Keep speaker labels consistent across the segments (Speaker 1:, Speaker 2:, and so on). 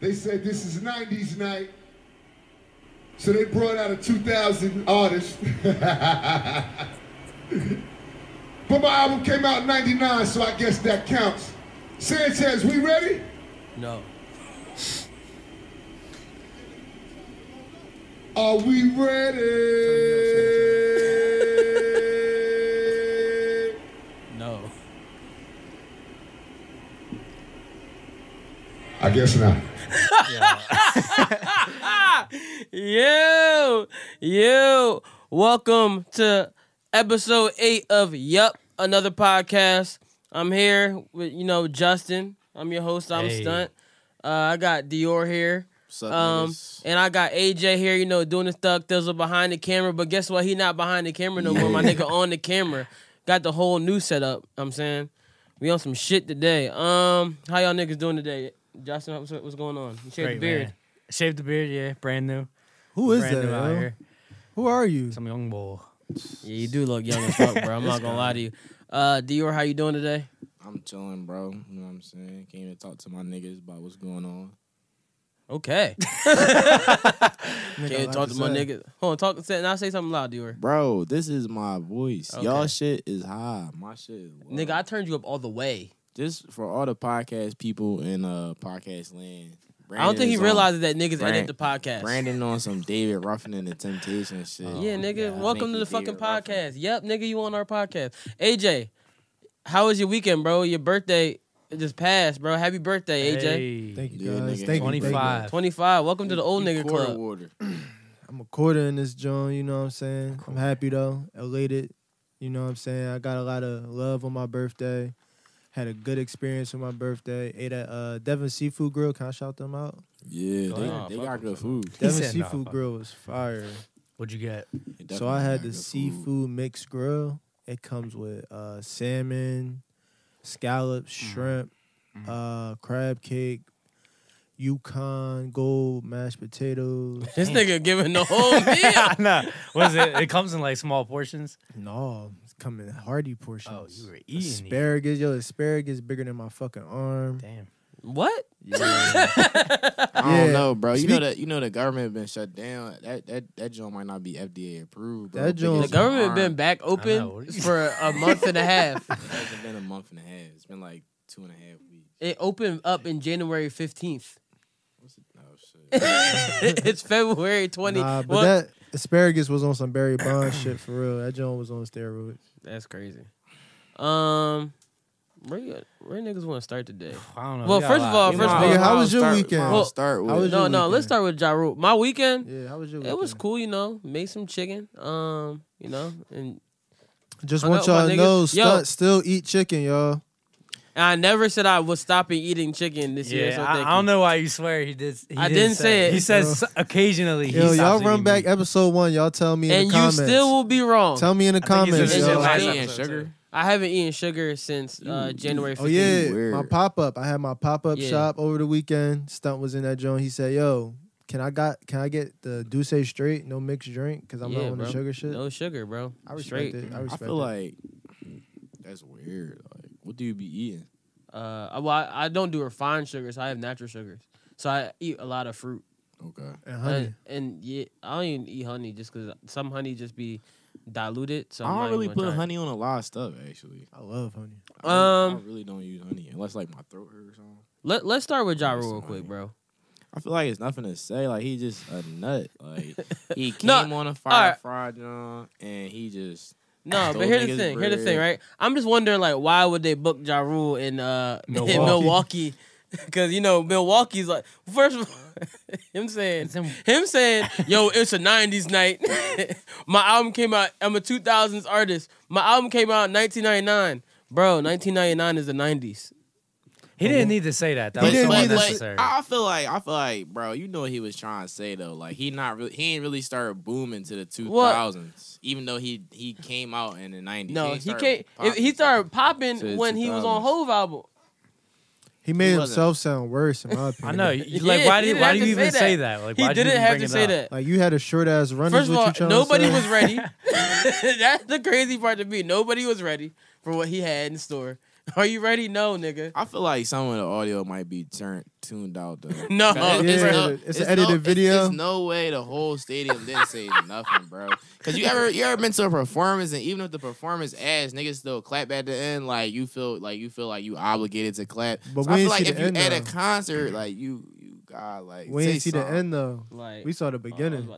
Speaker 1: They said this is 90s night. So they brought out a 2000 artist. but my album came out in 99, so I guess that counts. Sanchez, we ready?
Speaker 2: No.
Speaker 1: Are we ready?
Speaker 2: No.
Speaker 1: I guess not.
Speaker 2: Yo, yo, welcome to episode eight of Yup, another podcast. I'm here with, you know, Justin. I'm your host, I'm
Speaker 3: Hey.
Speaker 2: Stunt. Uh, I got Dior here.
Speaker 4: Suck
Speaker 2: Um,
Speaker 4: niggas.
Speaker 2: and I got AJ here, you know, doing his thug thizzle behind the camera. But guess what? He not behind the camera no more. My nigga on the camera. Got the whole new setup. I'm saying we on some shit today. Um, how y'all niggas doing today? Justin, what's, what's going on? You shaved the
Speaker 3: Great
Speaker 2: beard.
Speaker 3: man. Shaved the beard, yeah, brand new.
Speaker 5: Who is
Speaker 3: brand
Speaker 5: that?
Speaker 3: new out
Speaker 5: yo?
Speaker 3: here.
Speaker 5: Who are you?
Speaker 3: Some young boy.
Speaker 2: Yeah, you do look young as fuck, bro. I'm not gonna lie to you. Uh, Dior, how you doing today?
Speaker 4: I'm chilling, bro. You know what I'm saying? Came to talk to my niggas about what's going on.
Speaker 2: Okay.
Speaker 5: Nigga,
Speaker 2: Can't
Speaker 5: like
Speaker 2: talk to my
Speaker 5: say.
Speaker 2: niggas. Hold on, talk. Say, now say something loud, Dior.
Speaker 4: Bro, this is my voice.
Speaker 2: Okay.
Speaker 4: Y'all shit is high. My shit is low.
Speaker 2: Nigga, I turned you up all the way.
Speaker 4: Just for all the podcast people in uh podcast land.
Speaker 2: I don't think he
Speaker 4: is on-
Speaker 2: realizes that niggas
Speaker 4: Brand-
Speaker 2: edit the podcast.
Speaker 4: Brandon on some David Ruffin and the Temptation shit.
Speaker 2: Yeah, nigga.
Speaker 4: God.
Speaker 2: Welcome
Speaker 4: Thank
Speaker 2: to
Speaker 4: you,
Speaker 2: the fucking
Speaker 4: David Ruffin.
Speaker 2: podcast. Yep, nigga, you on our podcast. AJ, how was your weekend, bro? Your birthday just passed, bro. Happy birthday, AJ.
Speaker 3: Hey.
Speaker 5: Thank you
Speaker 4: Yeah,
Speaker 5: guys.
Speaker 4: nigga,
Speaker 5: Thank you, thank you.
Speaker 3: 25.
Speaker 2: 25. Welcome to the old
Speaker 4: You
Speaker 2: nigga
Speaker 4: quarter
Speaker 2: club.
Speaker 4: water.
Speaker 5: I'm a quarter in this joint, you know what I'm saying? I'm happy though, elated. You know what I'm saying? I got a lot of love on my birthday. Had a good experience on my birthday. Ate at uh, Devon Seafood Grill. Can I shout them out?
Speaker 4: Yeah, they,
Speaker 2: Nah,
Speaker 4: they
Speaker 2: fuck
Speaker 4: got
Speaker 2: him,
Speaker 4: good
Speaker 2: fuck
Speaker 4: food.
Speaker 5: Devon
Speaker 3: said nah,
Speaker 5: Seafood
Speaker 3: fuck.
Speaker 5: Grill was fire.
Speaker 3: What'd you get?
Speaker 4: They
Speaker 5: so
Speaker 4: definitely
Speaker 5: I
Speaker 4: got
Speaker 5: had the
Speaker 4: good food.
Speaker 5: seafood mixed grill. It comes with uh, salmon,
Speaker 3: Mm.
Speaker 5: scallops, shrimp, uh, crab cake, Yukon gold mashed potatoes.
Speaker 2: This nigga giving the whole meal.
Speaker 3: nah, what is it? It comes in like small portions.
Speaker 5: No, it's coming in hearty portions.
Speaker 3: Oh, you were eating these.
Speaker 5: asparagus. Yo, asparagus bigger than my fucking arm.
Speaker 3: Damn.
Speaker 2: What?
Speaker 4: I don't
Speaker 5: Yeah.
Speaker 4: know, bro. You know
Speaker 5: Speak-
Speaker 4: that you know the government been shut down. That that that joint might not be FDA approved. Bro. Big
Speaker 5: That joint-
Speaker 2: The
Speaker 4: as my
Speaker 2: government
Speaker 4: arm.
Speaker 2: been back
Speaker 3: I know, what
Speaker 2: open
Speaker 3: are you-
Speaker 2: for a month and a half.
Speaker 4: It hasn't been a month and a half. It's been like two and a half weeks.
Speaker 2: It opened up in January 15th.
Speaker 4: What's it? Oh shit.
Speaker 2: it's February 20th.
Speaker 5: Nah, but
Speaker 2: Well,
Speaker 5: that asparagus was on some Barry Bond shit for real. That joint was on steroids.
Speaker 2: that's crazy. Um, where, you- where niggas want to start today?
Speaker 3: I don't know.
Speaker 2: Well,
Speaker 3: We got
Speaker 2: first
Speaker 3: a
Speaker 2: of
Speaker 3: lot.
Speaker 2: all,
Speaker 4: You
Speaker 2: first
Speaker 4: know,
Speaker 2: of all,
Speaker 5: Nigga, how was your
Speaker 4: start-
Speaker 5: weekend?
Speaker 4: I'll start with.
Speaker 5: How was
Speaker 2: no,
Speaker 5: your
Speaker 2: no. Let's
Speaker 5: weekend?
Speaker 2: start with Ja Rule. My weekend,
Speaker 5: Yeah, how was your?
Speaker 2: it was
Speaker 5: weekend?
Speaker 2: cool. You know, made some chicken. Um, you know, and,
Speaker 5: Just
Speaker 2: I
Speaker 5: want
Speaker 2: know, my
Speaker 5: y'all to
Speaker 2: nigga.
Speaker 5: know,
Speaker 2: Yo.
Speaker 5: stunt still eat chicken, y'all.
Speaker 2: and I never said I was stopping eating chicken this year.
Speaker 3: Yeah,
Speaker 2: So
Speaker 3: I,
Speaker 2: thank
Speaker 3: I don't
Speaker 2: you.
Speaker 3: know why you swear he did. He
Speaker 2: I didn't say it.
Speaker 3: He says s- occasionally. He
Speaker 5: Yo, y'all
Speaker 3: stops
Speaker 5: run
Speaker 3: eating
Speaker 5: back
Speaker 3: meat.
Speaker 5: episode one. Y'all tell me in
Speaker 2: And
Speaker 5: the
Speaker 2: you
Speaker 5: comments.
Speaker 2: still will be wrong.
Speaker 5: tell me in the
Speaker 3: I think he
Speaker 5: comments.
Speaker 3: said
Speaker 2: it's in
Speaker 3: it
Speaker 5: Yo.
Speaker 2: the last
Speaker 4: Eating
Speaker 3: episode,
Speaker 4: sugar?
Speaker 3: too.
Speaker 2: I haven't eaten sugar since uh, January 15th.
Speaker 5: Oh yeah,
Speaker 4: Weird.
Speaker 5: my pop up. I had my pop up
Speaker 2: Yeah.
Speaker 5: shop over the weekend. Stunt was in that joint. He said, "Yo, can I got can I get the Douce straight, no mixed drink? Because I'm
Speaker 2: Yeah,
Speaker 5: not on
Speaker 2: bro.
Speaker 5: the sugar shit."
Speaker 2: No sugar, bro.
Speaker 5: I respect
Speaker 2: Straight.
Speaker 5: it. I
Speaker 4: I
Speaker 5: respect
Speaker 4: feel
Speaker 5: it.
Speaker 4: like that's weird. Like, what do you be eating?
Speaker 2: Uh, I- well, I, I don't do refined sugars. I have natural sugars. So I eat a lot of fruit.
Speaker 4: Okay.
Speaker 5: and
Speaker 2: Uh,
Speaker 5: honey.
Speaker 2: and yeah, I don't even eat honey just because some honey just be diluted. So I'm
Speaker 4: I
Speaker 2: not
Speaker 4: don't
Speaker 2: even
Speaker 4: really
Speaker 2: gonna
Speaker 4: put
Speaker 2: try it.
Speaker 4: honey on a lot of stuff actually.
Speaker 5: I love honey.
Speaker 4: I don't- I
Speaker 2: Um,
Speaker 4: really don't use honey unless like my throat hurts or something.
Speaker 2: Let Let's start with Ja
Speaker 4: Yes,
Speaker 2: Rule real quick,
Speaker 4: honey.
Speaker 2: bro.
Speaker 4: I feel like it's nothing to say. Like he just a nut. Like he came
Speaker 2: No,
Speaker 4: on a
Speaker 2: all
Speaker 4: fire
Speaker 2: right.
Speaker 4: fried John and he just
Speaker 2: No, but
Speaker 4: Those
Speaker 2: here's the
Speaker 4: niggas
Speaker 2: thing. Here's the thing,
Speaker 4: bread.
Speaker 2: right? I'm just wondering, like, why would they book Ja Rule in uh in
Speaker 3: Milwaukee.
Speaker 2: Milwaukee? Because you know Milwaukee's like first of all, him saying
Speaker 3: It's in-
Speaker 2: him saying, "Yo, it's a '90s night. My album came out. I'm a 2000s artist. My album came out in 1999, bro. 1999 is the '90s.
Speaker 3: He didn't need to say that. That
Speaker 5: He
Speaker 3: was
Speaker 5: didn't
Speaker 3: so
Speaker 5: need to say-
Speaker 3: unnecessary.
Speaker 4: I I feel like I feel like, bro, you know what he was trying to say though. Like he not really, he ain't really started booming to the two thousands, even though he he came out in the nineties.
Speaker 2: No, he
Speaker 4: started
Speaker 2: can't. If
Speaker 4: popping.
Speaker 2: he started popping
Speaker 4: to
Speaker 2: when he was on
Speaker 4: 2000s.
Speaker 2: Hove album.
Speaker 5: He made
Speaker 4: wasn't.
Speaker 5: himself sound worse, in my
Speaker 3: I
Speaker 5: opinion.
Speaker 3: know.
Speaker 2: Yeah,
Speaker 3: you- Like, why
Speaker 2: he
Speaker 3: did
Speaker 2: didn't
Speaker 3: why
Speaker 2: have
Speaker 3: do you
Speaker 2: to
Speaker 3: even
Speaker 2: say
Speaker 3: say
Speaker 2: that.
Speaker 3: that? Like,
Speaker 2: He
Speaker 3: why
Speaker 2: didn't have to say that.
Speaker 5: Like you had a short ass run.
Speaker 2: First
Speaker 5: is
Speaker 2: of
Speaker 5: what
Speaker 2: all,
Speaker 5: you trying to
Speaker 2: nobody
Speaker 5: say?
Speaker 2: was ready. That's the crazy part to me. Nobody was ready for what he had in store. Are you ready? No, nigga.
Speaker 4: I feel like some of the audio might be turned tuned out though.
Speaker 2: No.
Speaker 4: Cause it's-
Speaker 5: Yeah,
Speaker 4: no-
Speaker 5: it's an edited
Speaker 4: no,
Speaker 5: video.
Speaker 4: It's, no way the whole stadium didn't say nothing, bro. Cause you ever you ever been to a performance and even if the performance ass niggas still clap at the end, like you feel like you feel like you obligated to clap.
Speaker 5: But
Speaker 4: So
Speaker 5: we
Speaker 4: I feel
Speaker 5: ain't
Speaker 4: like
Speaker 5: see
Speaker 4: if
Speaker 5: the
Speaker 4: you
Speaker 5: end,
Speaker 4: at a
Speaker 5: though.
Speaker 4: concert, like you you got like
Speaker 5: We
Speaker 4: say
Speaker 5: didn't see the
Speaker 4: something.
Speaker 5: end though.
Speaker 2: Like oh,
Speaker 5: We saw the beginning.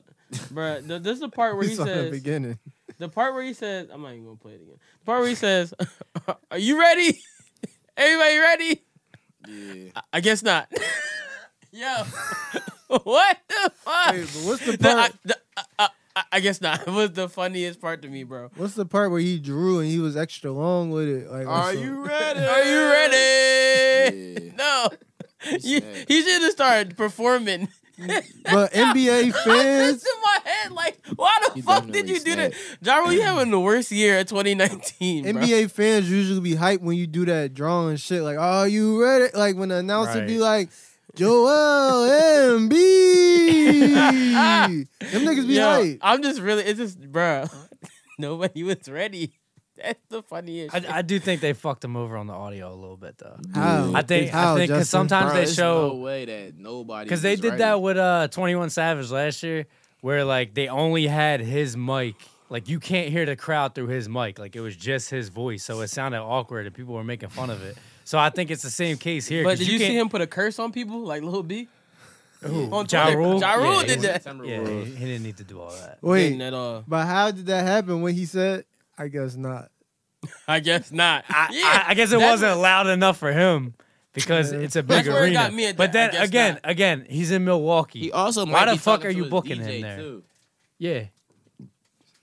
Speaker 2: Bro, this is the part where
Speaker 5: we
Speaker 2: he
Speaker 5: saw the
Speaker 2: says
Speaker 5: beginning.
Speaker 2: the part where he says I'm not even gonna play it again. The part where he says, "Are you ready? Everybody ready?
Speaker 4: Yeah.
Speaker 2: I, I guess not." Yo, what the fuck?
Speaker 5: Wait, but what's the
Speaker 2: The- I,
Speaker 5: part-
Speaker 2: the- I- I- I- I guess not. It was the funniest part to me, bro.
Speaker 5: What's the part where he drew and he was extra long with it? Like,
Speaker 4: Are
Speaker 5: also-
Speaker 4: you ready?
Speaker 2: Are you ready?
Speaker 4: Yeah.
Speaker 2: No. You,
Speaker 4: sad.
Speaker 2: he should have started performing.
Speaker 5: But
Speaker 2: I
Speaker 5: NBA fans,
Speaker 2: just in my head, like, why the
Speaker 4: You
Speaker 2: fuck did
Speaker 4: definitely
Speaker 2: you do that? Jaru, you having the worst year of 2019. bro.
Speaker 5: NBA fans usually be hyped when you do that drawing shit. Like, are you ready? Like when the announcer be like, Joel Embiid. Them niggas be
Speaker 2: Yo,
Speaker 5: hyped.
Speaker 2: I'm just really, it's just, bro. Nobody was ready. That's the funniest. shit.
Speaker 3: I, I do think they fucked him over on the audio a little bit though.
Speaker 5: How?
Speaker 3: I think
Speaker 5: How,
Speaker 3: I think
Speaker 5: Justin?
Speaker 3: because sometimes
Speaker 4: Bro,
Speaker 3: they
Speaker 4: it's no
Speaker 3: show
Speaker 4: way that nobody
Speaker 3: because they
Speaker 4: was
Speaker 3: did
Speaker 4: ready.
Speaker 3: that with uh 21 Savage last year where like they only had his mic. Like you can't hear the crowd through his mic. Like it was just his voice, so it sounded awkward and people were making fun of it. So I think it's the same case here.
Speaker 2: but
Speaker 3: 'cause
Speaker 2: did you, see
Speaker 3: can't-
Speaker 2: him put a curse on people like Lil B? On
Speaker 3: Ja
Speaker 2: Twitter.
Speaker 3: Rule?
Speaker 2: Ja Rule
Speaker 3: Yeah,
Speaker 2: did
Speaker 3: he-
Speaker 2: that. uh,
Speaker 3: Yeah, he, he didn't need to do all
Speaker 2: Didn't
Speaker 3: that.
Speaker 5: Wait,
Speaker 2: at all.
Speaker 5: but how did that happen when he said, I guess not?
Speaker 2: I guess not.
Speaker 3: I,
Speaker 2: yeah,
Speaker 3: I, I guess it
Speaker 2: that's-
Speaker 3: wasn't loud enough for him because it's a big
Speaker 2: That's where it
Speaker 3: arena.
Speaker 2: got me at
Speaker 3: but
Speaker 2: the- I
Speaker 3: then
Speaker 2: guess
Speaker 3: again,
Speaker 2: not.
Speaker 3: again, he's in Milwaukee.
Speaker 4: He also
Speaker 3: Why
Speaker 4: might
Speaker 3: the
Speaker 4: be
Speaker 3: fuck
Speaker 4: talking
Speaker 3: are
Speaker 4: to
Speaker 3: you
Speaker 4: his
Speaker 3: booking
Speaker 4: DJ
Speaker 3: him there?
Speaker 4: Too.
Speaker 3: yeah,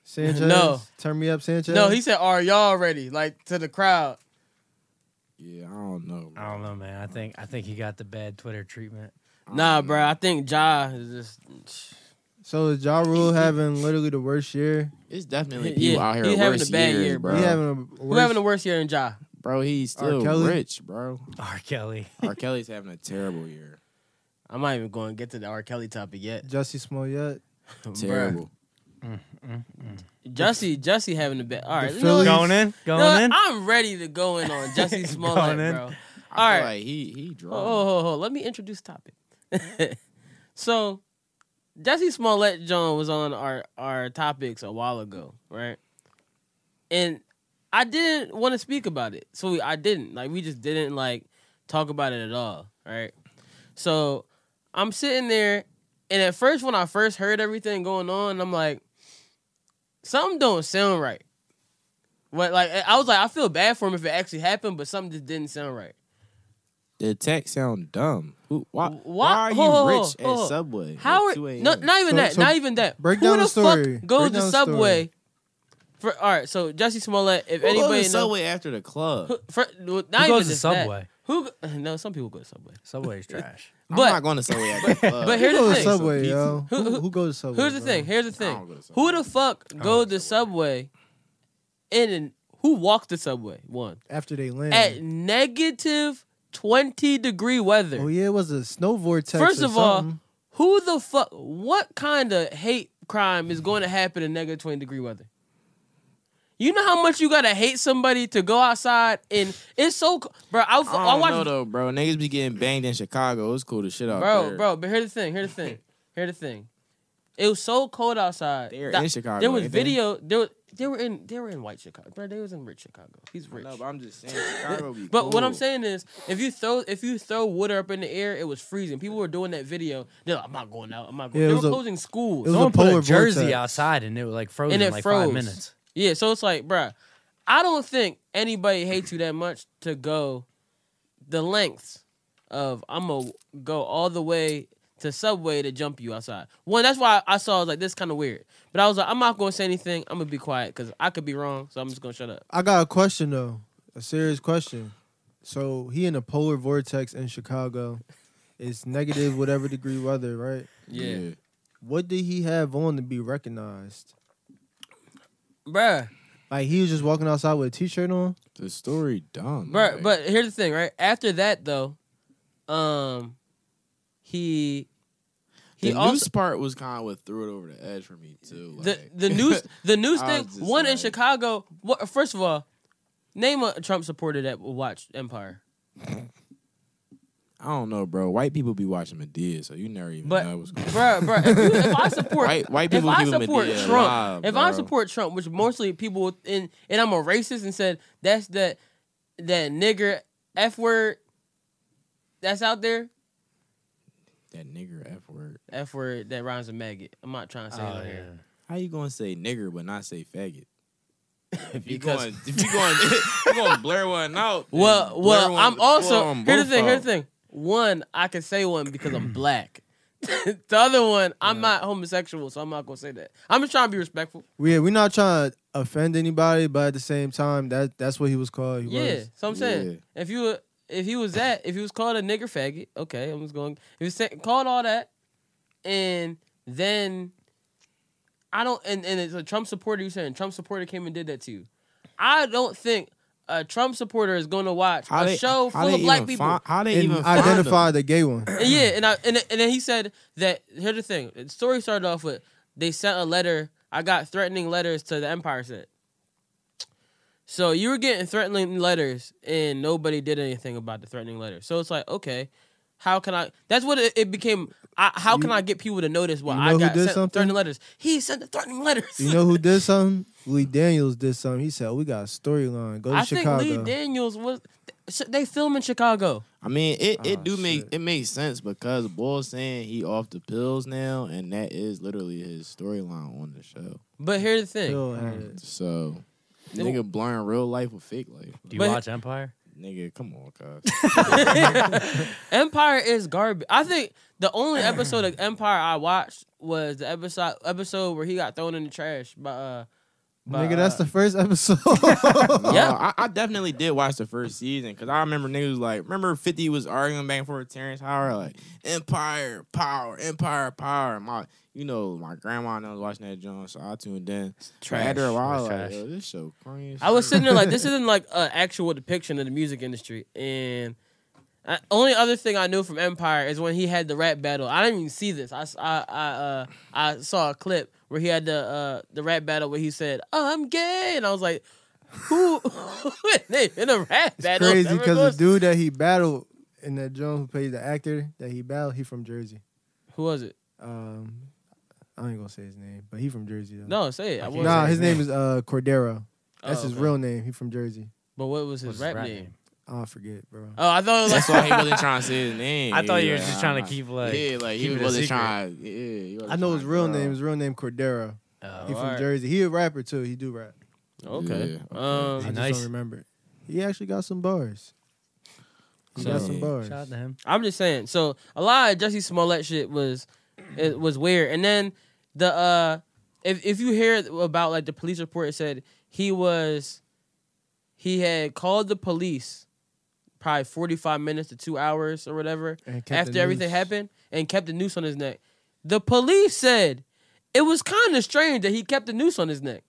Speaker 5: Sanchez?
Speaker 2: No.
Speaker 5: Turn me up, Sanchez?
Speaker 2: No, he said, "Are y'all ready?" Like to the crowd.
Speaker 4: Yeah, I don't know.
Speaker 3: I
Speaker 2: Um,
Speaker 3: don't know, man. I think I think he got the bad Twitter treatment.
Speaker 2: Nah, bro. I think Ja is just.
Speaker 5: So is Ja Rule having literally the worst year?
Speaker 4: It's definitely
Speaker 2: Yeah,
Speaker 4: people out here
Speaker 2: he
Speaker 4: with
Speaker 2: having
Speaker 4: worse
Speaker 2: a bad
Speaker 4: years,
Speaker 2: year,
Speaker 4: bro.
Speaker 5: He having a
Speaker 2: Who
Speaker 5: worst
Speaker 2: having the worst year in Ja?
Speaker 4: bro, he's
Speaker 5: R.
Speaker 4: still
Speaker 5: Kelly?
Speaker 4: rich, bro.
Speaker 3: R. Kelly.
Speaker 4: R. Kelly's having a terrible year.
Speaker 2: I'm not even going to get to the R. Kelly topic yet.
Speaker 5: Jussie Smollett.
Speaker 2: Bruh.
Speaker 4: Terrible.
Speaker 2: Jesse, Jesse having a bad. All right,
Speaker 5: The
Speaker 2: you know what?
Speaker 5: Phillies-
Speaker 3: Going in,
Speaker 2: You
Speaker 3: going
Speaker 2: know what?
Speaker 3: in.
Speaker 2: I'm ready to go in on Jesse Smollett,
Speaker 3: Going in.
Speaker 2: bro.
Speaker 4: I
Speaker 2: All
Speaker 4: feel
Speaker 2: right.
Speaker 4: like he he
Speaker 2: Oh,
Speaker 4: drunk.
Speaker 2: oh, oh, oh, let me introduce topic. so, Jesse Smollett John was on our our topics a while ago, right? And I didn't want to speak about it, so we, I didn't like we just didn't like talk about it at all, right? So I'm sitting there, and at first when I first heard everything going on, I'm like, something don't sound right. But like I was like, I feel bad for him if it actually happened, but something just didn't sound right.
Speaker 4: The tech sound dumb. Who, why,
Speaker 2: Why-
Speaker 4: why, are you
Speaker 2: hold on,
Speaker 4: rich
Speaker 2: hold on.
Speaker 4: at Subway? at
Speaker 2: oh, How are
Speaker 4: 2 a.m.?
Speaker 2: no, not even
Speaker 5: So-
Speaker 2: that,
Speaker 5: so
Speaker 2: not even that.
Speaker 5: break
Speaker 2: Who
Speaker 5: down
Speaker 2: the,
Speaker 5: the story.
Speaker 2: fuck goes
Speaker 5: Break
Speaker 2: to
Speaker 5: down the
Speaker 2: Subway? For all right, so Jesse Smollett. If
Speaker 4: Who
Speaker 2: anybody
Speaker 4: goes to
Speaker 2: know-
Speaker 4: Subway after the club?
Speaker 2: who- for, well, not
Speaker 3: Who
Speaker 2: even
Speaker 3: goes to
Speaker 2: just that.
Speaker 3: Subway?
Speaker 2: Who? go- No, some people go to Subway.
Speaker 3: Subway's trash.
Speaker 2: but-
Speaker 4: I'm not going to Subway after the club.
Speaker 2: But
Speaker 5: Who
Speaker 2: here's the
Speaker 5: goes to
Speaker 2: thing.
Speaker 5: Subway,
Speaker 4: Pizza.
Speaker 5: yo?
Speaker 2: Who-
Speaker 5: Who,
Speaker 2: who-
Speaker 5: who goes to Subway?
Speaker 2: Here's the
Speaker 5: bro?
Speaker 2: thing. Here's the
Speaker 4: I
Speaker 2: thing.
Speaker 4: don't go to Subway.
Speaker 2: Who the fuck
Speaker 3: go
Speaker 2: goes
Speaker 3: to
Speaker 2: to Subway, and then who walks the Subway? One
Speaker 5: After they land.
Speaker 2: at negative twenty degree weather.
Speaker 5: Oh yeah, it was a snow vortex.
Speaker 2: First
Speaker 5: or
Speaker 2: of all,
Speaker 5: something.
Speaker 2: Who the fuck? What kind of hate crime is going to happen in negative twenty degree weather? You know how much you gotta hate somebody to go outside and it's so, co- bro. I,
Speaker 4: I
Speaker 2: f-
Speaker 4: don't
Speaker 2: I
Speaker 4: know
Speaker 2: watched,
Speaker 4: though, bro. Niggas be getting banged in Chicago. It's cool to shit out
Speaker 2: bro,
Speaker 4: there.
Speaker 2: bro. But here's the thing. Here's the thing. Here's the thing. It was so cold outside.
Speaker 4: They're
Speaker 2: that-
Speaker 4: in Chicago,
Speaker 2: There was
Speaker 4: ain't they?
Speaker 2: video. There was, they were in they were in white Chicago, bro. They was in rich Chicago. He's rich.
Speaker 4: No, but I'm just saying, Chicago be
Speaker 2: But what I'm
Speaker 4: cool.
Speaker 2: saying is, if you throw if you throw water up in the air, it was freezing. People were doing that video. They're like, I'm not going out. I'm not going.
Speaker 5: Yeah, it
Speaker 2: they were
Speaker 5: was a-
Speaker 2: closing schools.
Speaker 5: it was a
Speaker 3: Someone put
Speaker 5: polar
Speaker 3: a jersey
Speaker 5: vortex.
Speaker 3: outside and it was like frozen
Speaker 2: And it
Speaker 3: like
Speaker 2: froze.
Speaker 3: five minutes.
Speaker 2: yeah, so it's like, bruh, I don't think anybody hates you that much to go the lengths of I'm gonna go all the way to Subway to jump you outside. One, that's why I saw I was like this kind of weird. But I was like, I'm not gonna say anything. I'm gonna be quiet because I could be wrong. So I'm just gonna shut up.
Speaker 5: I got a question though, a serious question. So he in a polar vortex in Chicago. It's negative whatever degree weather, right?
Speaker 2: Yeah,
Speaker 5: What did he have on to be recognized?
Speaker 2: bruh.
Speaker 5: Like he was just walking outside with a t-shirt on.
Speaker 4: the story dumb.
Speaker 2: But
Speaker 4: like,
Speaker 2: but here's the thing, right? After that though, um, he he
Speaker 4: the
Speaker 2: also
Speaker 4: news part was kind of what threw it over the edge for me too.
Speaker 2: the
Speaker 4: like-
Speaker 2: the news the news
Speaker 4: I
Speaker 2: thing
Speaker 4: was just
Speaker 2: one in
Speaker 4: like-
Speaker 2: Chicago. What first of all, Name a Trump supporter that will watch Empire.
Speaker 4: I don't know, bro. White people be watching Medea, so you never even
Speaker 2: But-
Speaker 4: know what's going on.
Speaker 2: Bruh, bruh. If, you, if I support
Speaker 4: White, white
Speaker 2: if
Speaker 4: people
Speaker 2: I
Speaker 4: keep him
Speaker 2: support
Speaker 4: Madea
Speaker 2: Trump,
Speaker 4: alive,
Speaker 2: if I
Speaker 4: bro.
Speaker 2: support Trump, which mostly people in, and I'm a racist and said that's that that nigger f word that's out there
Speaker 4: that nigger F word.
Speaker 2: f word that rhymes with maggot. I'm not trying to say it
Speaker 3: Oh,
Speaker 2: on
Speaker 3: yeah.
Speaker 2: here.
Speaker 4: How you gonna say nigger but not say faggot? If you
Speaker 2: Because-
Speaker 4: going, if you going, if you going to blur one out. then
Speaker 2: Well,
Speaker 4: blur
Speaker 2: well,
Speaker 4: one-
Speaker 2: I'm
Speaker 4: blur
Speaker 2: also
Speaker 4: on
Speaker 2: here's the
Speaker 4: both
Speaker 2: thing. Here's
Speaker 4: out.
Speaker 2: the thing. One, I can say one because I'm black. the other one, I'm not homosexual, so I'm not gonna say that. I'm just trying to be respectful.
Speaker 5: We we're not trying to offend anybody, but at the same time, that that's what he was called. He
Speaker 2: yeah,
Speaker 5: was.
Speaker 2: so I'm saying if you were- if he was that if he was called a nigger faggot, okay, I'm just going. If he was say, called all that, and then I don't and and it's a Trump supporter. You saying Trump supporter came and did that to you? I don't think a Trump supporter is going to watch
Speaker 4: How
Speaker 2: a
Speaker 4: they-
Speaker 2: show
Speaker 4: how
Speaker 2: full
Speaker 4: they
Speaker 2: of black
Speaker 4: even
Speaker 2: people.
Speaker 4: fi- how they
Speaker 5: And
Speaker 4: even find
Speaker 5: identify the gay one.
Speaker 2: And yeah, and I and, and then he said that. Here's the thing: the story started off with they sent a letter. I got threatening letters to the Empire set. So you were getting threatening letters, and nobody did anything about the threatening letters. So it's like, okay, how can I? That's what it, it became. I, how can I get people to notice what
Speaker 5: you
Speaker 2: I
Speaker 5: know who
Speaker 2: got
Speaker 5: did
Speaker 2: sent
Speaker 5: something?
Speaker 2: threatening letters? He sent the threatening letters.
Speaker 5: You know who did something? Lee Daniels did something. He said, "Oh, "We got a storyline. Go to
Speaker 2: I
Speaker 5: Chicago."
Speaker 2: think Lee Daniels was. They film in Chicago.
Speaker 4: I mean, it, it
Speaker 5: Oh,
Speaker 4: do make
Speaker 5: shit.
Speaker 4: it makes sense because Bull's saying he off the pills now, and that is literally his storyline on the show.
Speaker 2: But here's the thing.
Speaker 5: Yo, had-
Speaker 4: So,
Speaker 2: It-
Speaker 4: nigga blurring real life with fake life.
Speaker 3: Do you
Speaker 2: But-
Speaker 3: watch Empire?
Speaker 4: Nigga, come on, cuz.
Speaker 2: Empire is garbage. I think the only episode of Empire I watched was the episode episode where he got thrown in the trash by uh by,
Speaker 5: Nigga, that's
Speaker 2: uh,
Speaker 5: the first episode.
Speaker 4: yeah,
Speaker 2: Yeah.
Speaker 4: Uh, I, I definitely did watch the first season because I remember niggas was like, remember Fifty was arguing back and forth with Terrence Howard like Empire Power, Empire Power. My, you know, my grandma and I was watching that joint, so I tuned in. But After a while, I was like,
Speaker 3: Trash.
Speaker 4: Yo, this show cringe.
Speaker 2: I was sitting there like this isn't like an actual depiction of the music industry and I, only other thing I knew from Empire is when he had the rap battle. I didn't even see this. I s- I I, uh, I saw a clip where he had the uh, the rap battle where he said I'm gay and I was like who in a rap
Speaker 5: it's
Speaker 2: battle
Speaker 5: crazy
Speaker 2: ever
Speaker 5: because
Speaker 2: goes-
Speaker 5: the dude that he battled in that John who played the actor that he battled, he from Jersey.
Speaker 2: who was it?
Speaker 5: Um, I ain't gonna say his name, but he from Jersey though.
Speaker 2: No, say it. I
Speaker 3: Nah,
Speaker 2: wasn't-
Speaker 5: nah, his name is uh Cordero. That's
Speaker 2: Oh,
Speaker 5: his
Speaker 2: okay.
Speaker 5: real name. He from Jersey.
Speaker 2: But what was his
Speaker 3: What's his
Speaker 2: rap,
Speaker 3: rap
Speaker 2: name?
Speaker 3: name?
Speaker 5: I forget, bro.
Speaker 2: Oh, I thought it was like
Speaker 4: That's why he wasn't trying to say his name.
Speaker 3: I thought
Speaker 4: He
Speaker 3: you were
Speaker 4: like,
Speaker 3: just trying
Speaker 4: "Ah."
Speaker 3: to keep like.
Speaker 4: yeah, like he
Speaker 3: keep it a
Speaker 4: wasn't
Speaker 3: secret.
Speaker 4: trying. Yeah, he wasn't
Speaker 5: I know
Speaker 4: trying
Speaker 5: his
Speaker 4: to uh,
Speaker 5: real
Speaker 4: grow.
Speaker 5: name. His real name Cordero.
Speaker 3: Oh.
Speaker 5: He from
Speaker 2: alright.
Speaker 5: Jersey. He a rapper too. He do rap.
Speaker 2: okay.
Speaker 4: Yeah,
Speaker 5: I
Speaker 2: Um,
Speaker 5: just
Speaker 3: nice.
Speaker 5: don't remember. it. He actually got some bars. He
Speaker 2: So-
Speaker 5: got some bars.
Speaker 3: Shout out to him.
Speaker 2: I'm just saying. So a lot of Jesse Smollett shit was it was weird. And then the uh, if if you hear about like the police report, it said he was he had called the police probably 45 minutes to two hours or whatever
Speaker 5: And kept the
Speaker 2: after everything
Speaker 5: noose.
Speaker 2: happened and kept the noose on his neck. The police said it was kind of strange that he kept the noose on his neck.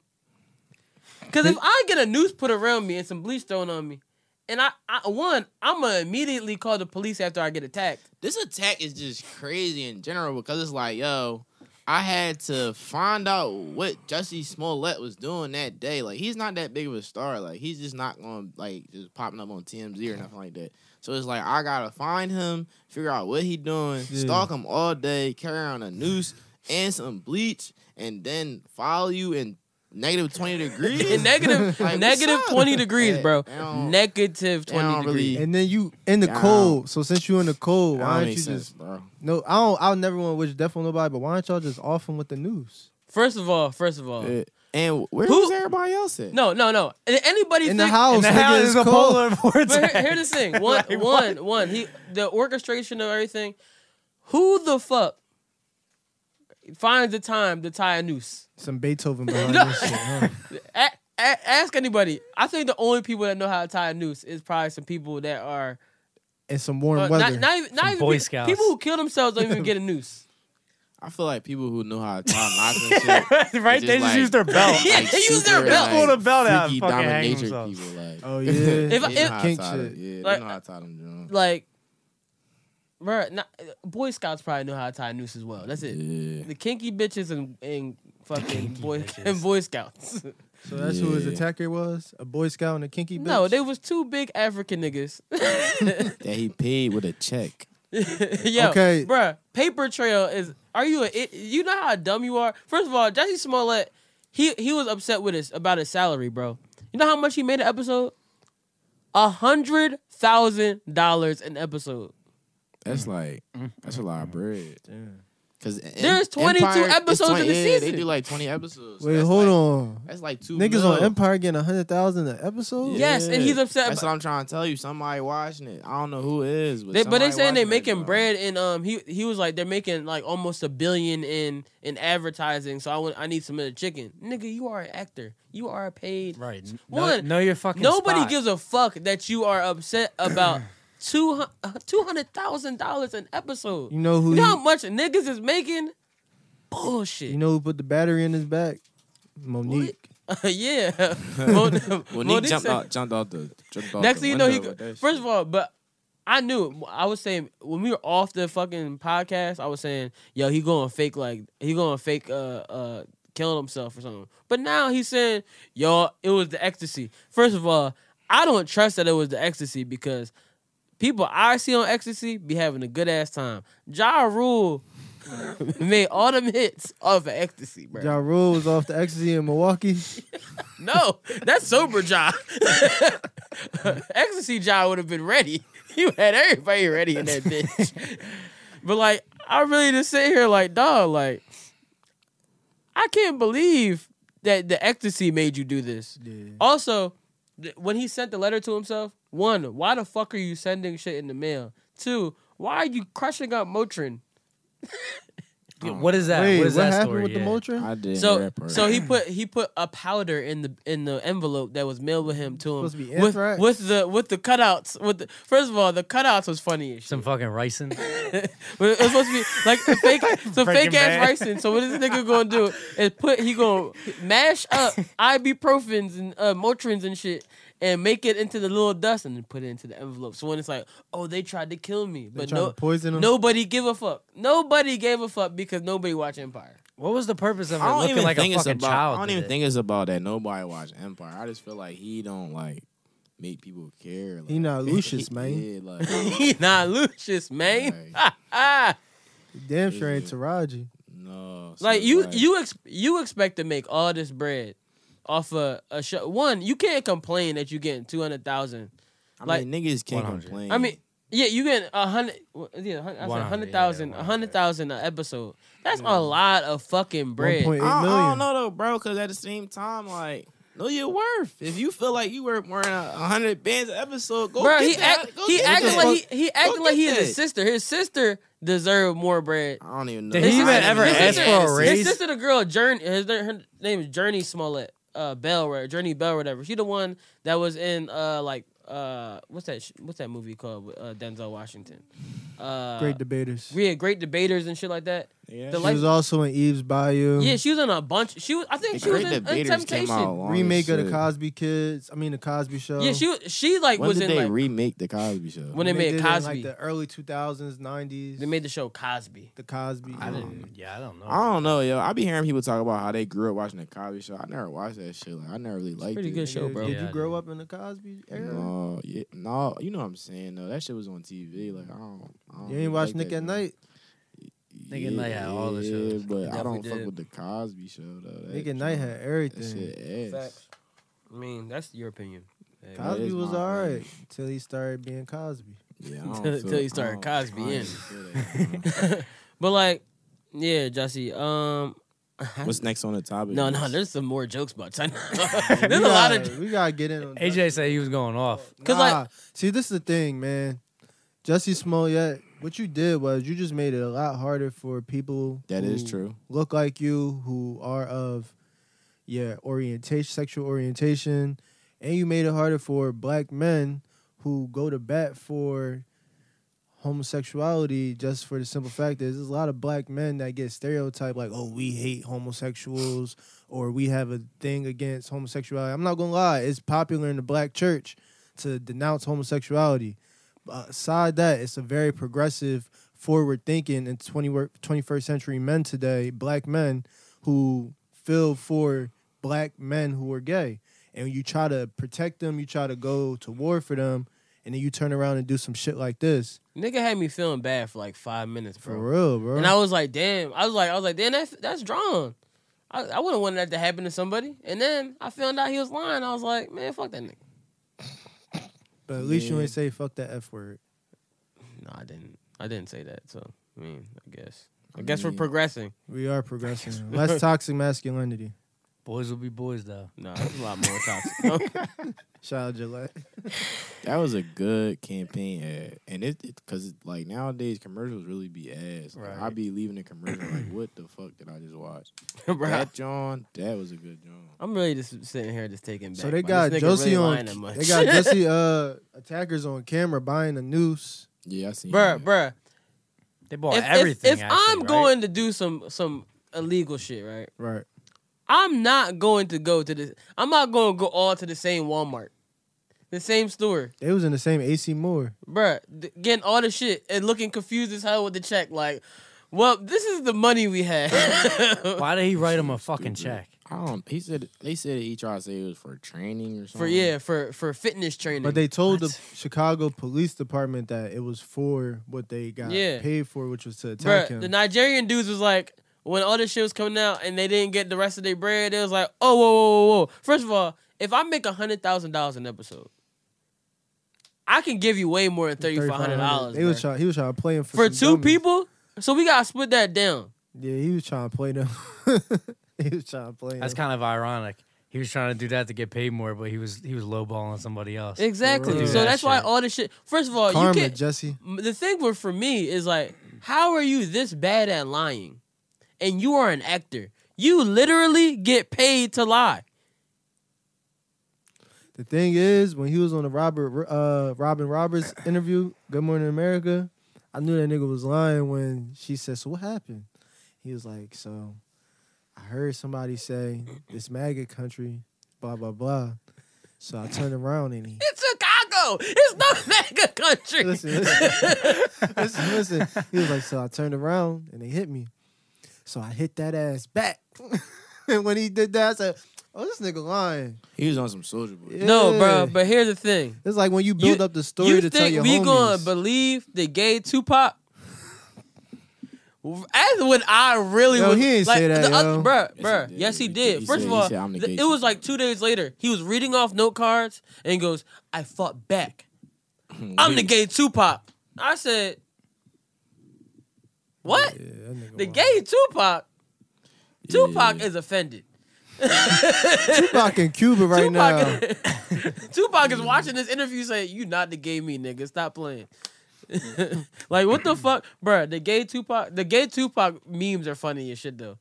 Speaker 2: Cause if I get a noose put around me and some bleach thrown on me, and I, I one, I'm gonna immediately call the police after I get attacked.
Speaker 4: this attack is just crazy in general because it's like, yo, I had to find out what Jussie Smollett was doing that day. Like, he's not that big of a star. Like, he's just not going to, like, just popping up on TMZ or nothing like that. So it's like, I got to find him, figure out what he doing,
Speaker 5: Yeah.
Speaker 4: stalk him all day, carry on a noose and some bleach, and then follow you in negative 20 degrees.
Speaker 2: In negative
Speaker 4: Like, what's
Speaker 2: negative
Speaker 4: up?
Speaker 2: twenty degrees,
Speaker 4: Yeah,
Speaker 2: bro.
Speaker 4: they don't-
Speaker 2: Negative
Speaker 4: they don't
Speaker 2: twenty degrees.
Speaker 4: really-
Speaker 5: And then you in the
Speaker 4: Yeah, I
Speaker 5: cold. So since you in the cold,
Speaker 4: That
Speaker 5: why
Speaker 4: don't
Speaker 5: don't
Speaker 4: make
Speaker 5: you
Speaker 4: sense,
Speaker 5: just
Speaker 4: bro.
Speaker 5: no? I don't. I'll never want to wish death on nobody. But why don't y'all just off him with the news
Speaker 2: First of all, first of all,
Speaker 4: Yeah. And where
Speaker 2: Who-
Speaker 4: was everybody else at?
Speaker 2: no, no, no. And Anybody
Speaker 5: in
Speaker 2: think,
Speaker 5: the house?
Speaker 3: And the
Speaker 5: nigga,
Speaker 3: house
Speaker 5: it's
Speaker 3: is a
Speaker 5: cold.
Speaker 3: polar vortex.
Speaker 2: But here, here's the thing. One,
Speaker 3: Like,
Speaker 2: one, one. He the orchestration of everything. Who the fuck finds the time to tie a noose?
Speaker 5: Some Beethoven behind this shit. Huh?
Speaker 2: A- a- ask anybody. I think the only people that know how to tie a noose is probably some people that are
Speaker 5: And some warm
Speaker 2: uh, not,
Speaker 5: weather.
Speaker 2: not even, not
Speaker 3: Some
Speaker 2: even
Speaker 3: Boy
Speaker 2: people-
Speaker 3: Scouts.
Speaker 2: people who kill themselves don't even get a noose.
Speaker 4: I feel like people who know how to tie knots and shit.
Speaker 3: right? They just
Speaker 4: like-
Speaker 3: use their belt.
Speaker 2: Yeah, they use their
Speaker 4: super,
Speaker 2: belt.
Speaker 4: like,
Speaker 3: Pull the belt out and
Speaker 4: freaky
Speaker 3: fucking hang
Speaker 4: dominatrix
Speaker 3: themselves.
Speaker 4: people. Like,
Speaker 5: Oh, yeah.
Speaker 4: They
Speaker 2: If I-
Speaker 4: know
Speaker 2: if-
Speaker 4: how to
Speaker 5: Kink
Speaker 4: tie them.
Speaker 5: shit.
Speaker 4: Yeah,
Speaker 2: Like-
Speaker 4: they know how to tie them. John.
Speaker 2: Like, bruh, not, Boy Scouts probably know how to tie a noose as well. That's it.
Speaker 4: Yeah.
Speaker 2: The kinky bitches and, and fucking boy
Speaker 3: bitches.
Speaker 2: and Boy Scouts.
Speaker 5: So that's who his
Speaker 4: Yeah.
Speaker 5: attacker was? A Boy Scout and a kinky bitch?
Speaker 2: No, they was two big African niggas.
Speaker 4: That he paid with a check.
Speaker 2: Yo,
Speaker 5: Okay.
Speaker 2: bruh, paper trail is. Are you a? It, you know how dumb you are. First of all, Jesse Smollett, he he was upset with us about his salary, bro. You know how much he made an episode? A hundred thousand dollars an episode.
Speaker 4: That's like that's a lot of bread.
Speaker 5: Damn.
Speaker 4: Cause
Speaker 2: There's 22
Speaker 4: is
Speaker 2: episodes in the
Speaker 4: yeah, They
Speaker 2: season.
Speaker 4: do like 20 episodes.
Speaker 5: Wait,
Speaker 4: That's
Speaker 5: hold
Speaker 4: like-
Speaker 5: on.
Speaker 4: That's like two
Speaker 5: Niggas
Speaker 4: mil.
Speaker 5: on Empire getting a hundred thousand an episode?
Speaker 2: Yes, and he's
Speaker 4: Yeah.
Speaker 2: upset.
Speaker 4: That's
Speaker 2: about-
Speaker 4: what I'm trying to tell you. Somebody watching it. I don't know who it is, but
Speaker 2: they, but they
Speaker 4: somebody
Speaker 2: saying they
Speaker 4: watching it,
Speaker 2: making
Speaker 4: bro.
Speaker 2: bread and um he he was like they're making like almost a billion in in advertising. So I want I need some of the chicken, nigga. You are an actor. You are a paid
Speaker 3: Right. Know,
Speaker 2: One,
Speaker 3: know your fucking
Speaker 2: Nobody
Speaker 3: spot.
Speaker 2: gives a fuck that you are upset about two hundred thousand dollars an episode.
Speaker 5: You know who
Speaker 2: You know how
Speaker 5: he,
Speaker 2: much niggas is making? Bullshit.
Speaker 5: you know who put the battery in his back? Monique.
Speaker 2: yeah. Mon-
Speaker 4: When
Speaker 2: Monique
Speaker 4: he jumped
Speaker 2: said-
Speaker 4: out, jumped out the jumped out
Speaker 2: Next
Speaker 4: the
Speaker 2: thing you know, he
Speaker 4: window with that shit.
Speaker 2: first of all, but I knew it. I was saying when we were off the fucking podcast, I was saying, yo, he going fake like he going fake uh uh killing himself or something. But now he's saying, yo, it was the ecstasy. First of all, I don't trust that it was the ecstasy because people I see on ecstasy be having a good ass time. Ja Rule made all them hits off of ecstasy, bro.
Speaker 5: Ja Rule was off the ecstasy in Milwaukee.
Speaker 2: No, that's sober Ja. Ecstasy Ja would have been ready. You had everybody ready in that bitch. but like, I really just sit here like, dog, like, I can't believe that the ecstasy made you do this.
Speaker 5: Yeah.
Speaker 2: Also, th- when he sent the letter to himself, one, why the fuck are you sending shit in the mail? Two, why are you crushing up Motrin?
Speaker 3: Yeah, What is that?
Speaker 5: Wait,
Speaker 3: what
Speaker 5: what
Speaker 3: is that
Speaker 5: happened
Speaker 3: story?
Speaker 5: with the
Speaker 3: Yeah.
Speaker 5: Motrin?
Speaker 4: I did.
Speaker 2: So, so he put he put a powder in the in the envelope that was mailed with him to him
Speaker 5: Supposed to be
Speaker 2: with,
Speaker 5: anthrax?
Speaker 2: with the with the cutouts with the first of all the cutouts was funny as shit.
Speaker 3: Some fucking ricin.
Speaker 2: But it was supposed to be like a fake, so
Speaker 3: Breaking
Speaker 2: fake ass
Speaker 3: Bad.
Speaker 2: ricin. So what this nigga gonna do is put he gonna mash up ibuprofens and uh, Motrins and shit and make it into the little dust and then put it into the envelope. So when it's like, oh, they tried to kill me,
Speaker 5: They
Speaker 2: but
Speaker 5: trying
Speaker 2: no,
Speaker 5: to poison him?
Speaker 2: nobody give a fuck. Nobody gave a fuck because nobody watch Empire.
Speaker 3: What was the purpose of it
Speaker 4: I don't
Speaker 3: looking
Speaker 4: even
Speaker 3: like
Speaker 4: think
Speaker 3: a
Speaker 4: it's
Speaker 3: fucking
Speaker 4: about.
Speaker 3: child?
Speaker 4: I don't
Speaker 3: did
Speaker 4: even
Speaker 3: it?
Speaker 4: think it's about that. Nobody watch Empire. I just feel like he don't like make people care. Like,
Speaker 5: He not Lucius, man.
Speaker 4: Yeah, like
Speaker 2: nah, Lucius, man.
Speaker 4: Uh-huh. Right.
Speaker 2: Ah,
Speaker 5: Damn sure ain't Taraji.
Speaker 4: no. so
Speaker 2: like
Speaker 4: it's
Speaker 2: you, you, ex- you expect to make all this bread off a, a show. One, you can't complain that you getting two hundred thousand.
Speaker 4: I
Speaker 2: like-
Speaker 4: mean, niggas can't
Speaker 3: 100.
Speaker 4: complain.
Speaker 2: I mean, yeah, you getting a hundred, well, yeah, hun- I said
Speaker 3: 100,
Speaker 2: hundred thousand,
Speaker 3: yeah,
Speaker 2: a hundred thousand an episode. That's a lot of fucking bread.
Speaker 4: I,
Speaker 5: 1.8
Speaker 4: don't- I don't
Speaker 5: million.
Speaker 4: know though, bro. Because at the same time, like. Know your worth. If you feel like you were wearing a hundred bands an episode, go
Speaker 2: Bro,
Speaker 4: get
Speaker 2: he
Speaker 4: that.
Speaker 2: act,
Speaker 4: Go
Speaker 2: he
Speaker 4: get
Speaker 2: acting
Speaker 4: that.
Speaker 2: like he, he acting like
Speaker 4: get
Speaker 2: he is his
Speaker 4: that.
Speaker 2: sister. His sister deserved more bread.
Speaker 4: I don't even know.
Speaker 3: Did he
Speaker 4: I
Speaker 3: even
Speaker 4: didn't
Speaker 3: ever
Speaker 4: know
Speaker 3: ask
Speaker 4: that.
Speaker 3: for a
Speaker 2: His
Speaker 3: raise?
Speaker 2: sister, the girl Journey, his na- her name is Journey Smollett, uh, Bell, right? Journey Bell, whatever. She the one that was in uh like uh what's that sh- what's that movie called with uh, Denzel Washington? Uh,
Speaker 5: Great debaters.
Speaker 2: yeah, great debaters and shit like that.
Speaker 4: Yeah.
Speaker 2: The
Speaker 5: She
Speaker 2: like-
Speaker 5: was also in Eve's Bayou.
Speaker 2: Yeah, she was in a bunch. She was, I think she was in, in Temptation.
Speaker 4: long
Speaker 5: remake
Speaker 4: as
Speaker 5: of the
Speaker 4: shit.
Speaker 5: Cosby Kids. I mean the Cosby Show.
Speaker 2: Yeah, she was- she like
Speaker 4: When
Speaker 2: was
Speaker 4: did
Speaker 2: in
Speaker 4: they
Speaker 2: like
Speaker 4: remake the Cosby Show?
Speaker 2: when they,
Speaker 5: did
Speaker 2: made
Speaker 5: it in,
Speaker 2: Cosby.
Speaker 5: like the early 2000s, 90s.
Speaker 2: they made the show Cosby.
Speaker 5: the Cosby.
Speaker 4: I
Speaker 5: yeah.
Speaker 4: didn't-
Speaker 3: Yeah, I don't know.
Speaker 4: I don't know, yo. I be hearing people talk about how they grew up watching the Cosby Show. I never watched that shit. Like, I never really liked
Speaker 2: pretty
Speaker 4: it.
Speaker 2: good show,
Speaker 5: Nigga,
Speaker 2: bro.
Speaker 5: Did
Speaker 3: Yeah,
Speaker 5: you
Speaker 3: I
Speaker 5: grow
Speaker 3: did.
Speaker 5: up in the Cosby era?
Speaker 4: No, yeah, no, you know what I'm saying though. That shit was on TV. Like I don't. I don't
Speaker 5: You
Speaker 4: really
Speaker 5: ain't watch
Speaker 4: like
Speaker 5: Nick
Speaker 4: that
Speaker 5: at
Speaker 4: shit.
Speaker 5: Night?
Speaker 3: Nick at Night had all the shows.
Speaker 4: but I
Speaker 2: definitely
Speaker 4: don't fuck
Speaker 2: did.
Speaker 4: with the Cosby Show though. That
Speaker 5: Nick at Night
Speaker 4: joint-
Speaker 5: had
Speaker 4: that
Speaker 5: everything.
Speaker 4: shit ass.
Speaker 2: I mean, that's your opinion.
Speaker 4: That
Speaker 5: Cosby
Speaker 4: is
Speaker 5: was
Speaker 4: my
Speaker 5: alright
Speaker 4: opinion.
Speaker 5: until he started being Cosby.
Speaker 4: Yeah, I don't
Speaker 2: Till-
Speaker 4: feel-
Speaker 2: till you
Speaker 4: I
Speaker 2: started
Speaker 4: don't-
Speaker 2: Cosby
Speaker 4: I don't
Speaker 2: in.
Speaker 4: even feel that, bro.
Speaker 2: But like, yeah, Jesse. Um,
Speaker 4: What's next on the topic?
Speaker 2: no, no,
Speaker 4: list?
Speaker 2: there's some more jokes about China.
Speaker 5: We
Speaker 2: there's a lot
Speaker 5: gotta-
Speaker 2: of
Speaker 5: we gotta get in. On
Speaker 3: AJ said he was going off.
Speaker 5: Cause
Speaker 2: 'Cause,
Speaker 5: nah.
Speaker 2: like-
Speaker 5: see, this is the thing, man. Jesse Smollett, what you did was you just made it a lot harder for people
Speaker 4: That is
Speaker 5: who
Speaker 4: true.
Speaker 5: Look like you, who are of yeah orientation, sexual orientation, and you made it harder for black men who go to bat for homosexuality just for the simple fact that there's a lot of black men that get stereotyped like, oh, we hate homosexuals or we have a thing against homosexuality. I'm not gonna lie, it's popular in the black church to denounce homosexuality. But aside that, it's a very progressive, forward thinking and 20, wor- 21st century men today, black men who feel for black men who are gay. And you try to protect them, you try to go to war for them, and then you turn around and do some shit like this.
Speaker 2: Nigga had me feeling bad for like five minutes,
Speaker 5: For
Speaker 2: bro.
Speaker 5: real, bro.
Speaker 2: And I was like, damn. I was like, I was like, damn, that's that's drawn. I, I wouldn't want that to happen to somebody. And then I found out he was lying. I was like, man, fuck that nigga.
Speaker 5: but at least you
Speaker 4: Yeah.
Speaker 5: ain't say fuck that F word.
Speaker 2: No, I didn't. I didn't say that. So I mean, I guess. I guess we're
Speaker 4: mean-
Speaker 2: progressing.
Speaker 5: We are progressing. Less toxic masculinity.
Speaker 3: Boys will be boys though.
Speaker 2: No, it's a lot more toxic.
Speaker 5: Shout out Gillette.
Speaker 4: That was a good campaign ad, and it because like nowadays commercials really be ass. Like, I
Speaker 3: Right.
Speaker 4: be leaving the commercial like, what the fuck did I just watch?
Speaker 2: Bro,
Speaker 4: That John, that was a good John.
Speaker 2: I'm really just sitting here just taking back.
Speaker 5: So they
Speaker 2: bro.
Speaker 5: got
Speaker 2: This nigga
Speaker 5: Josie
Speaker 2: really
Speaker 5: on.
Speaker 2: lying that much.
Speaker 5: They got Josie uh, attackers on camera buying a noose.
Speaker 4: Yeah, I seen.
Speaker 2: Bruh,
Speaker 4: that.
Speaker 2: bruh.
Speaker 3: They bought
Speaker 2: if, if-
Speaker 3: everything.
Speaker 2: if
Speaker 3: actually,
Speaker 2: I'm
Speaker 3: right?
Speaker 2: going to do some some illegal shit, right?
Speaker 5: Right.
Speaker 2: I'm not going to go to this. I'm not going to go all to the same Walmart, the same store,
Speaker 5: They was in the same AC Moore.
Speaker 2: bruh. d- Getting all the shit and looking confused as hell with the check. Like, well, this is the money we had.
Speaker 3: why did he write him a fucking check?
Speaker 4: I don't. He said they said he tried to say it was for training or something.
Speaker 2: for yeah, for for fitness training.
Speaker 5: But they told
Speaker 3: What?
Speaker 5: the Chicago Police Department that it was for what they got
Speaker 2: Yeah.
Speaker 5: paid for, which was to attack
Speaker 2: Bruh, the
Speaker 5: him.
Speaker 2: Nigerian dudes was like, when all this shit was coming out and they didn't get the rest of their bread, it was like, oh, whoa, whoa, whoa, whoa. First of all, if I make hundred thousand dollars an episode, I can give you way more than thirty five hundred dollars.
Speaker 5: They was trying. He was trying to play him for,
Speaker 2: for
Speaker 5: some
Speaker 2: two
Speaker 5: dummies.
Speaker 2: people. So we gotta split that down.
Speaker 5: Yeah, he was trying to play them. he was trying to play. Him.
Speaker 3: That's kind of ironic. He was trying to do that to get paid more, but he was he was lowballing somebody else.
Speaker 2: Exactly.
Speaker 5: real.
Speaker 2: So
Speaker 3: Yeah,
Speaker 2: that's why
Speaker 3: shit.
Speaker 2: all this shit. First of all,
Speaker 5: karma,
Speaker 2: Oh, you can't.
Speaker 5: Jesse.
Speaker 2: The thing for for me is like, how are you this bad at lying, and you are an actor? You literally get paid to lie.
Speaker 5: The thing is, when he was on the Robert uh, Robin Roberts interview, Good Morning America, I knew that nigga was lying when she said, "So what happened?" He was like, "So I heard somebody say this MAGA country, blah blah blah." So I turned around and he
Speaker 2: It's Chicago. It's no mega country.
Speaker 5: listen, listen, listen, listen. He was like, so I turned around and they hit me. So I hit that ass back. and when he did that, I said, oh, this nigga lying.
Speaker 4: he was on some soldier boy.
Speaker 5: Yeah.
Speaker 2: No, bro. But here's the thing.
Speaker 5: It's like when you build
Speaker 2: You-
Speaker 5: up the story
Speaker 2: you
Speaker 5: to tell
Speaker 2: think
Speaker 5: your
Speaker 2: we
Speaker 5: homies.
Speaker 2: gonna believe the gay Tupac? As when I really
Speaker 5: Yo,
Speaker 2: was,
Speaker 5: he ain't
Speaker 2: like,
Speaker 5: say that,
Speaker 2: the
Speaker 5: yo.
Speaker 2: Other, bruh,
Speaker 4: he
Speaker 2: bruh,
Speaker 4: did.
Speaker 2: yes he
Speaker 4: He-
Speaker 2: did.
Speaker 4: he
Speaker 2: First
Speaker 4: said-
Speaker 2: of
Speaker 4: he
Speaker 2: all,
Speaker 4: said, "I'm the
Speaker 2: th-
Speaker 4: gay
Speaker 2: it was like two days later. He was reading off note cards and goes, "I fought back. I'm the gay Tupac." I said, "What?
Speaker 5: Yeah, that nigga
Speaker 2: the
Speaker 5: lying.
Speaker 2: gay Tupac? Tupac
Speaker 4: Yeah.
Speaker 2: is offended."
Speaker 5: Tupac in Cuba right now.
Speaker 2: Tupac, Tupac is watching this interview saying, You not the gay me, nigga. Stop playing. like, what the fuck? Bruh, the gay Tupac, the gay Tupac memes are funny as shit, though.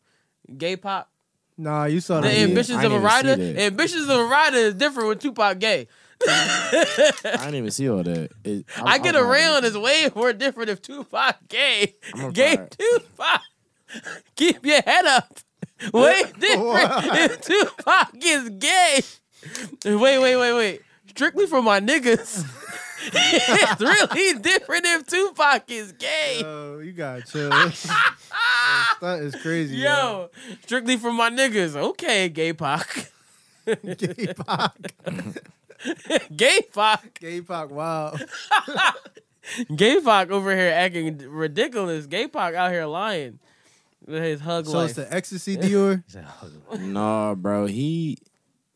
Speaker 2: Gay pop.
Speaker 5: Nah, you
Speaker 2: The
Speaker 5: saw that.
Speaker 4: didn't-
Speaker 2: ambitions
Speaker 4: I
Speaker 2: of a
Speaker 4: didn't see
Speaker 2: rider.
Speaker 4: that.
Speaker 2: Ambitions of a rider is different with Tupac gay.
Speaker 4: I didn't even see all that. It- I'm-
Speaker 2: I, get
Speaker 4: I'm-
Speaker 2: around is way more different if Tupac gay.
Speaker 4: gonna
Speaker 2: Gay
Speaker 4: cry.
Speaker 2: Tupac. Keep your head up. Way different if Tupac is gay. Wait, wait, wait, wait. Strictly for my niggas. it's really different if Tupac is gay.
Speaker 5: Oh, you gotta chill. that is crazy. Yo.
Speaker 2: Yo, strictly for my niggas. Okay, gay Pac.
Speaker 5: Gay Pac.
Speaker 2: gay Pac.
Speaker 5: Gay Pac, wow.
Speaker 2: Gay Pac over here acting ridiculous. Gay Pac out here lying. With his hug
Speaker 5: So
Speaker 2: life.
Speaker 5: it's the ecstasy Dior.
Speaker 3: He's like, "Oh,
Speaker 4: No, bro. He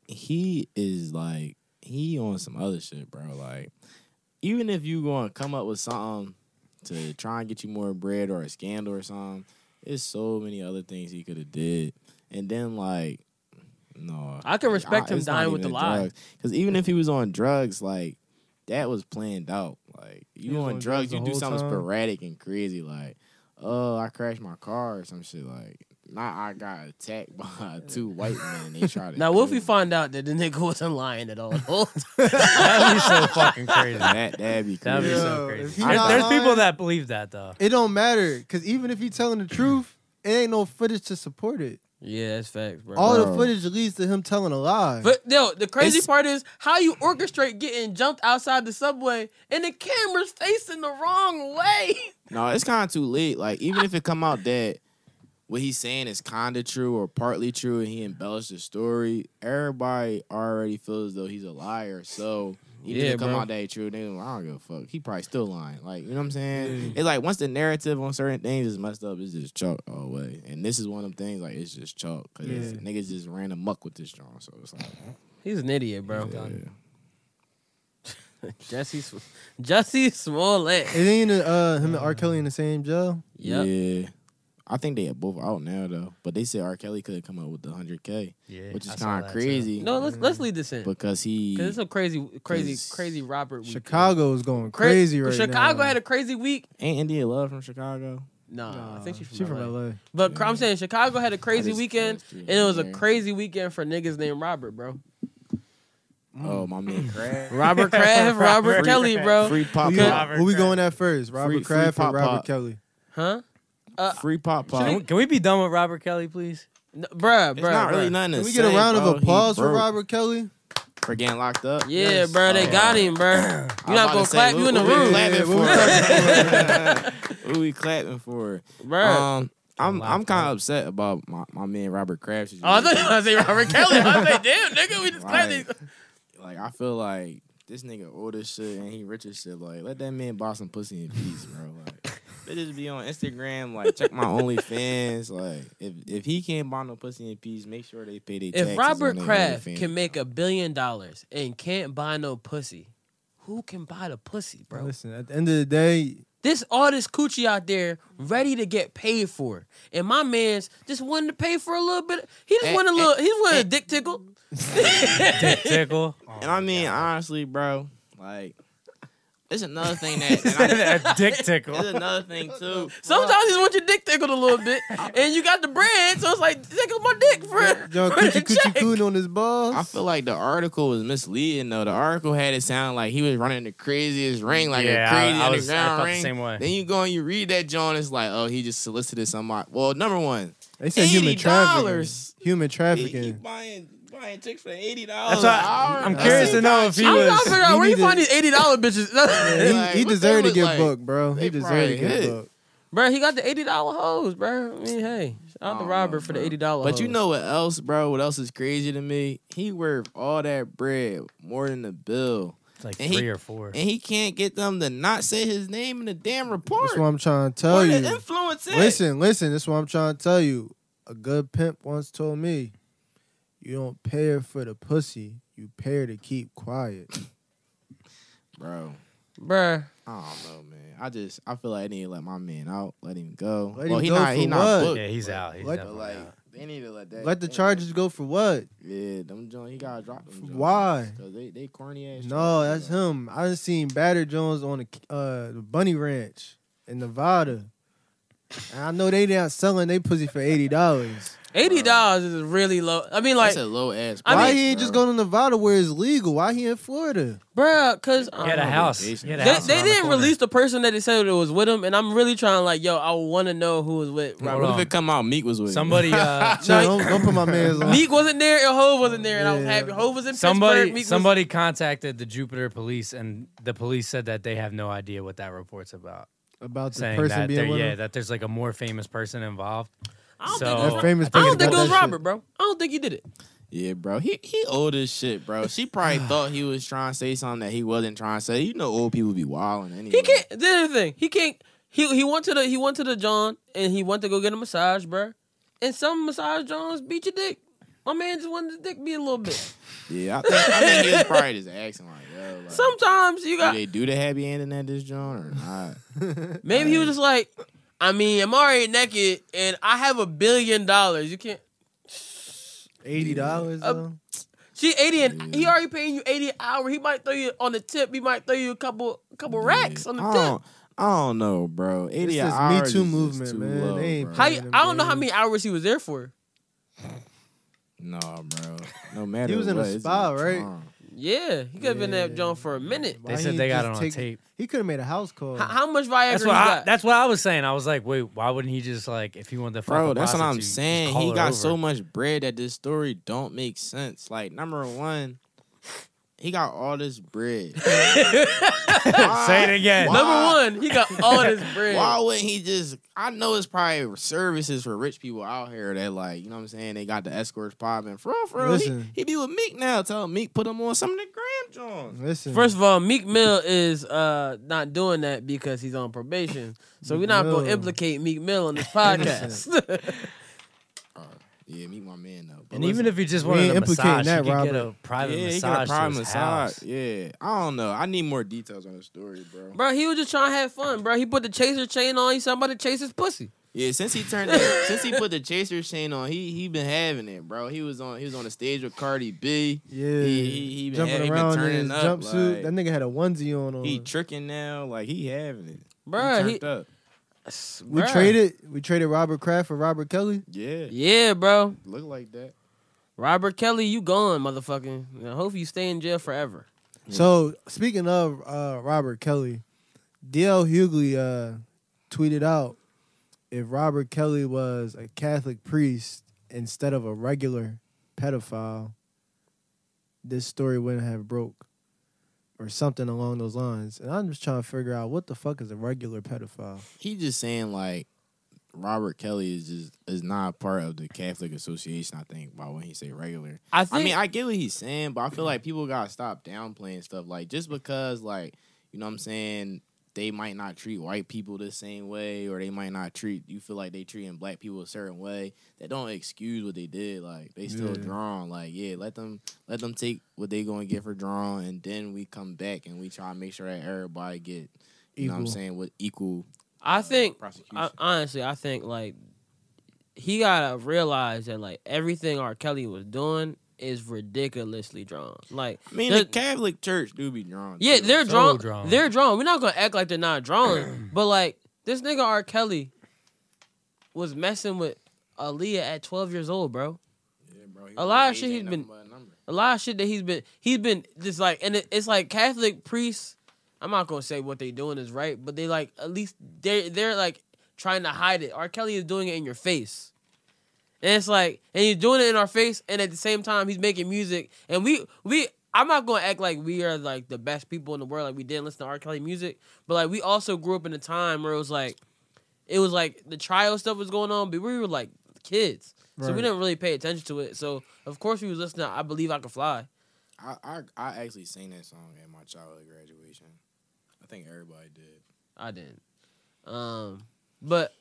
Speaker 4: he is like he on some other shit, bro. Like even if you gonna come up with something to try and get you more bread or a scandal or something, it's so many other things he could have did. And then like no,
Speaker 2: I can respect him dying with the lie.
Speaker 4: Because even if he was on drugs, like that was planned out. Like
Speaker 5: He
Speaker 4: you
Speaker 5: was
Speaker 4: on,
Speaker 5: on drugs
Speaker 4: drugs,
Speaker 5: the
Speaker 4: you do
Speaker 5: whole
Speaker 4: something
Speaker 5: time?
Speaker 4: sporadic and crazy. Like oh, I crashed my car or some shit. Like not I got attacked by two white men. And they tried to
Speaker 2: Now, what if we
Speaker 4: kill me.
Speaker 2: find out that the nigga wasn't lying at all? the whole time?
Speaker 3: That'd be so fucking crazy.
Speaker 4: that? That'd be
Speaker 3: That'd
Speaker 4: crazy.
Speaker 3: be
Speaker 5: Yo,
Speaker 3: so
Speaker 5: if
Speaker 3: crazy.
Speaker 5: he
Speaker 3: There's,
Speaker 5: not
Speaker 3: there's
Speaker 5: lying-
Speaker 3: people that believe that though.
Speaker 5: It don't matter, because even if he telling the truth, it ain't no footage to support it.
Speaker 2: yeah, that's facts, bro.
Speaker 5: All the
Speaker 4: Bro.
Speaker 5: footage leads to him telling a lie.
Speaker 2: but yo, the crazy
Speaker 4: It's-
Speaker 2: part is how you orchestrate getting jumped outside the subway and the camera's facing the wrong way.
Speaker 4: No, it's kind of too late. Like even if it come out that what he's saying is kind of true or partly true, and he embellished the story, everybody already feels as though he's a liar. So even
Speaker 2: Yeah,
Speaker 4: if it come
Speaker 2: bro.
Speaker 4: out that ain't true, nigga, I don't give a fuck. He probably still lying. Like you know what I'm saying? It's like once the narrative on certain things is messed up, it's just chalk all the way. And this is one of them things like it's just chalk because
Speaker 5: Yeah.
Speaker 4: niggas just ran amok with this John. So it's like,
Speaker 2: He's an idiot, bro.
Speaker 4: yeah.
Speaker 2: Jesse, Sw- Jesse Smollett.
Speaker 5: Is he in the, uh, him and R. Kelly in the same jail?
Speaker 2: Yep.
Speaker 4: Yeah. I think they are both out now though. But they said R. Kelly could have come up with the hundred K,
Speaker 3: Yeah,
Speaker 4: which is
Speaker 3: I saw
Speaker 4: kinda
Speaker 3: that, too.
Speaker 4: crazy.
Speaker 2: No, let's let's leave this in because
Speaker 4: Because he
Speaker 2: it's a crazy, crazy,
Speaker 4: 'Cause
Speaker 2: crazy Robert. Week.
Speaker 5: Chicago is going
Speaker 2: Cra-
Speaker 5: crazy right now.
Speaker 2: Chicago had a crazy week.
Speaker 4: ain't India Love from Chicago.
Speaker 2: Nah, I think she's from,
Speaker 5: she
Speaker 2: LA.
Speaker 5: from LA.
Speaker 2: But cr- I'm saying Chicago had a
Speaker 4: I
Speaker 2: crazy
Speaker 4: just-
Speaker 2: weekend,
Speaker 4: I just-
Speaker 2: and it was a
Speaker 4: yeah.
Speaker 2: crazy weekend for niggas named Robert, bro.
Speaker 4: Oh my man, Crab.
Speaker 2: Robert Kraft, Robert
Speaker 3: Robert
Speaker 2: Kelly, Mm.
Speaker 3: Kraft.
Speaker 2: bro.
Speaker 4: Free pop
Speaker 5: Who,
Speaker 3: Good.
Speaker 4: pop.
Speaker 3: Robert
Speaker 5: who we
Speaker 3: Kraft.
Speaker 5: going at first? Robert
Speaker 4: Free- free
Speaker 5: Kraft or
Speaker 4: Pop
Speaker 5: Robert
Speaker 4: Pop.
Speaker 5: Kelly?
Speaker 2: Huh?
Speaker 4: Free pop pop.
Speaker 3: Can we, can we be done with Robert Kelly, please?
Speaker 2: No, bruh, bruh.
Speaker 4: It's not really
Speaker 2: bruh.
Speaker 4: nothing. to
Speaker 5: Can we get a
Speaker 4: say,
Speaker 5: round
Speaker 4: bro.
Speaker 5: of
Speaker 4: He
Speaker 5: applause for
Speaker 4: broke
Speaker 5: Robert Kelly?
Speaker 4: for getting locked up?
Speaker 2: Yeah,
Speaker 4: Yes.
Speaker 2: bro, they
Speaker 4: Oh,
Speaker 2: got
Speaker 4: yeah.
Speaker 2: him, bro.
Speaker 4: I
Speaker 2: You're
Speaker 4: was
Speaker 2: not
Speaker 4: about
Speaker 2: gonna
Speaker 4: to say,
Speaker 2: clap.
Speaker 4: who-
Speaker 2: You in the
Speaker 4: who we
Speaker 2: room,
Speaker 5: clap?
Speaker 4: clapping
Speaker 5: Yeah, what we
Speaker 4: for? Who we clapping for?
Speaker 2: bro.
Speaker 4: Um, I'm I'm
Speaker 3: Locked
Speaker 4: kind of upset about my, my man Robert Kraft.
Speaker 2: oh, I thought you
Speaker 4: situation.
Speaker 2: were gonna say Robert Kelly. I was like, damn, nigga, we just clapped.
Speaker 4: Right.
Speaker 2: these-
Speaker 4: like I feel like this nigga old as shit and he rich as shit. Like let that man buy some pussy in peace, bro. Like bitches be on Instagram, like check my OnlyFans. Like if if he can't buy no pussy in peace, make sure they pay their taxes.
Speaker 2: If Robert Kraft can
Speaker 4: commit,
Speaker 2: make a billion dollars and can't buy no pussy, who can buy the pussy, bro?
Speaker 5: Listen, at the end of the day,
Speaker 2: This all this coochie out there ready to get paid for, and my man's just wanted to pay for a little bit. He just
Speaker 4: Eh,
Speaker 2: wanted a little.
Speaker 4: eh,
Speaker 2: He just wanted
Speaker 4: eh.
Speaker 2: a dick tickle.
Speaker 3: Dick tickle.
Speaker 4: and I mean honestly, bro, like it's another thing that and I,
Speaker 3: a dick
Speaker 4: it's
Speaker 3: tickle.
Speaker 4: another thing too.
Speaker 2: Sometimes you just want your dick tickled a little bit, and you got the bread, so it's like tickle my dick for,
Speaker 5: y'all
Speaker 2: for the
Speaker 5: coochie
Speaker 2: check.
Speaker 5: coochie cooing on his balls.
Speaker 4: I feel like the article was misleading though. The article had it sound like he was running the craziest ring, like
Speaker 3: Yeah,
Speaker 4: a
Speaker 3: I-
Speaker 4: crazy
Speaker 3: I was- I
Speaker 4: underground
Speaker 3: felt the
Speaker 4: ring.
Speaker 3: same way.
Speaker 4: Then you go and you read that John, it's like, oh, he just solicited somebody. Well, number one,
Speaker 5: they said human trafficking.
Speaker 4: $80.
Speaker 5: Human
Speaker 4: he, he
Speaker 5: trafficking.
Speaker 4: buying buying chicks for eighty dollars.
Speaker 3: That's why I'm curious to know if he
Speaker 2: I'm trying to
Speaker 3: was.
Speaker 2: figure out
Speaker 5: he
Speaker 2: where you
Speaker 5: needed-
Speaker 2: find these eighty dollar bitches,
Speaker 5: He,
Speaker 4: Like,
Speaker 5: he
Speaker 4: what they
Speaker 5: deserved to
Speaker 4: look
Speaker 5: get
Speaker 4: like?
Speaker 5: booked, bro.
Speaker 4: They
Speaker 5: He
Speaker 4: probably
Speaker 5: deserved to get
Speaker 4: hit.
Speaker 5: booked.
Speaker 2: bro. He got the eighty dollar hoes, bro. I mean, hey, shout out to
Speaker 4: Oh,
Speaker 2: Robert
Speaker 4: no,
Speaker 2: for the
Speaker 4: bro.
Speaker 2: eighty dollar.
Speaker 4: But you know what else, bro? What else is crazy to me? He worth all that bread more than the bill,
Speaker 3: It's like
Speaker 4: And he-
Speaker 3: three or four.
Speaker 4: and he can't get them to not say his name in the damn report.
Speaker 5: That's what I'm trying to tell
Speaker 4: Where the
Speaker 5: you.
Speaker 4: influence at?
Speaker 5: Listen, listen. That's what I'm trying to tell you. A good pimp once told me, "You don't pay her for the pussy. You pay her to keep quiet."
Speaker 4: bro.
Speaker 2: bro.
Speaker 4: I don't know, man. I just I feel like I need to let my man out, let him go.
Speaker 5: Let
Speaker 4: well,
Speaker 5: him
Speaker 4: he
Speaker 5: go
Speaker 4: not he
Speaker 5: for
Speaker 4: not
Speaker 5: what?
Speaker 4: booked.
Speaker 3: Yeah, he's
Speaker 4: but-
Speaker 3: out. He's
Speaker 5: What?
Speaker 4: but,
Speaker 3: definitely
Speaker 4: like
Speaker 3: out.
Speaker 4: they need to let that.
Speaker 5: Let the
Speaker 4: they-
Speaker 5: charges go for what?
Speaker 4: Yeah, them Jones. He gotta drop them. Jones.
Speaker 5: Why?
Speaker 4: Cause they they corny ass.
Speaker 5: No, that's
Speaker 4: him.
Speaker 5: him. I done seen Batter Jones on the uh, the Bunny Ranch in Nevada. And I know they not selling they pussy for eighty dollars.
Speaker 2: Eighty dollars is really low. I mean, like,
Speaker 4: that's a low ass.
Speaker 2: I
Speaker 5: Why
Speaker 2: mean-
Speaker 5: he ain't just go to Nevada where it's legal? Why he in Florida?
Speaker 2: bro, cause
Speaker 3: He had a
Speaker 4: I'm on
Speaker 3: house.
Speaker 4: vacation.
Speaker 3: He had a
Speaker 2: They,
Speaker 3: house
Speaker 2: they
Speaker 3: around the
Speaker 2: didn't
Speaker 3: corner.
Speaker 2: release the person that they said it was with him, and I'm really trying like, yo, I want to know who was with
Speaker 4: Right,
Speaker 2: Robert.
Speaker 3: Hold
Speaker 4: what
Speaker 3: on.
Speaker 4: if it come out Meek was with
Speaker 3: Somebody, uh,
Speaker 5: Son, don't, don't put my man's on.
Speaker 2: Meek wasn't there, and Hove wasn't there, and I was
Speaker 5: Yeah.
Speaker 2: happy. Hove was in Pittsburgh.
Speaker 3: somebody,
Speaker 2: Meek
Speaker 3: somebody contacted the Jupiter police, and the police said that they have no idea what that report's about.
Speaker 5: About the
Speaker 3: Saying
Speaker 5: person
Speaker 3: that, there-
Speaker 5: being with
Speaker 3: yeah,
Speaker 5: him.
Speaker 3: that there's like a more famous person involved.
Speaker 2: I don't
Speaker 3: so-
Speaker 2: think it
Speaker 5: That
Speaker 2: was,
Speaker 5: famous
Speaker 2: I
Speaker 5: person
Speaker 2: don't think it
Speaker 5: got
Speaker 2: was
Speaker 5: that shit.
Speaker 2: Robert, bro. I don't think he did it.
Speaker 4: Yeah, bro. He he old as shit, bro. She probably thought he was trying to say something that he wasn't trying to say. You know, old people be wilding anyway.
Speaker 2: He can't. The other thing, he can't. He he went to the he went to the John, and he went to go get a massage, bro. And some massage Johns beat your dick. My man just wanted his dick beat a little bit.
Speaker 4: Yeah, I think, I think he was probably just asking like, yo, like,
Speaker 2: Sometimes you
Speaker 4: do
Speaker 2: got.
Speaker 4: they do the happy ending at this joint or not?
Speaker 2: Maybe he was just like, I mean, I'm already naked, and I have a billion dollars. You can't.
Speaker 5: Eighty dollars.
Speaker 2: Uh,
Speaker 5: though?
Speaker 2: She eighty, and he already paying you eighty an hour. He might throw you on the tip. He might throw you a couple, couple racks on the
Speaker 4: I
Speaker 2: tip.
Speaker 4: don't, I don't know, bro. Eighty
Speaker 5: This is Me
Speaker 4: hours
Speaker 5: Too
Speaker 4: is just
Speaker 5: movement,
Speaker 4: too
Speaker 5: man.
Speaker 4: Low,
Speaker 5: They ain't
Speaker 4: bro.
Speaker 2: How
Speaker 5: pay-
Speaker 2: you, I don't know how many hours he was there for.
Speaker 4: No, bro. No matter.
Speaker 5: He was in a
Speaker 4: what, it's
Speaker 5: spa,
Speaker 4: just
Speaker 5: right?
Speaker 4: wrong.
Speaker 2: Yeah, he could have been
Speaker 5: Yeah.
Speaker 2: that John for a minute.
Speaker 5: Why
Speaker 3: They said
Speaker 5: he
Speaker 3: they got it
Speaker 5: just
Speaker 3: on
Speaker 5: take-
Speaker 3: tape.
Speaker 5: He could have made a house call.
Speaker 2: How, how much Viagra
Speaker 3: That's
Speaker 2: he
Speaker 3: what I,
Speaker 2: got?
Speaker 3: that's what I was saying. I was like, wait, why wouldn't he just like if he wanted to fuck
Speaker 4: Bro,
Speaker 3: a
Speaker 4: that's what
Speaker 3: prostitute,
Speaker 4: I'm
Speaker 3: just
Speaker 4: saying.
Speaker 3: call
Speaker 4: He
Speaker 3: her
Speaker 4: got
Speaker 3: over?
Speaker 4: so much bread that this story don't make sense. Like number one, He got all this bread.
Speaker 3: Say it again.
Speaker 4: Why-
Speaker 2: Number one, he got all this bread.
Speaker 4: Why wouldn't he just? I know it's probably services for rich people out here that like, you know what I'm saying? They got the escorts popping. For real, for real, he,
Speaker 5: Listen.
Speaker 4: he be with Meek now. Tell him Meek put him on some of the Gram Jones.
Speaker 5: Listen.
Speaker 2: First of all, Meek Mill is uh, not doing that because he's on probation. So we're not going
Speaker 5: No.
Speaker 2: to implicate Meek Mill on this podcast.
Speaker 4: Yeah, Meek my man though. But
Speaker 3: And
Speaker 4: listen,
Speaker 3: even if you just
Speaker 5: we
Speaker 3: wanted
Speaker 5: ain't
Speaker 3: a
Speaker 5: implicating
Speaker 3: massage,
Speaker 5: that,
Speaker 3: you could get
Speaker 5: Robert.
Speaker 3: a private
Speaker 4: yeah, he
Speaker 3: massage.
Speaker 4: got a private
Speaker 3: to his
Speaker 4: massage.
Speaker 3: house.
Speaker 4: Yeah, I don't know. I need more details on the story, bro.
Speaker 2: bro, he was just trying to have fun, bro. He put the chaser chain on. He's about to chase his pussy.
Speaker 4: Yeah, since he turned, that, since he put the chaser chain on, he he been having it, bro. He was on he was on the stage with Cardi B.
Speaker 5: yeah,
Speaker 4: he- he- he been
Speaker 5: jumping
Speaker 4: having- he been
Speaker 5: around
Speaker 4: turning
Speaker 5: in his
Speaker 4: up,
Speaker 5: jumpsuit.
Speaker 4: like-
Speaker 5: that nigga had a onesie on. on.
Speaker 4: He tricking now, like he having it.
Speaker 2: Bro,
Speaker 4: he
Speaker 2: he,
Speaker 4: turned up.
Speaker 5: we
Speaker 2: bruh.
Speaker 5: traded. We traded Robert Kraft for Robert Kelly.
Speaker 4: Yeah,
Speaker 2: Yeah, bro.
Speaker 4: look like that.
Speaker 2: Robert Kelly, you gone, motherfucking. I hope you stay in jail forever.
Speaker 4: Yeah.
Speaker 5: So speaking of uh, Robert Kelly, DL Hughley uh, tweeted out if Robert Kelly was a Catholic priest instead of a regular pedophile, this story wouldn't have broke. Or something along those lines, and I'm just trying to figure out what the fuck is a regular pedophile.
Speaker 4: He just saying like Robert Kelly is just is not a part of the Catholic Association. I think by when he say regular.
Speaker 2: I think.
Speaker 4: I mean, I get what he's saying, but I feel like people gotta stop downplaying stuff. Like just because, like you know, what I'm saying they might not treat white people the same way, or they might not treat you feel like they treating black people a certain way. That don't excuse what they did. Like they still
Speaker 5: Yeah.
Speaker 4: drawn. Like yeah, let them let them take what they gonna get for drawing, and then we come back and we try to make sure that everybody get. You know what I'm
Speaker 5: Equal.
Speaker 4: saying? With equal uh,
Speaker 2: I think
Speaker 4: prosecution.
Speaker 2: I, honestly, I think like he gotta realize that like everything R. Kelly was doing is ridiculously drawn. Like,
Speaker 4: I mean,
Speaker 2: they're-
Speaker 4: the Catholic Church do be drawn.
Speaker 2: yeah,
Speaker 4: too.
Speaker 2: they're
Speaker 3: so
Speaker 2: drawn,
Speaker 3: drawn.
Speaker 2: They're drawn. We're not gonna act like they're not drawn. but like this nigga R. Kelly was messing with Aaliyah at 12 years old, bro.
Speaker 4: Yeah, bro,
Speaker 2: a lot of
Speaker 4: age
Speaker 2: shit he's
Speaker 4: ain't
Speaker 2: been-
Speaker 4: nothing but a number.
Speaker 2: a lot of shit that he's been he's been just like and it, it's like Catholic priests. I'm not gonna say what they doing is right, but they like at least they they're like trying to hide it. R. Kelly is doing it in your face, and it's like and he's doing it in our face, and at the same time he's making music, and we we. I'm not gonna act like we are like the best people in the world, like we didn't listen to R. Kelly music, but like we also grew up in a time where it was like, it was like the trial stuff was going on, but we were like kids, so we
Speaker 5: Right.
Speaker 2: didn't really pay attention to it. So of course we was listening. to I believe I could fly.
Speaker 4: I, I I actually sang that song at my childhood graduation. I think everybody did.
Speaker 2: I didn't. Um, but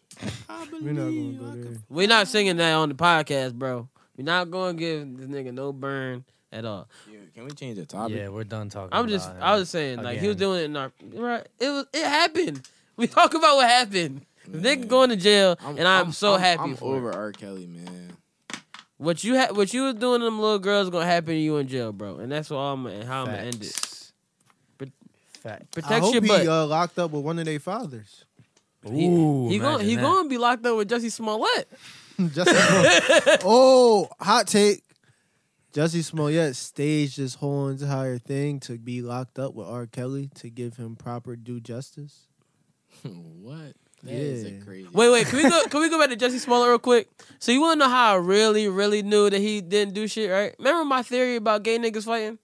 Speaker 4: I
Speaker 5: We're not going to go there.
Speaker 2: we're not singing that on the podcast, bro. We're not going to give this nigga no burn at all.
Speaker 4: Can we change the topic?
Speaker 3: Yeah, we're done talking.
Speaker 2: I'm just,
Speaker 3: about
Speaker 2: I was
Speaker 3: him.
Speaker 2: just saying, like he was
Speaker 3: Again.
Speaker 2: doing it in our, right? It was, it happened. We talk about what happened. The
Speaker 4: Yeah.
Speaker 2: nigga going to jail, and I'm, so
Speaker 4: Mm-hmm. I'm-
Speaker 2: happy
Speaker 4: I'm
Speaker 2: for
Speaker 4: over
Speaker 2: it.
Speaker 4: R. Kelly, man.
Speaker 2: what you had. What you was doing to them little girls gonna happen to you in jail, bro. And that's what I'm and how I'm gonna end it.
Speaker 3: Facts.
Speaker 2: But-
Speaker 3: Fact.
Speaker 5: I
Speaker 2: Protect
Speaker 5: hope
Speaker 2: your
Speaker 5: he
Speaker 2: butt.
Speaker 5: uh, locked up with one of their fathers.
Speaker 2: he
Speaker 3: Ooh,
Speaker 2: he gonna
Speaker 3: imagine
Speaker 2: he
Speaker 3: that.
Speaker 2: gonna be locked up with Jesse Smollett.
Speaker 5: Jussie Smollett. oh, hot take. Jussie Smollett staged this whole entire thing to be locked up with R. Kelly to give him proper due justice.
Speaker 4: what? That is
Speaker 5: Yeah.
Speaker 4: a crazy.
Speaker 2: Wait, wait, can we go can we go back to Jesse Smollett real quick? So you wanna know how I really, really knew that he didn't do shit, right? Remember my theory about gay niggas fighting?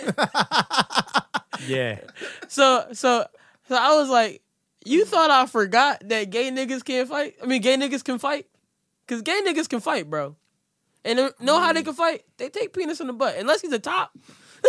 Speaker 3: Yeah.
Speaker 2: So so so I was like, You thought I forgot that gay niggas can't fight? I mean gay niggas can fight? Cause gay niggas can fight, bro. And they know how they can fight? They take penis in the butt. Unless he's a top.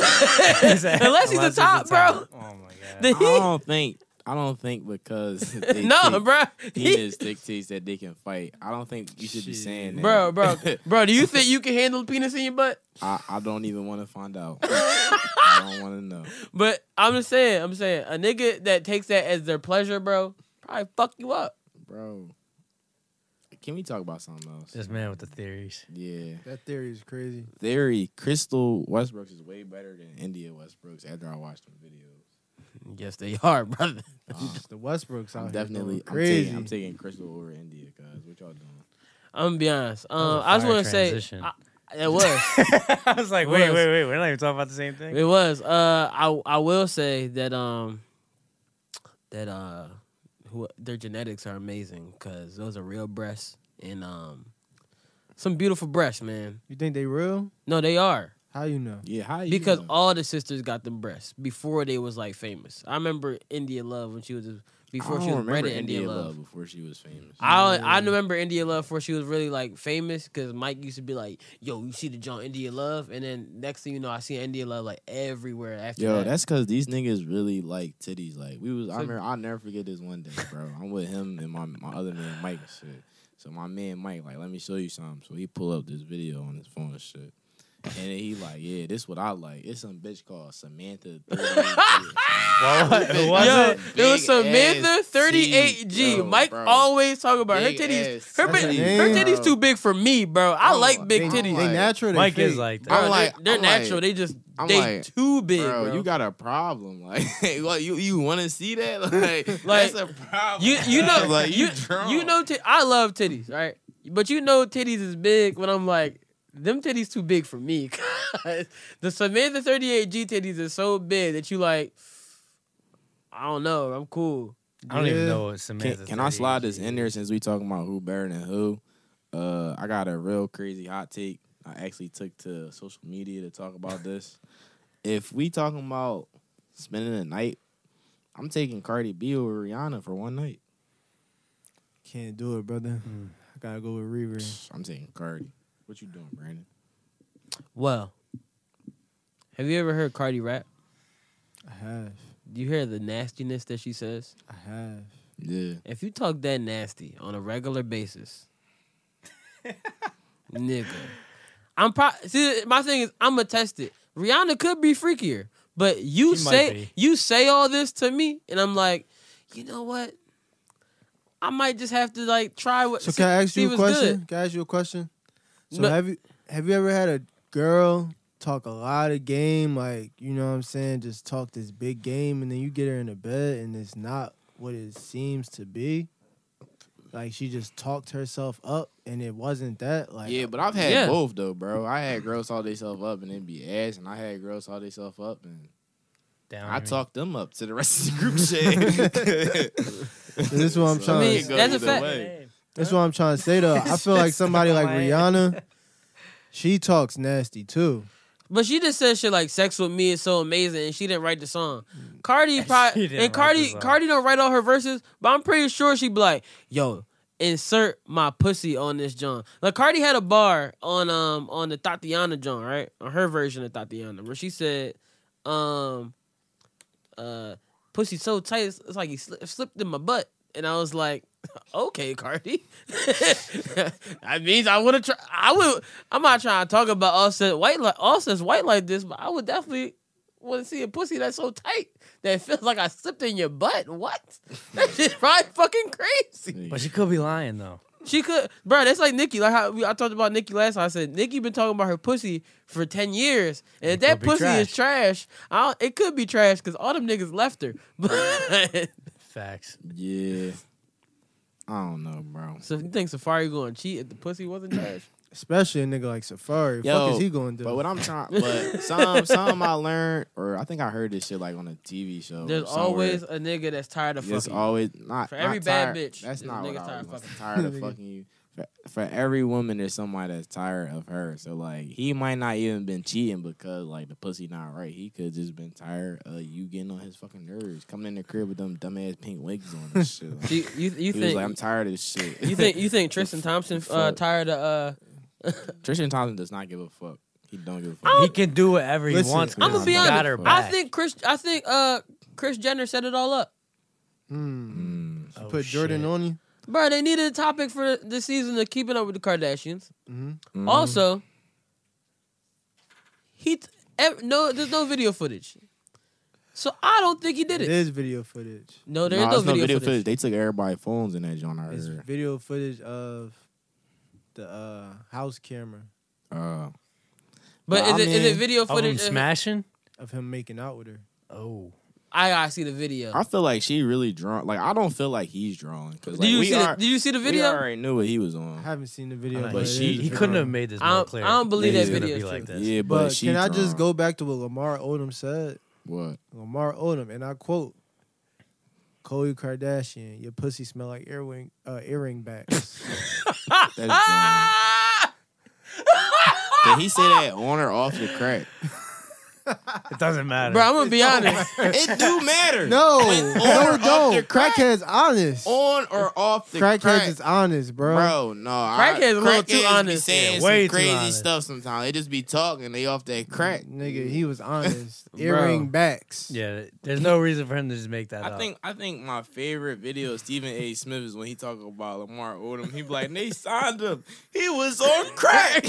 Speaker 2: Unless he's a top, bro.
Speaker 3: Oh my god.
Speaker 2: Then
Speaker 4: I
Speaker 2: he-
Speaker 4: don't think. I don't think because they
Speaker 2: no,
Speaker 4: think
Speaker 2: bro. He-
Speaker 4: penis dictates that they can fight. I don't think you should be
Speaker 3: Shit.
Speaker 4: saying that,
Speaker 2: bro, bro, bro, do you think you can handle penis in your butt?
Speaker 4: I, I don't even want to find out. I don't want to know.
Speaker 2: But I'm just saying, I'm saying a nigga that takes that as their pleasure, bro, probably fuck you up.
Speaker 4: Bro, can we talk about something else?
Speaker 3: This man with the theories.
Speaker 4: Yeah.
Speaker 5: That theory is crazy.
Speaker 4: Theory Crystal Westbrooks is way better than India Westbrooks after I watched the videos.
Speaker 2: Yes, they are, brother.
Speaker 4: Um,
Speaker 5: The Westbrooks out
Speaker 4: I'm
Speaker 5: here
Speaker 4: definitely I'm
Speaker 5: going
Speaker 4: taking,
Speaker 5: crazy.
Speaker 4: I'm taking Crystal over India, guys. What y'all doing?
Speaker 2: I'm gonna be honest.
Speaker 3: was
Speaker 2: Um,
Speaker 3: a
Speaker 2: I just
Speaker 3: fire
Speaker 2: want to say
Speaker 3: transition.
Speaker 2: I, it was,
Speaker 3: I was like, wait,
Speaker 2: Was.
Speaker 3: wait, wait. We're not even talking about the same thing.
Speaker 2: it was. Uh, I I will say that um that uh who their genetics are amazing because those are real breasts and um some beautiful breasts, man.
Speaker 5: you think they real?
Speaker 2: No, they are.
Speaker 5: How you know?
Speaker 4: Yeah, how you
Speaker 2: Because
Speaker 4: know?
Speaker 2: all the sisters got them breasts before they was like famous. I remember India Love when she was before
Speaker 4: I
Speaker 2: she
Speaker 4: don't
Speaker 2: was bred
Speaker 4: remember
Speaker 2: in India, Love.
Speaker 4: before she was famous.
Speaker 2: I I remember India Love before she was really like famous because Mike used to be like, "Yo, you see the John India Love," and then next thing you know, I see India Love like everywhere after
Speaker 4: Yo,
Speaker 2: that.
Speaker 4: that's because these niggas really like titties. Like we was, I
Speaker 2: So-
Speaker 4: remember, I'll never forget this one day, bro. I'm with him and my my other man Mike and shit. So my man Mike, like, let me show you something. So he pull up this video on his phone and shit, and then he like, yeah, this what I like. It's some bitch called Samantha. 38G.
Speaker 3: Well, what,
Speaker 4: Yo,
Speaker 3: was
Speaker 2: Yo,
Speaker 3: it?
Speaker 2: there was
Speaker 4: Big
Speaker 2: Samantha
Speaker 4: ass
Speaker 2: 38G.
Speaker 4: teeth, bro,
Speaker 2: Mike
Speaker 4: bro.
Speaker 2: always talk about her
Speaker 4: Big
Speaker 2: titties.
Speaker 4: ass
Speaker 2: Her, big,
Speaker 5: titties,
Speaker 2: her titties
Speaker 4: bro.
Speaker 2: too big for me, bro. I
Speaker 4: Oh,
Speaker 2: like big
Speaker 5: They,
Speaker 4: I'm
Speaker 5: they
Speaker 2: titties.
Speaker 4: like-
Speaker 5: natural. They
Speaker 3: Mike is
Speaker 5: fake.
Speaker 3: like
Speaker 2: Bro,
Speaker 3: that.
Speaker 4: I'm like-
Speaker 2: they, are
Speaker 4: I'm like-
Speaker 2: natural. they just
Speaker 4: I'm
Speaker 2: they
Speaker 4: like,
Speaker 2: too big, bro.
Speaker 4: bro, you got a problem. Like, what, you you want to see that? Like,
Speaker 2: Like,
Speaker 4: that's a problem.
Speaker 2: you you know
Speaker 4: like
Speaker 2: you
Speaker 4: drunk.
Speaker 2: you know tit- I love titties, right? But you know titties is big when I'm like them titties too big for me. 'cause the Samantha 38G titties is so big that you like I don't know, I'm cool.
Speaker 3: I don't even
Speaker 5: Yeah.
Speaker 3: know what
Speaker 4: Can,
Speaker 3: Samantha.
Speaker 4: can I slide this in there since we talking about who better than who? Uh, I got a real crazy hot take. I actually took to social media to talk about this. if we talking about spending the night, I'm taking Cardi B over Rihanna for one night.
Speaker 5: Can't do it, brother. I gotta go with Riri.
Speaker 4: I'm taking Cardi. What you doing, Brandon?
Speaker 2: Well, have you ever heard Cardi rap?
Speaker 5: I have.
Speaker 2: Do you hear the nastiness that she says?
Speaker 5: I have.
Speaker 4: Yeah.
Speaker 2: If you talk that nasty on a regular basis, nigga, I'm pro. See, my thing is, I'm gonna test it. Rihanna could be freakier, but you
Speaker 3: She might
Speaker 2: say
Speaker 3: be.
Speaker 2: you say all this to me, and I'm like, you know what? I might just have to like try what.
Speaker 5: So
Speaker 2: see-
Speaker 5: can I ask
Speaker 2: see
Speaker 5: you a
Speaker 2: what's
Speaker 5: question?
Speaker 2: good.
Speaker 5: Can I ask you a question? So
Speaker 2: No.
Speaker 5: have you have you ever had a girl talk a lot of game, like you know what I'm saying, just talk this big game, and then you get her in the bed and it's not what it seems to be. Like she just talked herself up, and it wasn't that. Like uh,
Speaker 4: Yeah, but I've had
Speaker 2: Yeah.
Speaker 4: both though, bro. I had girls all themselves up and then be ass, and I had girls all themselves up and I talked them up to the rest of the group shit.
Speaker 5: this is what I'm
Speaker 4: So
Speaker 5: trying.
Speaker 2: I
Speaker 5: to
Speaker 2: mean,
Speaker 4: it could go
Speaker 2: that's a
Speaker 4: either
Speaker 2: fact.
Speaker 4: way.
Speaker 5: That's what I'm trying to say though. I feel like somebody like Rihanna, she talks nasty too.
Speaker 2: But she just said shit like "sex with me is so amazing" and she didn't write the song. Cardi probably
Speaker 3: Mm. didn't
Speaker 2: and
Speaker 3: write the
Speaker 2: Cardi
Speaker 3: song.
Speaker 2: Cardi don't write all her verses, but I'm pretty sure she be like, "Yo, insert my pussy on this John." Like Cardi had a bar on um on the Tatiana John, right? On her version of Tatiana, where she said, um, uh, pussy so tight, it's, it's like he sli- slipped in my butt, and I was like. Okay, Cardi. that means I would have try. I would. I'm not trying to talk about Offset white like Offset's white like this, but I would definitely want to see a pussy that's so tight that it feels like I slipped in your butt. What? That shit probably fucking crazy.
Speaker 3: But she could be lying though.
Speaker 2: She could, bro. That's like Nikki. Like how we, I talked about Nikki last time. I said Nikki been talking about her pussy for ten years, and if
Speaker 3: It could
Speaker 2: that
Speaker 3: be
Speaker 2: pussy is trash, I don't, it could be trash because all them niggas left her. But
Speaker 3: Facts.
Speaker 4: Yeah. I don't know, bro.
Speaker 2: so you think Safari going to cheat if the pussy wasn't trash?
Speaker 5: Especially a nigga like Safari.
Speaker 4: Yo,
Speaker 5: fuck is he going to do?
Speaker 4: But what I'm trying, but some some I learned, or I think I heard this shit like on a TV show. or
Speaker 2: There's
Speaker 4: somewhere.
Speaker 2: always a nigga that's tired of
Speaker 4: There's
Speaker 2: fucking.
Speaker 4: always not
Speaker 2: For
Speaker 4: not
Speaker 2: every bad
Speaker 4: tired-
Speaker 2: bitch,
Speaker 4: That's
Speaker 2: there's a
Speaker 4: not what
Speaker 2: nigga
Speaker 4: I
Speaker 2: tired
Speaker 4: was
Speaker 2: fucking.
Speaker 4: tired of fucking you. For, for every woman, there's somebody that's tired of her. So like, he might not even been cheating because like the pussy not right. He could just been tired of you getting on his fucking nerves, coming in the crib with them dumbass pink wigs on and shit. Like,
Speaker 2: Do you you, you
Speaker 4: he was
Speaker 2: think
Speaker 4: like, I'm tired of this shit.
Speaker 2: you think you think Tristan Thompson uh,
Speaker 4: Fuck.
Speaker 2: tired of? uh
Speaker 4: Tristan Thompson does not give a fuck. He don't give a
Speaker 2: I
Speaker 4: fuck.
Speaker 3: He can do whatever he
Speaker 5: Listen,
Speaker 3: wants. 'cause
Speaker 2: I'm gonna Oh. be
Speaker 3: he Got her
Speaker 2: honest. I
Speaker 3: back.
Speaker 2: think Chris. I think uh Chris Jenner set it all up,
Speaker 5: Hmm.
Speaker 4: Mm.
Speaker 3: Oh,
Speaker 5: Put Jordan
Speaker 3: shit.
Speaker 5: on you.
Speaker 2: bro. They needed a topic for this season of Keeping Up with the Kardashians.
Speaker 5: Mhm.
Speaker 4: mm. Mm-hmm.
Speaker 2: Also, he t- ev- no. There's no video footage, so I don't think he did
Speaker 5: It
Speaker 2: it.
Speaker 5: is video footage.
Speaker 2: No,
Speaker 4: No,
Speaker 2: there's no,
Speaker 4: it's
Speaker 2: video, footage.
Speaker 4: They took everybody's phones in that joint. I
Speaker 5: It's
Speaker 4: heard.
Speaker 5: video footage of the uh, house camera
Speaker 4: Uh,
Speaker 2: But
Speaker 4: Nah,
Speaker 2: is it is
Speaker 4: I
Speaker 2: it
Speaker 4: mean,
Speaker 2: video
Speaker 3: Of Oh, him
Speaker 2: footage?
Speaker 3: smashing.
Speaker 5: of him making out with her.
Speaker 3: Oh,
Speaker 2: I gotta see the video.
Speaker 4: I feel like she really drawn. Like I don't feel like he's drawing because like,
Speaker 2: did you
Speaker 4: we
Speaker 2: see?
Speaker 4: are,
Speaker 2: the, did you see the
Speaker 4: We
Speaker 2: video?
Speaker 4: already knew what he was
Speaker 5: I
Speaker 4: on.
Speaker 5: haven't seen the video,
Speaker 4: But
Speaker 5: but it
Speaker 4: she-
Speaker 5: is
Speaker 3: he
Speaker 5: a
Speaker 3: couldn't
Speaker 5: video.
Speaker 3: have made this
Speaker 2: I
Speaker 3: more
Speaker 2: don't-
Speaker 3: clear.
Speaker 2: I don't believe
Speaker 3: That
Speaker 4: that
Speaker 3: he's gonna
Speaker 2: video
Speaker 3: be
Speaker 2: is
Speaker 3: like
Speaker 2: true.
Speaker 3: this.
Speaker 4: Yeah, but,
Speaker 5: But
Speaker 4: she
Speaker 5: can I
Speaker 4: drawn.
Speaker 5: just go back to what Lamar Odom said?
Speaker 4: What?
Speaker 5: Lamar Odom, and I quote, Khloe Kardashian, your pussy smell like earring uh, earring backs.
Speaker 4: That's drawn.
Speaker 2: Ah!
Speaker 4: Did He said that on or off the crack.
Speaker 3: It doesn't matter.
Speaker 2: Bro, I'm gonna be honest.
Speaker 4: It do matter.
Speaker 5: No,
Speaker 4: When
Speaker 5: no,
Speaker 4: or
Speaker 5: it
Speaker 4: off the
Speaker 5: don't.
Speaker 4: crack?
Speaker 5: Crackhead's honest.
Speaker 4: On or off the
Speaker 5: Crackheads
Speaker 4: crack.
Speaker 5: is honest, bro.
Speaker 4: Bro, no. I-
Speaker 2: Crackhead's a little too
Speaker 4: crackheads be
Speaker 2: honest.
Speaker 4: saying
Speaker 3: Yeah,
Speaker 4: some
Speaker 3: way too
Speaker 4: crazy
Speaker 3: honest.
Speaker 4: stuff sometimes. They just be talking. They off that crack.
Speaker 5: Nigga, he was honest.
Speaker 2: Bro.
Speaker 5: Earring backs.
Speaker 3: Yeah, there's no reason for him to just make that
Speaker 4: I
Speaker 3: up.
Speaker 4: think I think my favorite video of Stephen A. Smith is when he talk about Lamar Odom. He be like, they signed him. He was on crack.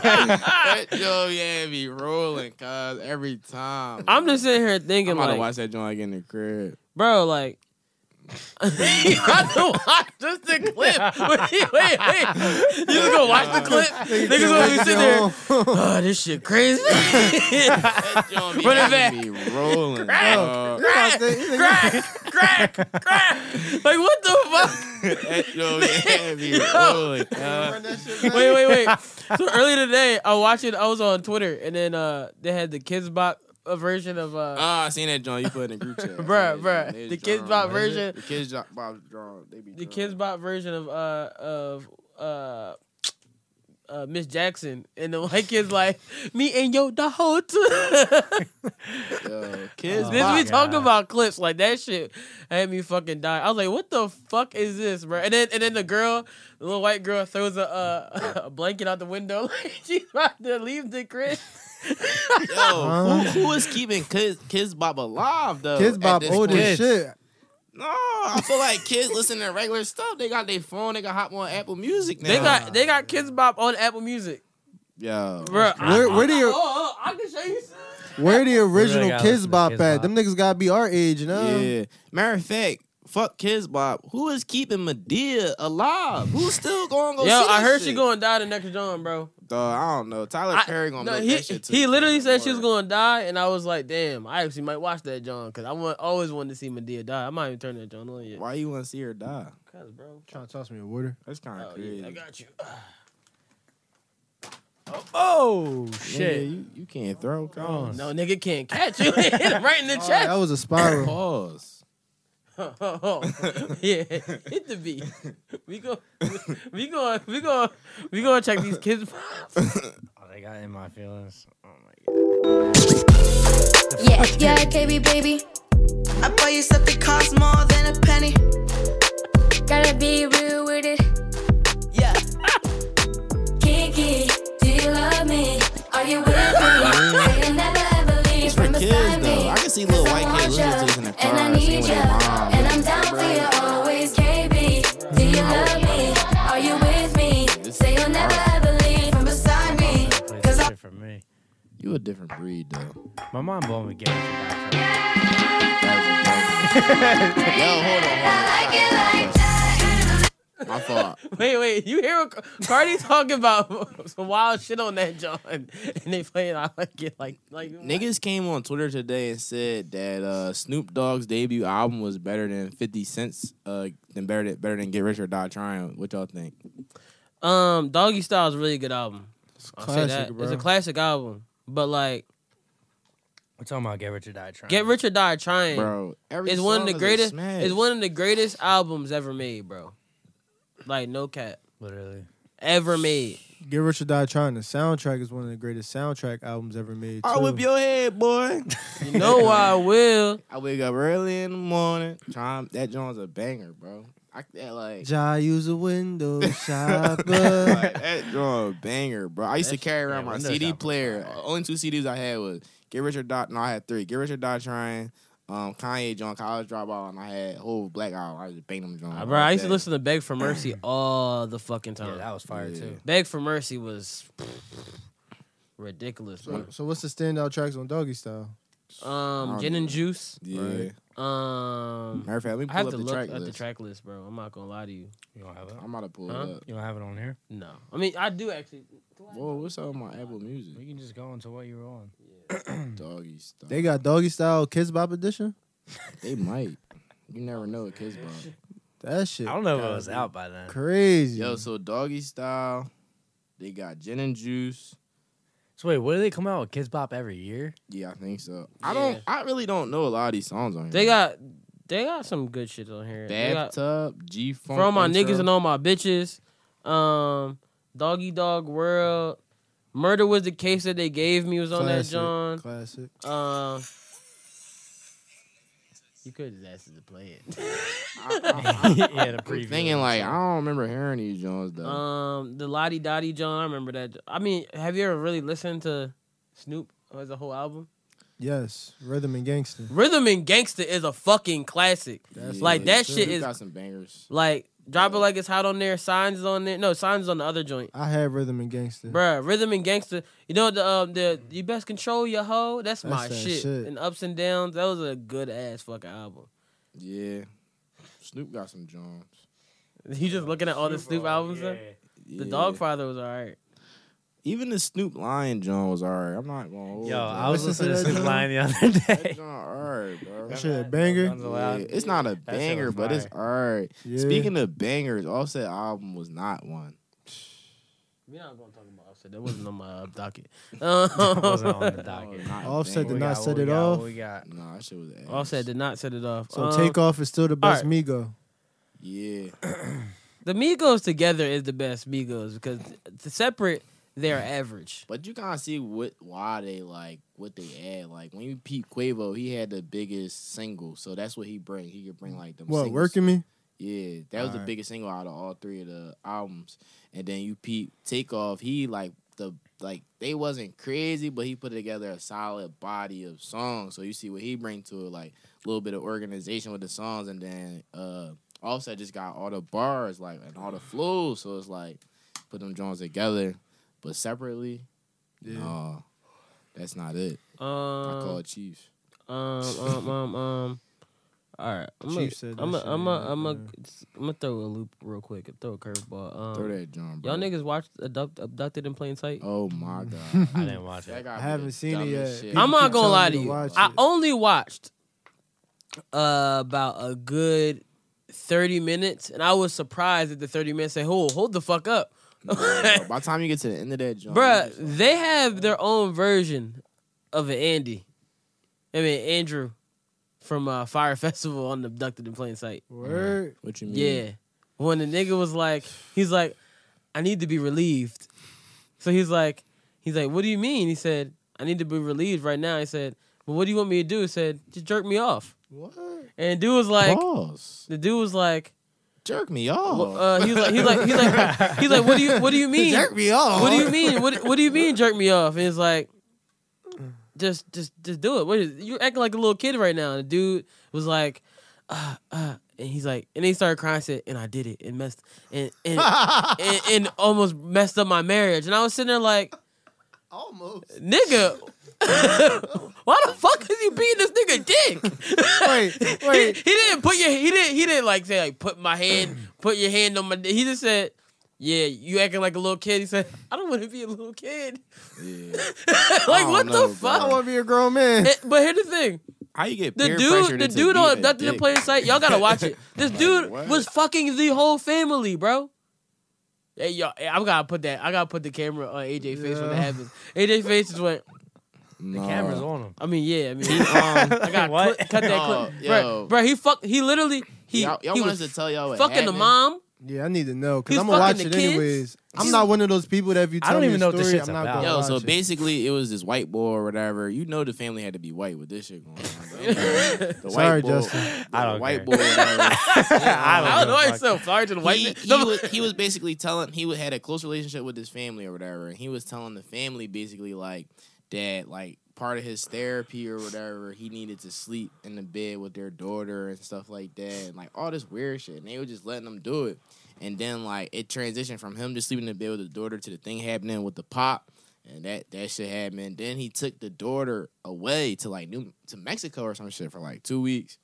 Speaker 4: that yo, yeah, be rolling, cuz every time.
Speaker 2: I'm just sitting here
Speaker 4: I'm
Speaker 2: thinking
Speaker 4: about to
Speaker 2: like,
Speaker 4: watch that joint like in the crib.
Speaker 2: bro, like. I don't watch just the clip. Wait, wait, wait. You just gonna watch the clip? Niggas gonna be sitting there. Oh, this shit crazy.
Speaker 4: That joint be,
Speaker 2: Run it
Speaker 4: having
Speaker 2: back.
Speaker 4: me rolling. dog.
Speaker 2: crack, crack, crack, crack. Like what the fuck?
Speaker 4: That joint be having me
Speaker 2: Yo.
Speaker 4: rolling. cuz.
Speaker 2: Wait, wait, wait. So earlier today, I watched it. I was on Twitter, and then uh, they had the Kids Bop uh, version of uh,
Speaker 4: Ah, I seen that joint you put in the group chat.
Speaker 2: Bruh, bruh.
Speaker 4: They
Speaker 2: The
Speaker 4: drawn.
Speaker 2: Kids Bop version-
Speaker 4: The kids bop drawn. They be
Speaker 2: the
Speaker 4: drawn.
Speaker 2: Kids Bop version of uh of uh. Uh, Miss Jackson and the white kids like me and yo the whole t-"
Speaker 4: Oh Yo, kids
Speaker 3: Oh,
Speaker 2: This
Speaker 4: bop.
Speaker 2: we
Speaker 3: God.
Speaker 2: talking about clips like that shit had me fucking die. I was like, what the fuck is this, bro? And then and then the girl, the little white girl, throws a uh, a blanket out the window like she's about to leave the crib.
Speaker 4: Yo, who, who is keeping kids, kids Bop alive though?
Speaker 5: Kids
Speaker 4: at
Speaker 5: Bop
Speaker 4: this
Speaker 5: old
Speaker 4: point?
Speaker 5: as
Speaker 3: point-
Speaker 5: shit.
Speaker 4: No, I feel like kids listen to regular stuff. They got their phone. They got hop on Apple Music now.
Speaker 2: They got they got Kids Bop on Apple Music,
Speaker 4: yo.
Speaker 2: bro.
Speaker 5: Where,
Speaker 2: Oh,
Speaker 5: where, the,
Speaker 2: oh, I can show you. some.
Speaker 5: where the
Speaker 3: Really
Speaker 5: original
Speaker 3: gotta listen
Speaker 5: Kids
Speaker 3: to
Speaker 5: Bop
Speaker 3: Kids
Speaker 5: at?
Speaker 3: Bop.
Speaker 5: Them niggas gotta be our age, you know?
Speaker 4: Yeah. Matter of fact, fuck kids Bop. Who is keeping Medea alive? Who's still going to go?
Speaker 2: Yo,
Speaker 4: see
Speaker 2: I
Speaker 4: this
Speaker 2: heard
Speaker 4: shit?
Speaker 2: she gonna die the next John, bro.
Speaker 4: Dog, I don't know. Tyler
Speaker 2: I-
Speaker 4: Perry gonna
Speaker 2: no,
Speaker 4: make
Speaker 2: he,
Speaker 4: that shit. to
Speaker 2: he
Speaker 4: the
Speaker 2: literally said she was
Speaker 4: world.
Speaker 2: gonna die, and I was like, damn, I actually might watch that John because I want, always wanted to see Medea die. I might even turn that John on yet.
Speaker 4: Why you want to see her die?
Speaker 2: Cause, bro,
Speaker 5: Trying to toss me a water.
Speaker 4: That's kind of
Speaker 2: oh,
Speaker 4: crazy.
Speaker 2: yeah, I got you.
Speaker 3: oh
Speaker 4: Nigga,
Speaker 3: shit!
Speaker 4: you, you can't throw.
Speaker 3: Oh,
Speaker 4: Cause.
Speaker 2: No nigga can't catch you Hit him right in the
Speaker 5: Oh, that
Speaker 2: chest.
Speaker 5: was a spiral.
Speaker 4: Pause.
Speaker 2: yeah, hit the beat. We go, we go, we go, we gonna check these kids.
Speaker 3: Oh, they got in my feelings. Oh my god.
Speaker 6: Yeah, yeah, baby, baby.
Speaker 7: I buy you stuff that costs more than a penny.
Speaker 6: Gotta be real with it.
Speaker 7: Yeah.
Speaker 6: Kiki, do you love me? Are you with me? Say you'll never ever leave
Speaker 4: For
Speaker 6: from
Speaker 4: kids
Speaker 6: beside
Speaker 4: though,
Speaker 6: me.
Speaker 4: I can see little white
Speaker 6: I
Speaker 4: kid
Speaker 6: want
Speaker 4: listening to this in the
Speaker 6: ya,
Speaker 4: car.
Speaker 6: and I need
Speaker 4: singing
Speaker 6: ya,
Speaker 4: with their mom.
Speaker 6: and I'm down for you always, KB. Do you love me? Are you with me? Say you'll never ever leave from beside me.
Speaker 3: Plays
Speaker 6: Cause
Speaker 3: this
Speaker 6: I
Speaker 3: shit for me.
Speaker 4: You a different breed though.
Speaker 3: My mom bought me games.
Speaker 4: Yo, hold on, hold
Speaker 6: like it like that.
Speaker 4: on. My fault.
Speaker 2: wait, wait, you hear what Cardi talking about some wild shit on that John, and they playing I like it like like
Speaker 4: Niggas came on Twitter today and said that uh, Snoop Dogg's debut album was better than Fifty Cent's, uh, than better than, better than Get Rich or Die Trying. What y'all think?
Speaker 2: Um, Doggy Style is a really good album. I'll say that.
Speaker 5: Classic, bro.
Speaker 2: It's a classic album, but like
Speaker 3: We're talking about get rich or die trying.
Speaker 2: Get Rich or Die Trying
Speaker 4: Bro, every
Speaker 2: is one of
Speaker 4: song
Speaker 2: the
Speaker 4: is a
Speaker 2: greatest.
Speaker 4: smash.
Speaker 2: Is one of the greatest albums ever made, bro. Like no cap,
Speaker 3: Literally.
Speaker 2: ever made.
Speaker 5: Get Rich or Die Trying. The soundtrack is one of the greatest soundtrack albums ever made.
Speaker 4: I
Speaker 5: too.
Speaker 4: whip your head, boy.
Speaker 2: You know I will.
Speaker 4: I wake up early in the morning. Trying that joint's a banger, bro. I that like.
Speaker 5: Ja use a window shopper.
Speaker 4: like, that joint a banger, bro. I used to
Speaker 3: That-
Speaker 4: carry around
Speaker 3: yeah,
Speaker 4: my
Speaker 3: Windows
Speaker 4: CD
Speaker 3: album.
Speaker 4: player. Only two CDs I had was Get Rich or Die. No, I had three. Get Rich or Die Trying, um, Kanye John College Dropout, and I had whole Black Album. I just bang them joints.
Speaker 2: Uh, bro, I
Speaker 4: all
Speaker 2: used to
Speaker 4: day.
Speaker 2: listen to Beg for Mercy all the fucking time.
Speaker 3: Yeah, that was fire
Speaker 4: Yeah.
Speaker 3: too.
Speaker 2: Beg for Mercy was ridiculous.
Speaker 5: so,
Speaker 2: Bro.
Speaker 5: so what's the standout tracks on Doggy Style?
Speaker 2: Um,
Speaker 4: don't
Speaker 2: Gin and
Speaker 4: know.
Speaker 2: Juice.
Speaker 4: Yeah.
Speaker 5: Right.
Speaker 2: Um,
Speaker 4: Matter of fact, let
Speaker 2: I
Speaker 4: me pull
Speaker 2: have
Speaker 4: up
Speaker 2: to
Speaker 4: the
Speaker 2: look
Speaker 4: track
Speaker 2: at the
Speaker 4: list.
Speaker 2: track list, bro. I'm not gonna lie to you.
Speaker 3: You don't have it.
Speaker 4: I'm about to pull
Speaker 2: Huh?
Speaker 4: it up.
Speaker 3: You don't have it on here.
Speaker 2: No, I mean I do actually. do I?
Speaker 4: Whoa, what's up with my Apple Music?
Speaker 3: We can just go into what you were on.
Speaker 2: Mm.
Speaker 4: Doggy stuff.
Speaker 5: They got Doggy Style Kids Bop edition.
Speaker 4: They might. You never know what kids about.
Speaker 5: That shit.
Speaker 3: I don't know if it was out by then.
Speaker 5: Crazy.
Speaker 4: Yo, so Doggy Style, they got Gin and Juice.
Speaker 3: So wait, what do they come out with Kids Bop every year?
Speaker 4: Yeah, I think so.
Speaker 2: Yeah.
Speaker 4: I don't. I really don't know a lot of these songs on here.
Speaker 2: They got they got some good shit on here. They got
Speaker 4: bathtub, G funk.
Speaker 2: for all my niggas and all my bitches. Um, Doggy Dog World, Murder was the case that they gave me was on
Speaker 5: Classic,
Speaker 2: that John.
Speaker 5: Classic.
Speaker 2: Uh, you could have asked us to play
Speaker 3: yeah, the
Speaker 4: I'm
Speaker 3: preview.
Speaker 4: thinking like I don't remember hearing these Jones
Speaker 2: it.
Speaker 4: though.
Speaker 2: um, the Lottie Dottie John. I remember that. I mean, have you ever really listened to Snoop as a whole album?
Speaker 5: Yes, Rhythm and Gangster.
Speaker 2: Rhythm and Gangsta is a fucking classic.
Speaker 4: That's
Speaker 2: like
Speaker 4: what
Speaker 2: that
Speaker 4: it
Speaker 2: shit
Speaker 4: He
Speaker 2: is
Speaker 4: got some bangers.
Speaker 2: like drop it like it's hot on there. Signs is on there. No, signs is on the other joint.
Speaker 5: I had Rhythm and Gangster.
Speaker 2: Bruh, rhythm and gangster. You know the um, the you best control your hoe. That's,
Speaker 5: That's
Speaker 2: my
Speaker 5: that
Speaker 2: shit.
Speaker 5: shit.
Speaker 2: And ups and downs. That was a good ass fucking album.
Speaker 4: Yeah, Snoop got some Jones.
Speaker 2: You just looking at all the Snoop albums.
Speaker 3: Yeah.
Speaker 2: though? The
Speaker 4: Yeah.
Speaker 2: Dogfather was alright.
Speaker 4: Even the Snoop Lion Jones was alright. I'm not gonna. hold
Speaker 3: Yo,
Speaker 4: you.
Speaker 3: I was
Speaker 5: Listen to
Speaker 3: listening to
Speaker 5: that
Speaker 3: Snoop
Speaker 5: John.
Speaker 3: Lion the other
Speaker 4: That
Speaker 3: day.
Speaker 4: joint alright, bro.
Speaker 5: That shit a banger.
Speaker 3: Guns
Speaker 4: Yeah,
Speaker 3: Aloud.
Speaker 4: it's not a
Speaker 3: was
Speaker 4: banger, but it's alright.
Speaker 5: Yeah.
Speaker 4: Speaking of bangers, Offset album was not one.
Speaker 2: We're not gonna talk about Offset. That wasn't on my uh, docket.
Speaker 3: It wasn't
Speaker 2: Um,
Speaker 3: on the
Speaker 4: That was
Speaker 3: docket.
Speaker 4: Oh, not a
Speaker 5: Offset
Speaker 3: What
Speaker 5: did
Speaker 4: banger.
Speaker 3: we
Speaker 5: not
Speaker 3: got,
Speaker 5: set
Speaker 3: what we
Speaker 5: it
Speaker 3: got,
Speaker 5: off.
Speaker 3: what we got?
Speaker 4: Nah, that shit was ass.
Speaker 2: Offset did not set it off.
Speaker 5: so
Speaker 2: Um,
Speaker 5: Takeoff is still the best
Speaker 2: alright.
Speaker 5: Migo.
Speaker 4: Yeah,
Speaker 2: The Migos together is the best Migos because to separate, they're average.
Speaker 4: but you kind of see what why they like what they add. Like when you peep Quavo, he had the biggest single, so that's what he bring. He could bring like them.
Speaker 5: What
Speaker 4: singles.
Speaker 5: working me?
Speaker 4: Yeah, that was the
Speaker 5: Alright.
Speaker 4: biggest single out of all three of the albums. And then you peep Takeoff, he like the like they wasn't crazy, but he put together a solid body of songs. So you see what he bring to it, like a little bit of organization with the songs, and then uh Offset just got all the bars like and all the flows. So it's like put them joints together, but separately,
Speaker 5: Yeah.
Speaker 4: no, that's not it.
Speaker 2: Um,
Speaker 4: I call it Chiefs.
Speaker 2: um, um, um, um. All right, I'm gonna,
Speaker 5: Chief said that
Speaker 2: I'm gonna,
Speaker 5: shit,
Speaker 2: I'm gonna,
Speaker 5: yeah,
Speaker 2: I'm
Speaker 5: yeah.
Speaker 2: gonna, throw a loop real quick. Throw a curveball. Um,
Speaker 4: Throw that joint, bro.
Speaker 2: Y'all niggas watched Abduct, Abducted in Plain Sight?
Speaker 4: Oh my god,
Speaker 3: I didn't watch
Speaker 4: That
Speaker 3: it.
Speaker 4: gotta
Speaker 5: I
Speaker 4: be the
Speaker 5: haven't seen it
Speaker 4: dumbest
Speaker 5: yet.
Speaker 4: shit.
Speaker 5: People
Speaker 2: I'm not
Speaker 5: keep
Speaker 2: gonna
Speaker 5: telling
Speaker 2: lie
Speaker 5: me
Speaker 2: to you.
Speaker 5: watch
Speaker 2: I
Speaker 5: it.
Speaker 2: only watched uh, about a good 30 minutes, and I was surprised at the 30 minutes. Say, hold, hold the fuck up,
Speaker 4: Bro, by the time you get to the end of that joint,
Speaker 2: bruh.
Speaker 4: you just like,
Speaker 2: They have their own version of an Andy. I mean Andrew from uh, Fire Festival on Abducted in Plain Sight.
Speaker 5: Word.
Speaker 4: what you mean?
Speaker 2: Yeah. When the nigga was like, he's like, I need to be relieved. So he's like, he's like, what do you mean? He said, I need to be relieved right now. He said, well, what do you want me to do? He said, just jerk me off.
Speaker 5: What?
Speaker 2: And dude was like,
Speaker 4: Pause.
Speaker 2: the dude was like,
Speaker 4: Jerk me off.
Speaker 2: well, uh, he's like, he's like, he's like, he's like, what do you, what do you mean?
Speaker 4: Jerk me off.
Speaker 2: What do you mean? What, what do you mean jerk me off? And it's like, just, just, just do it. What is, you're acting like a little kid right now. And the dude was like, uh, uh, and he's like, and then he started crying. Said, and I did it, and messed, and and, and and almost messed up my marriage. And I was sitting there like,
Speaker 5: Almost.
Speaker 2: nigga, why the fuck is you beating this nigga dick?
Speaker 5: Wait,
Speaker 2: He,
Speaker 5: wait.
Speaker 2: he didn't put your he didn't he didn't like say like put my hand put your hand on my dick. he just said yeah you acting like a little kid he said I don't want to be a little kid
Speaker 4: Yeah.
Speaker 2: like
Speaker 4: don't
Speaker 2: what
Speaker 4: know,
Speaker 2: the
Speaker 4: bro.
Speaker 5: I
Speaker 2: fuck
Speaker 5: want to be a grown man.
Speaker 2: It- but here's the thing
Speaker 4: How you get
Speaker 2: the
Speaker 4: peer
Speaker 2: dude
Speaker 4: pressured
Speaker 2: the
Speaker 4: into
Speaker 2: dude
Speaker 4: beating
Speaker 2: on
Speaker 4: a
Speaker 2: abducted in
Speaker 4: dick?
Speaker 2: plain sight y'all gotta watch it this dude
Speaker 4: what?
Speaker 2: was fucking the whole family bro. Hey y'all, hey, I gotta put that. I gotta put the camera on AJ face when
Speaker 5: Yeah.
Speaker 2: it happens. AJ face just went.
Speaker 4: Nah.
Speaker 3: Cameras on him.
Speaker 2: I mean, yeah. I mean, he, um, I got
Speaker 3: What?
Speaker 2: cut that
Speaker 4: Oh,
Speaker 2: clip, bro.
Speaker 4: yo.
Speaker 2: He fuck. He literally. He,
Speaker 4: y'all y'all
Speaker 2: he
Speaker 4: want
Speaker 2: was
Speaker 4: us to tell y'all what
Speaker 2: fucking the
Speaker 4: happened?
Speaker 2: mom.
Speaker 5: Yeah, I need to know because
Speaker 2: He's
Speaker 5: I'm gonna watch
Speaker 2: fucking
Speaker 5: it
Speaker 2: the kids.
Speaker 5: anyways. I'm
Speaker 2: He's-
Speaker 5: not one of those people that if you
Speaker 3: I
Speaker 5: tell
Speaker 3: don't
Speaker 5: me
Speaker 3: even
Speaker 5: a
Speaker 3: know what this
Speaker 5: story,
Speaker 3: shit's
Speaker 5: I'm not
Speaker 3: about.
Speaker 5: gonna
Speaker 4: Yo,
Speaker 5: watch
Speaker 4: so
Speaker 5: it.
Speaker 4: basically, it was this white boy or whatever. You know, the family had to be white with this shit going on. bro. The
Speaker 5: Sorry,
Speaker 4: white boy,
Speaker 5: Justin.
Speaker 4: The
Speaker 3: I don't
Speaker 4: white
Speaker 3: care.
Speaker 4: boy. Whatever.
Speaker 2: I don't know
Speaker 3: fuck.
Speaker 2: yourself. Sorry to the white
Speaker 4: he,
Speaker 2: man.
Speaker 4: he,
Speaker 2: No,
Speaker 4: was, he was basically telling he had a close relationship with his family or whatever, and he was telling the family basically like that like part of his therapy or whatever he needed to sleep in the bed with their daughter and stuff like that, and like all this weird shit, and they were just letting him do it, and then like it transitioned from him just sleeping in the bed with his daughter to the thing happening with the pop. And that, that shit happened. Then he took the daughter away to like New to Mexico or some shit for like two weeks.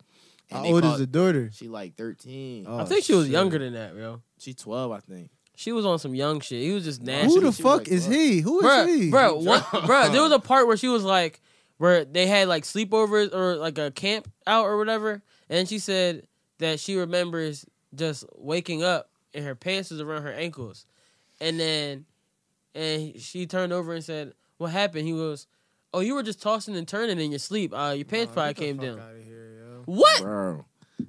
Speaker 5: How
Speaker 4: they
Speaker 5: old is
Speaker 4: called-
Speaker 5: the daughter?
Speaker 4: She like thirteen.
Speaker 5: Oh,
Speaker 2: I think she was
Speaker 5: shit.
Speaker 2: younger than that, bro.
Speaker 4: She twelve, I think.
Speaker 2: She was on some young shit. He was just nasty.
Speaker 5: Who the
Speaker 4: she was
Speaker 5: fuck
Speaker 4: like,
Speaker 5: is
Speaker 4: what?
Speaker 5: he? Who is
Speaker 2: bro,
Speaker 5: he?
Speaker 2: bro, one, bro, there was a part where she was like, where they had like sleepovers or like a camp out or whatever, and she said that she remembers just waking up and her pants was around her ankles, and then, and she turned over and said, "What happened?" He goes, "Oh, you were just tossing and turning in your sleep. Uh, your pants probably came down." What?
Speaker 4: Bro.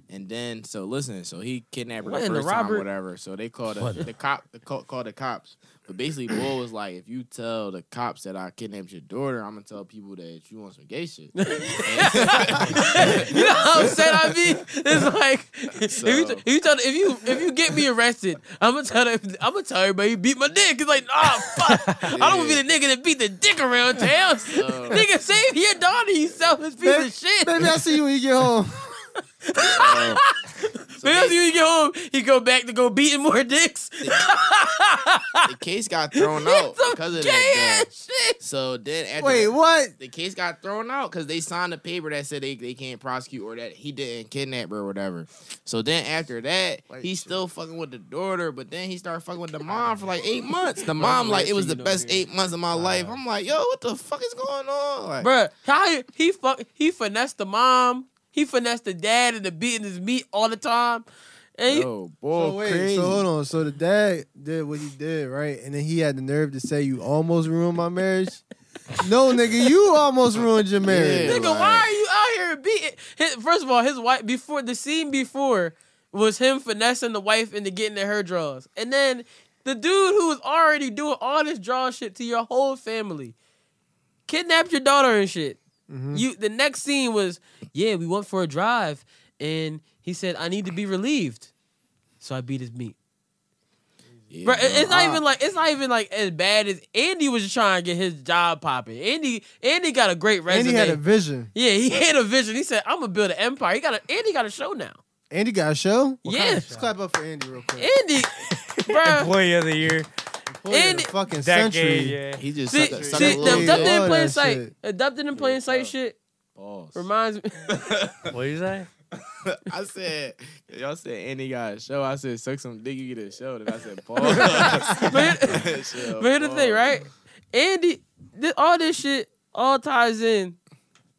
Speaker 4: And then so listen, so he kidnapped her
Speaker 2: What
Speaker 4: the
Speaker 2: in the
Speaker 4: first time,
Speaker 2: Robert-
Speaker 4: whatever. So they called the, the cop, the call, called the cops. But basically, Bull was like, if you tell the cops that I kidnapped your daughter, I'm gonna tell people that you want some gay shit.
Speaker 2: you know how upset I be? It's like
Speaker 4: So-
Speaker 2: if you if you, tell, if you if you get me arrested, I'm gonna tell them, I'm gonna tell everybody you beat my dick. It's like, nah, fuck. I don't want to be the nigga that beat the dick around town. nigga, save your daughter, you selfish piece
Speaker 5: Baby,
Speaker 2: of shit.
Speaker 5: baby, I'll see you when you get home.
Speaker 4: So-
Speaker 2: Maybe after you get home, he go back to go beating more dicks.
Speaker 4: the case got thrown out
Speaker 2: Some
Speaker 4: because of
Speaker 2: gay
Speaker 4: that.
Speaker 2: ass shit.
Speaker 4: So then after
Speaker 5: Wait, what?
Speaker 4: the case got thrown out because they signed a paper that said they, they can't prosecute or that he didn't kidnap her or whatever. So then after that, he's still fucking with the daughter, but then he started fucking with the mom for like eight months. The mom like it was the best eight months of my life. I'm like, yo, what the fuck is going on? Like,
Speaker 2: Bruh, how he- he fuck he finessed the mom, he finessed the dad into beating his meat all the time. And he-
Speaker 4: yo, boy,
Speaker 5: So wait,
Speaker 4: Oh, crazy.
Speaker 5: so hold on. So the dad did what he did, right? And then he had the nerve to say, "You almost ruined my marriage." no, nigga, you almost ruined your marriage.
Speaker 4: Yeah.
Speaker 2: nigga, why are you out here beating his, first of all, his wife before the scene before was him finessing the wife into getting to her draws. And then the dude who was already doing all this draw shit to your whole family. Kidnapped your daughter and shit. You the next scene was, yeah, we went for a drive and he said, I need to be relieved. So I beat his meat.
Speaker 4: Yeah,
Speaker 2: Bro, it- it's not
Speaker 4: uh,
Speaker 2: even like it's not even like as bad as Andy was just trying to get his job popping. Andy Andy got a great
Speaker 5: And
Speaker 2: resume.
Speaker 5: he had a vision.
Speaker 2: yeah, he had a vision. He said, "I'm gonna build an empire." He got a Andy got a show now.
Speaker 5: Andy got a show.
Speaker 2: yeah,
Speaker 5: Let's clap up for Andy real quick.
Speaker 2: Andy, bro.
Speaker 3: Employee of the year,
Speaker 5: Employee of the
Speaker 2: Andy-
Speaker 5: fucking century.
Speaker 3: decade, yeah.
Speaker 4: he just
Speaker 2: See,
Speaker 4: sucked a-
Speaker 2: see,
Speaker 4: sucked
Speaker 2: the
Speaker 4: a little
Speaker 5: them- them-
Speaker 2: adopted
Speaker 4: dick.
Speaker 5: all
Speaker 2: in plain
Speaker 5: that
Speaker 2: sight,
Speaker 5: shit.
Speaker 2: adopted in plain sight shit
Speaker 4: Pause.
Speaker 2: reminds me.
Speaker 3: What you say?
Speaker 4: I said, y'all said Andy got a show. I said, suck some dick, you get a show. Then I said, pause.
Speaker 2: but, here-
Speaker 4: Shit,
Speaker 2: but here's the thing,
Speaker 4: pause.
Speaker 2: right? Andy, thi- all this shit all ties in,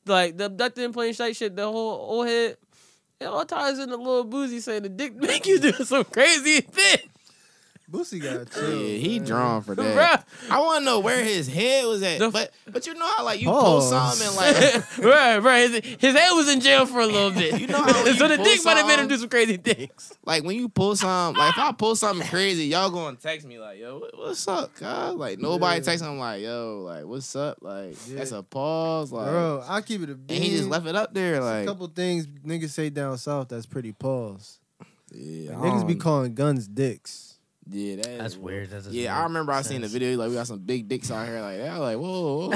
Speaker 2: like the abducted in plain sight shit. The whole old head, it all ties in. The little boozy saying the dick make you do some crazy thing,
Speaker 5: Boosie got a
Speaker 4: Yeah,
Speaker 5: chill.
Speaker 4: he
Speaker 5: man.
Speaker 4: drawn for that.
Speaker 2: bro.
Speaker 4: I want to know where his head was at.
Speaker 2: The-
Speaker 4: but but you know how like you
Speaker 5: Pause.
Speaker 4: post something and like
Speaker 2: right, right. His, his head was in jail for a little bit.
Speaker 4: You know how when
Speaker 2: so
Speaker 4: you
Speaker 2: the
Speaker 4: pull
Speaker 2: dick might have made him
Speaker 4: some-
Speaker 2: do some crazy things.
Speaker 4: like when you post something like if I post something crazy, y'all gonna text me like yo what- what's up, cuz? Like nobody
Speaker 5: Yeah.
Speaker 4: texts him like yo like what's up? Like
Speaker 5: Yeah.
Speaker 4: that's a pause. Like
Speaker 5: Bro, I keep it a
Speaker 4: and he just
Speaker 5: bean.
Speaker 4: left it up there
Speaker 5: It's
Speaker 4: like
Speaker 5: a couple things niggas say down south that's pretty pause.
Speaker 4: yeah, I
Speaker 5: Niggas be
Speaker 4: don't-
Speaker 5: calling guns dicks.
Speaker 4: yeah that
Speaker 3: That's
Speaker 4: is
Speaker 3: weird. That doesn't
Speaker 4: Yeah, I
Speaker 3: make
Speaker 4: remember I seen the
Speaker 3: sense.
Speaker 4: video. Like we got some big dicks out here like that. I was like whoa,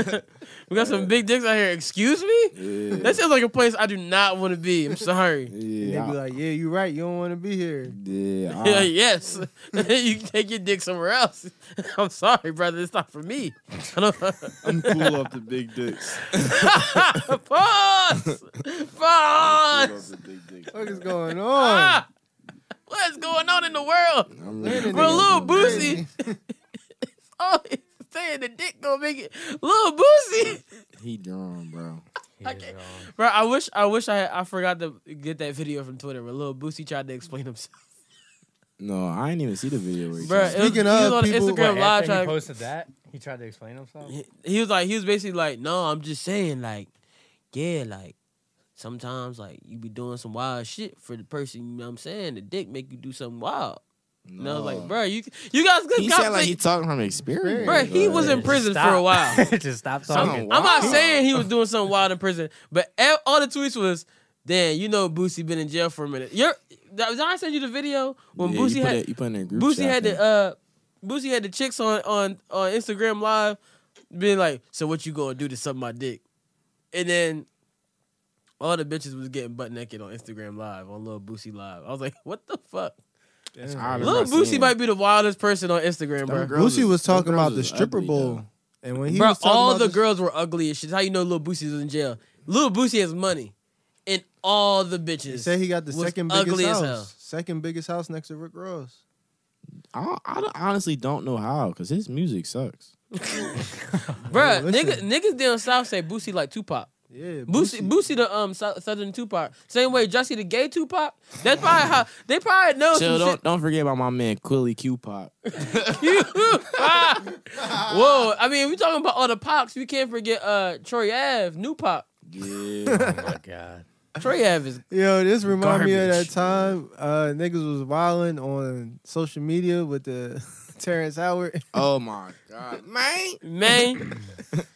Speaker 4: whoa, what?
Speaker 2: We got some big dicks out here. Excuse me?
Speaker 4: Yeah,
Speaker 2: That sounds like a place I do not want to be. I'm sorry.
Speaker 4: yeah,
Speaker 5: They be
Speaker 4: I-
Speaker 5: like, yeah, you right. You don't want to be here.
Speaker 4: yeah. I-
Speaker 2: Yeah, yes. you can take your dick somewhere else. I'm sorry, brother. It's not for me. I don't
Speaker 4: I'm cool off the big dicks.
Speaker 2: Pause! Pause!
Speaker 5: What is going on?
Speaker 2: Ah! What's going on in the world?
Speaker 4: I'm
Speaker 5: Landon
Speaker 2: Bro,
Speaker 5: niggas
Speaker 2: Lil
Speaker 5: be
Speaker 2: Boosie.
Speaker 5: crazy.
Speaker 2: Oh, he's saying the dick gonna make it. Lil Boosie!
Speaker 4: He drawn, bro.
Speaker 3: He is
Speaker 2: Okay.
Speaker 3: wrong.
Speaker 2: Bro, I wish I wish I I forgot to get that video from Twitter where Lil Boosie tried to explain himself.
Speaker 4: No, I didn't even see the video. Where he
Speaker 2: Bro,
Speaker 4: said-
Speaker 2: it was, he
Speaker 5: Speaking
Speaker 2: was
Speaker 5: of
Speaker 2: on
Speaker 5: people-
Speaker 2: Instagram
Speaker 3: Wait,
Speaker 2: live
Speaker 3: after
Speaker 2: trying
Speaker 3: he
Speaker 2: to
Speaker 3: posted that, he tried to explain himself.
Speaker 2: he- he was like he was basically like, no, I'm just saying like, yeah, like sometimes like you be doing some wild shit for the person, you know what I'm saying? The dick make you do something wild. And I was like, bro, you you guys could
Speaker 4: he sounded like he talking from experience.
Speaker 2: Bro, he was in
Speaker 3: Just
Speaker 2: prison for
Speaker 3: stop.
Speaker 2: a while.
Speaker 3: Just stop
Speaker 4: Something
Speaker 3: talking.
Speaker 2: I'm not
Speaker 4: wild.
Speaker 2: saying he was doing something wild in prison, but e- all the tweets was, damn, you know Boosie been in jail for a minute. You're did I send you the video when
Speaker 4: yeah,
Speaker 2: Boosie
Speaker 4: you put
Speaker 2: had
Speaker 4: it, you put it in a group
Speaker 2: Boosie
Speaker 4: chat,
Speaker 2: had
Speaker 4: I
Speaker 2: the
Speaker 4: think.
Speaker 2: uh Boosie had the chicks on on on Instagram live being like, "So what you gonna do to suck my dick?" And then all the bitches was getting butt naked on Instagram live on Lil Boosie live. I was like, "What the fuck?"
Speaker 5: Damn.
Speaker 4: I remember
Speaker 2: Lil
Speaker 4: seeing
Speaker 2: Boosie
Speaker 4: it.
Speaker 2: might be the wildest person on Instagram,
Speaker 4: Them
Speaker 2: bro.
Speaker 4: girls
Speaker 5: Boosie
Speaker 4: is-
Speaker 5: was
Speaker 4: them
Speaker 5: talking
Speaker 4: girls
Speaker 5: about the
Speaker 4: is
Speaker 5: stripper
Speaker 4: ugly,
Speaker 5: bowl,
Speaker 4: though.
Speaker 5: and when he
Speaker 2: Bro,
Speaker 5: was talking
Speaker 2: all
Speaker 5: about
Speaker 2: the
Speaker 5: this-
Speaker 2: girls were ugly as shit. That's how you know Lil Boosie was in jail? Lil Boosie has money, and all the
Speaker 5: They
Speaker 2: bitches.
Speaker 5: say he got the
Speaker 2: was
Speaker 5: second
Speaker 2: ugly
Speaker 5: biggest
Speaker 2: as
Speaker 5: house.
Speaker 2: hell.
Speaker 5: Second biggest house next to Rick Ross.
Speaker 4: I, don't, I don't- honestly don't know how because his music sucks.
Speaker 2: Bruh,
Speaker 5: Yo,
Speaker 2: nigga,
Speaker 5: listen.
Speaker 2: niggas down south say Boosie like Tupac.
Speaker 5: Yeah,
Speaker 2: Boosie, Boosie the um sou- Southern Tupac. Same way Jussie the gay Tupac. That's probably how they probably know
Speaker 4: Chill,
Speaker 2: some
Speaker 4: don't don't forget about my man Quilly Q Pop.
Speaker 2: shit. Whoa, I mean, we talking about all the pops. We can't forget uh Troy Ave, New Pop.
Speaker 4: Yeah,
Speaker 3: Oh my god.
Speaker 2: Trey Evans.
Speaker 5: Yo, this remind me of that
Speaker 2: Garbage.
Speaker 5: time uh, niggas was wilding on social media with the Terrence Howard.
Speaker 4: Oh my god, man!
Speaker 2: Man,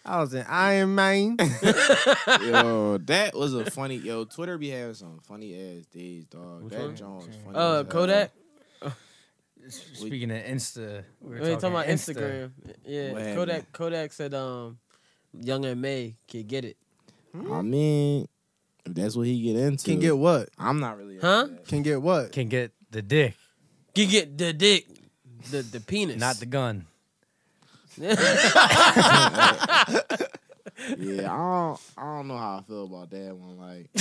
Speaker 5: I was in Iron Man.
Speaker 4: Yo, that was a funny. Yo, Twitter be having some funny ass days, dog.
Speaker 3: Which one?
Speaker 4: that Jones funny.
Speaker 2: uh,
Speaker 4: as hell.
Speaker 2: Kodak.
Speaker 3: Speaking of Insta, we were
Speaker 2: We ain't talking about Instagram. Yeah,
Speaker 4: What happened?
Speaker 2: Kodak. Kodak said, um, Young and May can get it.
Speaker 4: I mean, if that's what he get into,
Speaker 5: Can get what?
Speaker 4: I'm not really.
Speaker 2: Huh?
Speaker 4: into that.
Speaker 5: Can get what?
Speaker 3: Can get the dick,
Speaker 2: Can get the dick, the the penis.
Speaker 3: not the gun.
Speaker 4: Yeah, I don't. I don't know how I feel about that one.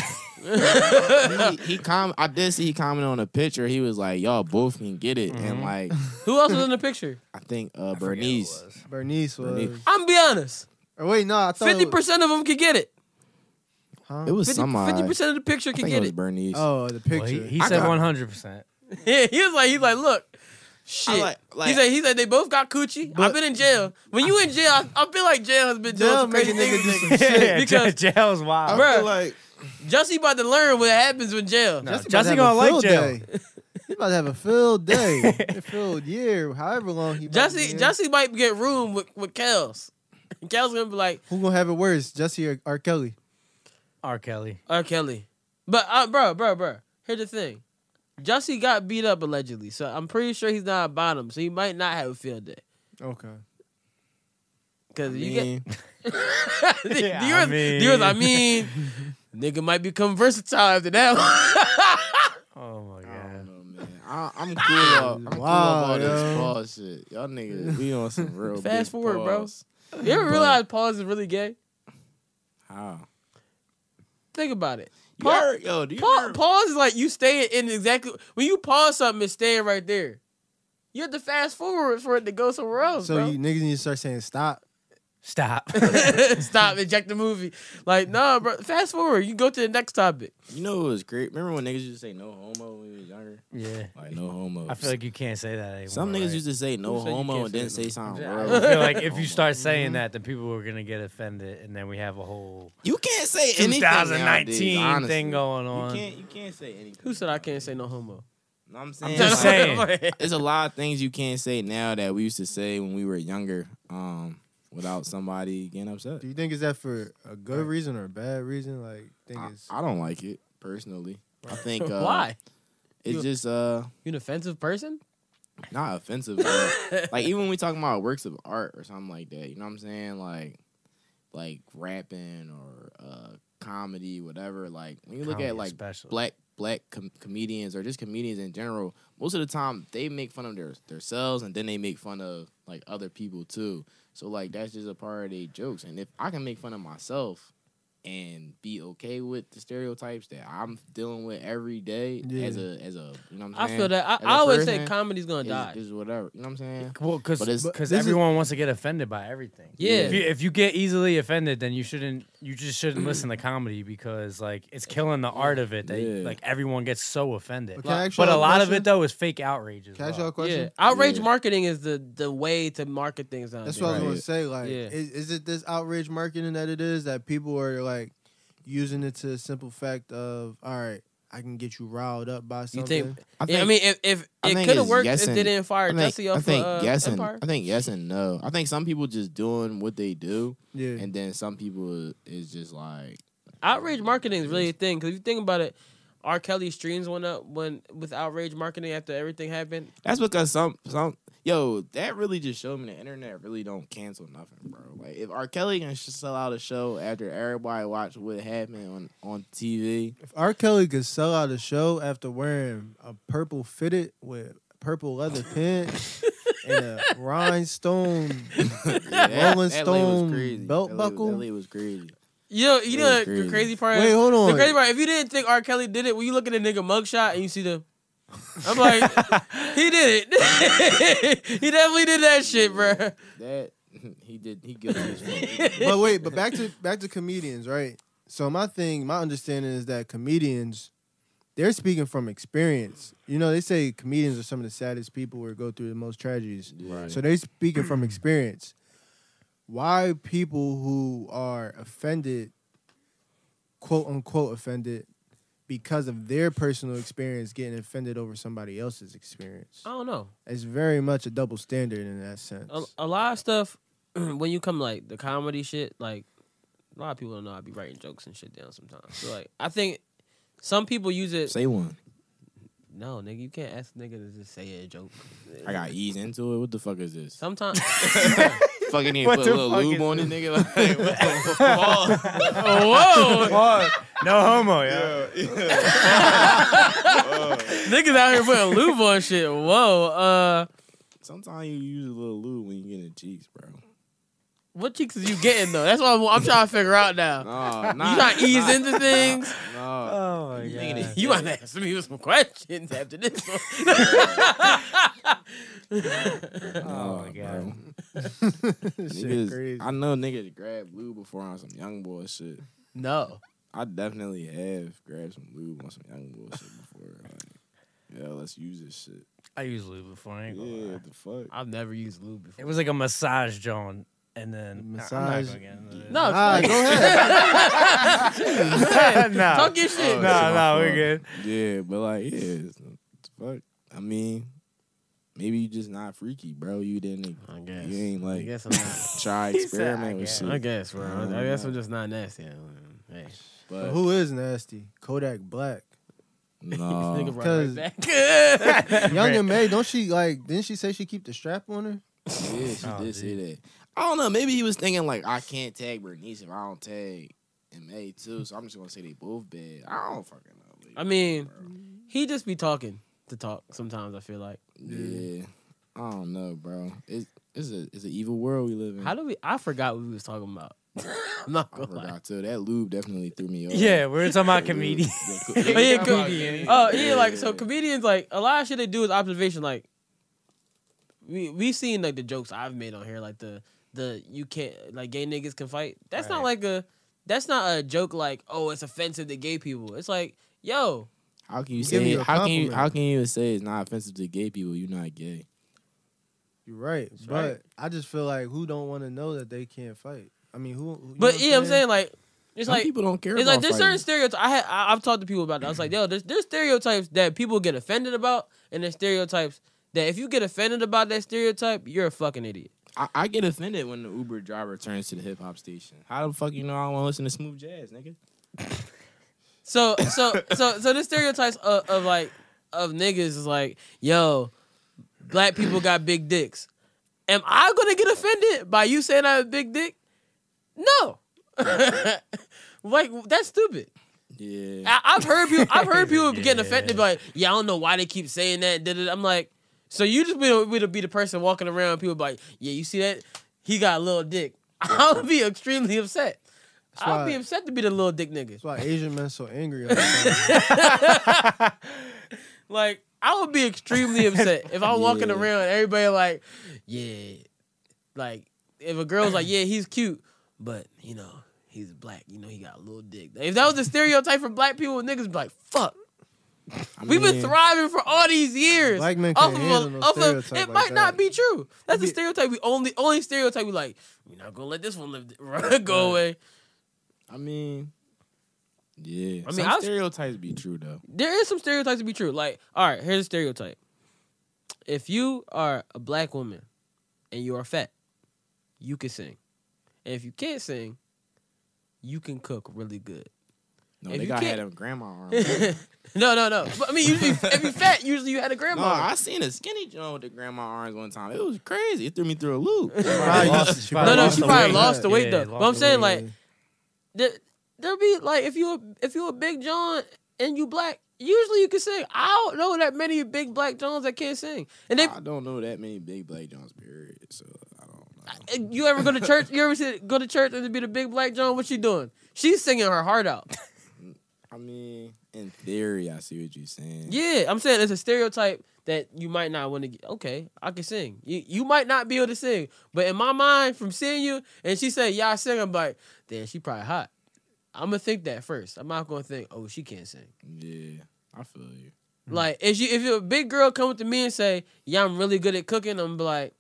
Speaker 4: Like, he, he com- I did see he commented on a picture. He was like, "Y'all both can get it," and like,
Speaker 2: Who else was in the picture?
Speaker 4: I think uh,
Speaker 3: Mm-hmm. I forget who it
Speaker 4: Bernice.
Speaker 3: was.
Speaker 5: Bernice was.
Speaker 4: Bernice.
Speaker 2: I'm be honest.
Speaker 5: Or wait, no, I thought it
Speaker 2: Fifty
Speaker 5: was-
Speaker 2: percent of them can get it.
Speaker 5: huh?
Speaker 4: It was somebody.
Speaker 2: Fifty percent of the picture
Speaker 4: I
Speaker 2: can
Speaker 4: think it
Speaker 2: get
Speaker 4: was
Speaker 2: it.
Speaker 4: Bernice.
Speaker 5: Oh, the
Speaker 3: Well,
Speaker 5: picture.
Speaker 3: he, he
Speaker 4: I
Speaker 3: said
Speaker 4: got-
Speaker 3: 100. percent
Speaker 2: Yeah, he was like, he's like, look, shit.
Speaker 4: like-
Speaker 2: he
Speaker 4: like-
Speaker 2: said, he said they both got coochie. I've
Speaker 5: But-
Speaker 2: been in jail. When you in jail, I, I feel like jail has been doing
Speaker 5: Jail
Speaker 2: some
Speaker 5: make
Speaker 2: crazy
Speaker 5: a nigga
Speaker 2: things.
Speaker 5: do some
Speaker 3: Yeah,
Speaker 2: because
Speaker 3: jail's
Speaker 4: I
Speaker 3: wild.
Speaker 2: Bruh.
Speaker 4: feel like
Speaker 2: Jussie about to learn what happens with jail.
Speaker 3: No,
Speaker 5: about
Speaker 3: Jussie
Speaker 5: to have
Speaker 3: gonna
Speaker 5: a
Speaker 3: like
Speaker 5: field
Speaker 3: jail.
Speaker 5: day. He about to have a filled day, a filled year, however long he. about to be
Speaker 2: Jussie,
Speaker 5: in.
Speaker 2: Jussie might get room with with Kels. Kels gonna be like
Speaker 5: Who gonna have it worse, Jussie or R. Kelly?
Speaker 3: R. Kelly.
Speaker 2: R. Kelly, but uh, bro, bro, bro. Here's the thing. Jussie got beat up allegedly, so I'm pretty sure he's not a bottom, so he might not have a field day.
Speaker 5: Okay.
Speaker 2: Cause
Speaker 4: I
Speaker 2: you get
Speaker 4: mean,
Speaker 2: the
Speaker 3: Yeah,
Speaker 2: yours,
Speaker 3: I mean.
Speaker 2: yours, I mean, nigga might become versatile after that.
Speaker 3: Oh my
Speaker 4: I don't
Speaker 3: god.
Speaker 4: know, man. I, I'm cool. up- I'm cool
Speaker 5: Wow,
Speaker 4: about
Speaker 5: yo.
Speaker 4: this pause shit. Y'all niggas, we on some real. big
Speaker 2: Fast forward, bro.
Speaker 4: pause.
Speaker 2: you ever realize Paul's is really gay?
Speaker 4: How?
Speaker 2: Think about it.
Speaker 4: You
Speaker 2: Pause-
Speaker 4: heard- yo, do you
Speaker 2: Pa-
Speaker 4: remember-
Speaker 2: pause is like you staying in exactly when you pause something, it's staying right there. You have to fast forward for it to go somewhere else.
Speaker 5: So
Speaker 2: bro.
Speaker 5: you niggas need to start saying stop.
Speaker 3: Stop.
Speaker 2: Stop, eject the movie. Like, nah, bro. Fast forward. You go to the next topic.
Speaker 4: You know it was great. Remember when niggas used to say no homo when we was younger?
Speaker 3: yeah.
Speaker 4: Like no homo.
Speaker 3: I feel like you can't say that anymore.
Speaker 4: some niggas
Speaker 3: right?
Speaker 4: used to say no
Speaker 2: Who said you
Speaker 4: homo
Speaker 2: can't
Speaker 4: and
Speaker 2: say no?
Speaker 4: then say something
Speaker 3: I
Speaker 4: wrong.
Speaker 3: feel like if you start saying that, then people are gonna get offended, and then we have a whole
Speaker 4: you can't say anything.
Speaker 3: 2019
Speaker 4: nowadays, honestly.
Speaker 3: thing going on.
Speaker 4: You can't. You can't say anything.
Speaker 2: Who said I can't say no homo?
Speaker 4: No, I'm saying.
Speaker 3: just
Speaker 4: like,
Speaker 3: saying.
Speaker 4: There's a lot of things you can't say now that we used to say when we were younger, um, without somebody getting upset.
Speaker 5: Do you think is that for a good reason or a bad reason? Like, think
Speaker 3: Uh,
Speaker 4: I,
Speaker 5: it's
Speaker 4: I don't like it personally. I think uh,
Speaker 2: Why?
Speaker 4: It's just uh
Speaker 2: You an offensive person?
Speaker 4: not offensive. but, like even when we talking about works of art or something like that, you know what I'm saying? Like like rapping or uh comedy, whatever. Like when you look
Speaker 3: Comedy
Speaker 4: at like
Speaker 3: especially.
Speaker 4: black black com- comedians or just comedians in general, most of the time they make fun of their themselves and then they make fun of like other people too. So like that's just a part of their jokes. And if I can make fun of myself and be okay with the stereotypes that I'm dealing with every day
Speaker 5: Yeah.
Speaker 4: as a as a you know what I'm
Speaker 2: I
Speaker 4: saying?
Speaker 2: feel that. I,
Speaker 4: As a
Speaker 2: I always say
Speaker 4: person,
Speaker 2: comedy's gonna die.
Speaker 4: is, is whatever. You know what I'm saying?
Speaker 3: Well, because
Speaker 4: But it's-
Speaker 5: But this is-
Speaker 3: everyone wants to get offended by everything.
Speaker 2: Yeah.
Speaker 3: If you, if you get easily offended, then you shouldn't. You just shouldn't listen to comedy because like it's killing the art of it. That
Speaker 4: Yeah.
Speaker 3: like everyone gets so offended.
Speaker 5: But can I ask
Speaker 3: But
Speaker 5: y'all
Speaker 3: a
Speaker 5: a
Speaker 3: lot of
Speaker 5: question?
Speaker 3: it though is fake outrage. As
Speaker 5: Can I ask
Speaker 3: well.
Speaker 5: y'all a question?
Speaker 2: Yeah, outrage
Speaker 4: Yeah.
Speaker 2: marketing is the the way to market things. Nowadays.
Speaker 5: That's what I was
Speaker 4: Right.
Speaker 5: gonna say. Like,
Speaker 2: Yeah.
Speaker 5: is, is it this outrage marketing that it is that people are like using it to the simple fact of, all right, I can get you riled up by
Speaker 2: You
Speaker 5: something.
Speaker 2: think? yeah, I mean, if, if
Speaker 4: I
Speaker 2: it
Speaker 4: think
Speaker 2: could have
Speaker 4: it's
Speaker 2: worked,
Speaker 4: yes
Speaker 2: if
Speaker 4: and-
Speaker 2: they didn't fire
Speaker 4: I think,
Speaker 2: Jesse off
Speaker 4: I think
Speaker 2: of uh,
Speaker 4: yes and
Speaker 2: Empire.
Speaker 4: I think yes and no. I think some people just doing what they do,
Speaker 5: yeah,
Speaker 4: and then some people is just like
Speaker 2: outrage marketing is really a thing because if you think about it, R. Kelly streams went up when with outrage marketing after everything happened.
Speaker 4: that's because some some yo that really just showed me the internet really don't cancel nothing, bro. Like if R. Kelly can sh- sell out a show after everybody watched what happened on on TV,
Speaker 5: if R. Kelly could sell out a show after wearing a purple fitted with purple leather pants and a rhinestone,
Speaker 4: yeah, that,
Speaker 5: Rolling
Speaker 4: that lady was
Speaker 5: Stone
Speaker 4: crazy.
Speaker 5: belt
Speaker 4: That lady-
Speaker 5: buckle?
Speaker 4: that lady was crazy.
Speaker 2: You know, you
Speaker 4: It
Speaker 2: know
Speaker 4: was
Speaker 2: the crazy.
Speaker 4: crazy.
Speaker 2: part.
Speaker 5: Wait, hold
Speaker 2: The
Speaker 5: on.
Speaker 2: crazy part. If you didn't think R. Kelly did it, when you look at a nigga mugshot and you see the, I'm like, he did it. he definitely did that shit, bro.
Speaker 4: That he did. He good. as fuck. He good.
Speaker 5: but wait, but back to back to comedians, right? So my thing, my understanding is that comedians, they're speaking from experience. You know, they say comedians are some of the saddest people or go through the most tragedies.
Speaker 4: Right.
Speaker 5: So they're speaking from experience. Why people who are offended, quote unquote offended, because of their personal experience getting offended over somebody else's experience.
Speaker 2: I don't know.
Speaker 5: It's very much a double standard in that sense.
Speaker 2: Um, a, a lot of stuff when you come like the comedy shit like a lot of people don't know i be writing jokes and shit down sometimes so like i think some people use it
Speaker 4: Say one.
Speaker 2: no nigga you can't ask a nigga to just say a joke
Speaker 4: I got ease into it. What the fuck is this?
Speaker 2: sometimes
Speaker 4: Fucking need to
Speaker 3: What
Speaker 4: put a
Speaker 3: the
Speaker 4: little
Speaker 3: fuck
Speaker 4: lube
Speaker 3: is
Speaker 4: on this nigga. Like, what the fuck?
Speaker 2: whoa
Speaker 3: Pause. No homo, yo.
Speaker 2: niggas out here putting lube on shit whoa uh
Speaker 4: Sometimes you use a little lube when you get in the cheeks, bro.
Speaker 2: what chicks is you getting though that's what i'm, I'm trying to figure out now
Speaker 4: Oh,
Speaker 2: you trying to ease into things
Speaker 4: No.
Speaker 3: Oh my
Speaker 4: You thinking
Speaker 3: god.
Speaker 4: it-
Speaker 2: you might ask me some questions after this one.
Speaker 3: Oh my god.
Speaker 5: Shit crazy.
Speaker 4: Niggas, I know niggas grab lube before on some young boy shit.
Speaker 2: no
Speaker 4: I definitely have grabbed some lube on some young boy shit before. Like, yeah, let's use this shit.
Speaker 3: I used lube before. I ain't gonna
Speaker 4: Yeah,
Speaker 3: lie.
Speaker 4: what the fuck.
Speaker 2: i've never used lube before
Speaker 3: It was like a massage joint, and then
Speaker 5: Massage-
Speaker 3: Nah, I'm not gonna get into this.
Speaker 2: no
Speaker 5: Ah, go ahead.
Speaker 3: nah.
Speaker 2: talk your shit
Speaker 4: Oh,
Speaker 3: Nah,
Speaker 4: it's my
Speaker 3: nah, we're
Speaker 4: fault.
Speaker 3: good.
Speaker 4: Yeah, but like, yeah, it's, it's fuck. I mean, maybe you just not freaky, bro. You didn't.
Speaker 2: I guess.
Speaker 4: You ain't
Speaker 2: I
Speaker 4: like
Speaker 2: guess I'm not.
Speaker 4: try
Speaker 3: He said,
Speaker 4: experiment
Speaker 3: I
Speaker 4: with
Speaker 3: guess.
Speaker 4: shit.
Speaker 2: I guess, bro. I, I guess I'm just not nasty. Hey.
Speaker 4: But
Speaker 5: Who is nasty? Kodak Black.
Speaker 2: Nigga
Speaker 4: no,
Speaker 2: brought
Speaker 5: Cause-
Speaker 2: it right back.
Speaker 5: Young and May, don't she like? Didn't she say she keep the strap on her?
Speaker 4: yeah, she
Speaker 3: Oh,
Speaker 4: did say that. I don't know. Maybe he was thinking like, I can't tag Bernice if I don't tag Ma too. So I'm just gonna say they both bad. I don't fucking know. like,
Speaker 2: I mean, he just be talking to talk sometimes, I feel like.
Speaker 4: yeah, I don't know, bro. It's it's a it's an evil world we live in.
Speaker 2: How do we I forgot what we was talking about. I'm not
Speaker 4: Mm. I
Speaker 2: gonna lie.
Speaker 4: forgot too. That lube definitely threw me off.
Speaker 3: Yeah, we were talking about comedians.
Speaker 4: comedian.
Speaker 2: Oh, yeah, co- oh, yeah, like so comedians like a lot of shit they do is observation, like we we seen like the jokes I've made on here, like the the you can't like gay niggas can fight. That's not
Speaker 3: Right.
Speaker 2: like a that's not a joke like, oh, it's offensive to gay people. It's like, yo,
Speaker 4: How can you
Speaker 5: Give
Speaker 4: say
Speaker 5: you a
Speaker 4: how can you
Speaker 5: compliment.
Speaker 4: how can you say it's not offensive to gay people? You're not gay.
Speaker 5: You're right, but
Speaker 2: right.
Speaker 5: I just feel like who don't want to know that they can't fight. I mean, who? who- you know
Speaker 2: But
Speaker 5: what
Speaker 2: yeah, I'm saying like it's
Speaker 4: Some
Speaker 2: like
Speaker 4: people don't care.
Speaker 2: it's
Speaker 4: about
Speaker 2: like there's certain
Speaker 4: fighting.
Speaker 2: stereotypes. I had I, I've talked to people about that. I was like, yo, there's there's stereotypes that people get offended about, and there's stereotypes that if you get offended about that stereotype, you're a fucking idiot.
Speaker 4: I, I get offended when the Uber driver turns to the hip hop station. How the fuck you know I want to listen to smooth jazz, nigga?
Speaker 2: So so so so the stereotypes of, of like of niggas is like, yo, black people got big dicks. Am I gonna get offended by you saying I have a big dick? No. like that's stupid.
Speaker 4: Yeah.
Speaker 2: I, I've heard people. I've heard people getting
Speaker 3: Yeah.
Speaker 2: offended. Be like, yeah, I don't know why they keep saying that. da, da, da." I'm like, so you just be be the, be the person walking around. People be like, yeah, you see that? He got a little dick. I'll be extremely upset. I'll
Speaker 5: why-
Speaker 2: be upset to be the little dick niggas.
Speaker 5: That's why Asian men so angry. all the time.
Speaker 2: Like I would be extremely upset if I'm walking
Speaker 4: Yeah.
Speaker 2: around and everybody like, yeah, like if a girl's like, yeah, he's cute, but you know he's black. You know he got a little dick. If that was the stereotype for black people, niggas be like, fuck.
Speaker 4: I
Speaker 2: We've been
Speaker 4: mean,
Speaker 2: thriving for all these years.
Speaker 5: Black men
Speaker 2: off
Speaker 5: can't
Speaker 2: of,
Speaker 5: handle
Speaker 2: a-
Speaker 5: no
Speaker 2: off of- it
Speaker 5: stereotype like
Speaker 2: might not
Speaker 5: that.
Speaker 2: be true. That's the
Speaker 5: Yeah.
Speaker 2: stereotype. We only only stereotype we like. We're not gonna let this one live go away.
Speaker 4: I mean, yeah.
Speaker 2: I mean,
Speaker 4: Some
Speaker 2: I was-
Speaker 4: stereotypes be true though.
Speaker 2: There is some stereotypes to be true. Like, all right, here's a stereotype. If you are a black woman and you are fat, you can sing. And if you can't sing, you can cook really good.
Speaker 4: No,
Speaker 2: If
Speaker 4: they
Speaker 2: you
Speaker 4: got
Speaker 2: can't-
Speaker 4: had them grandma arms.
Speaker 2: no, no, no. But, I mean, usually, if you fat, usually you had a
Speaker 4: No,
Speaker 2: grandma.
Speaker 4: I seen a skinny John with the grandma arms one time. It was crazy. It threw me through a loop.
Speaker 5: Probably
Speaker 3: lost-
Speaker 5: used-
Speaker 3: she
Speaker 5: she
Speaker 3: probably
Speaker 2: no, no,
Speaker 5: lost
Speaker 2: she
Speaker 5: the
Speaker 2: probably
Speaker 5: weight.
Speaker 2: lost the weight
Speaker 3: Yeah,
Speaker 2: though.
Speaker 3: lost
Speaker 2: But I'm
Speaker 3: the
Speaker 2: saying
Speaker 3: weight.
Speaker 2: like there there'll be like if you a- if you a big John and you black, usually you can sing. I don't know that many big black Johns that can't sing. And they
Speaker 4: I don't know that many big black Johns. Period. So I don't know.
Speaker 2: you ever go to church? You ever sit, go to church and it be the big black John? What she doing? She's singing her heart out.
Speaker 4: I mean, in theory, I see what you're saying.
Speaker 2: Yeah, I'm saying it's a stereotype that you might not want to get. Okay, I can sing. You you might not be able to sing, but in my mind, from seeing you and she say, "Yeah, I sing," I'm like, "Damn, she probably hot." I'm gonna think that first. I'm not gonna think, "Oh, she can't sing."
Speaker 4: Yeah, I feel you.
Speaker 2: Like if you if a big girl come up to me and say, "Yeah, I'm really good at cooking," I'm be like,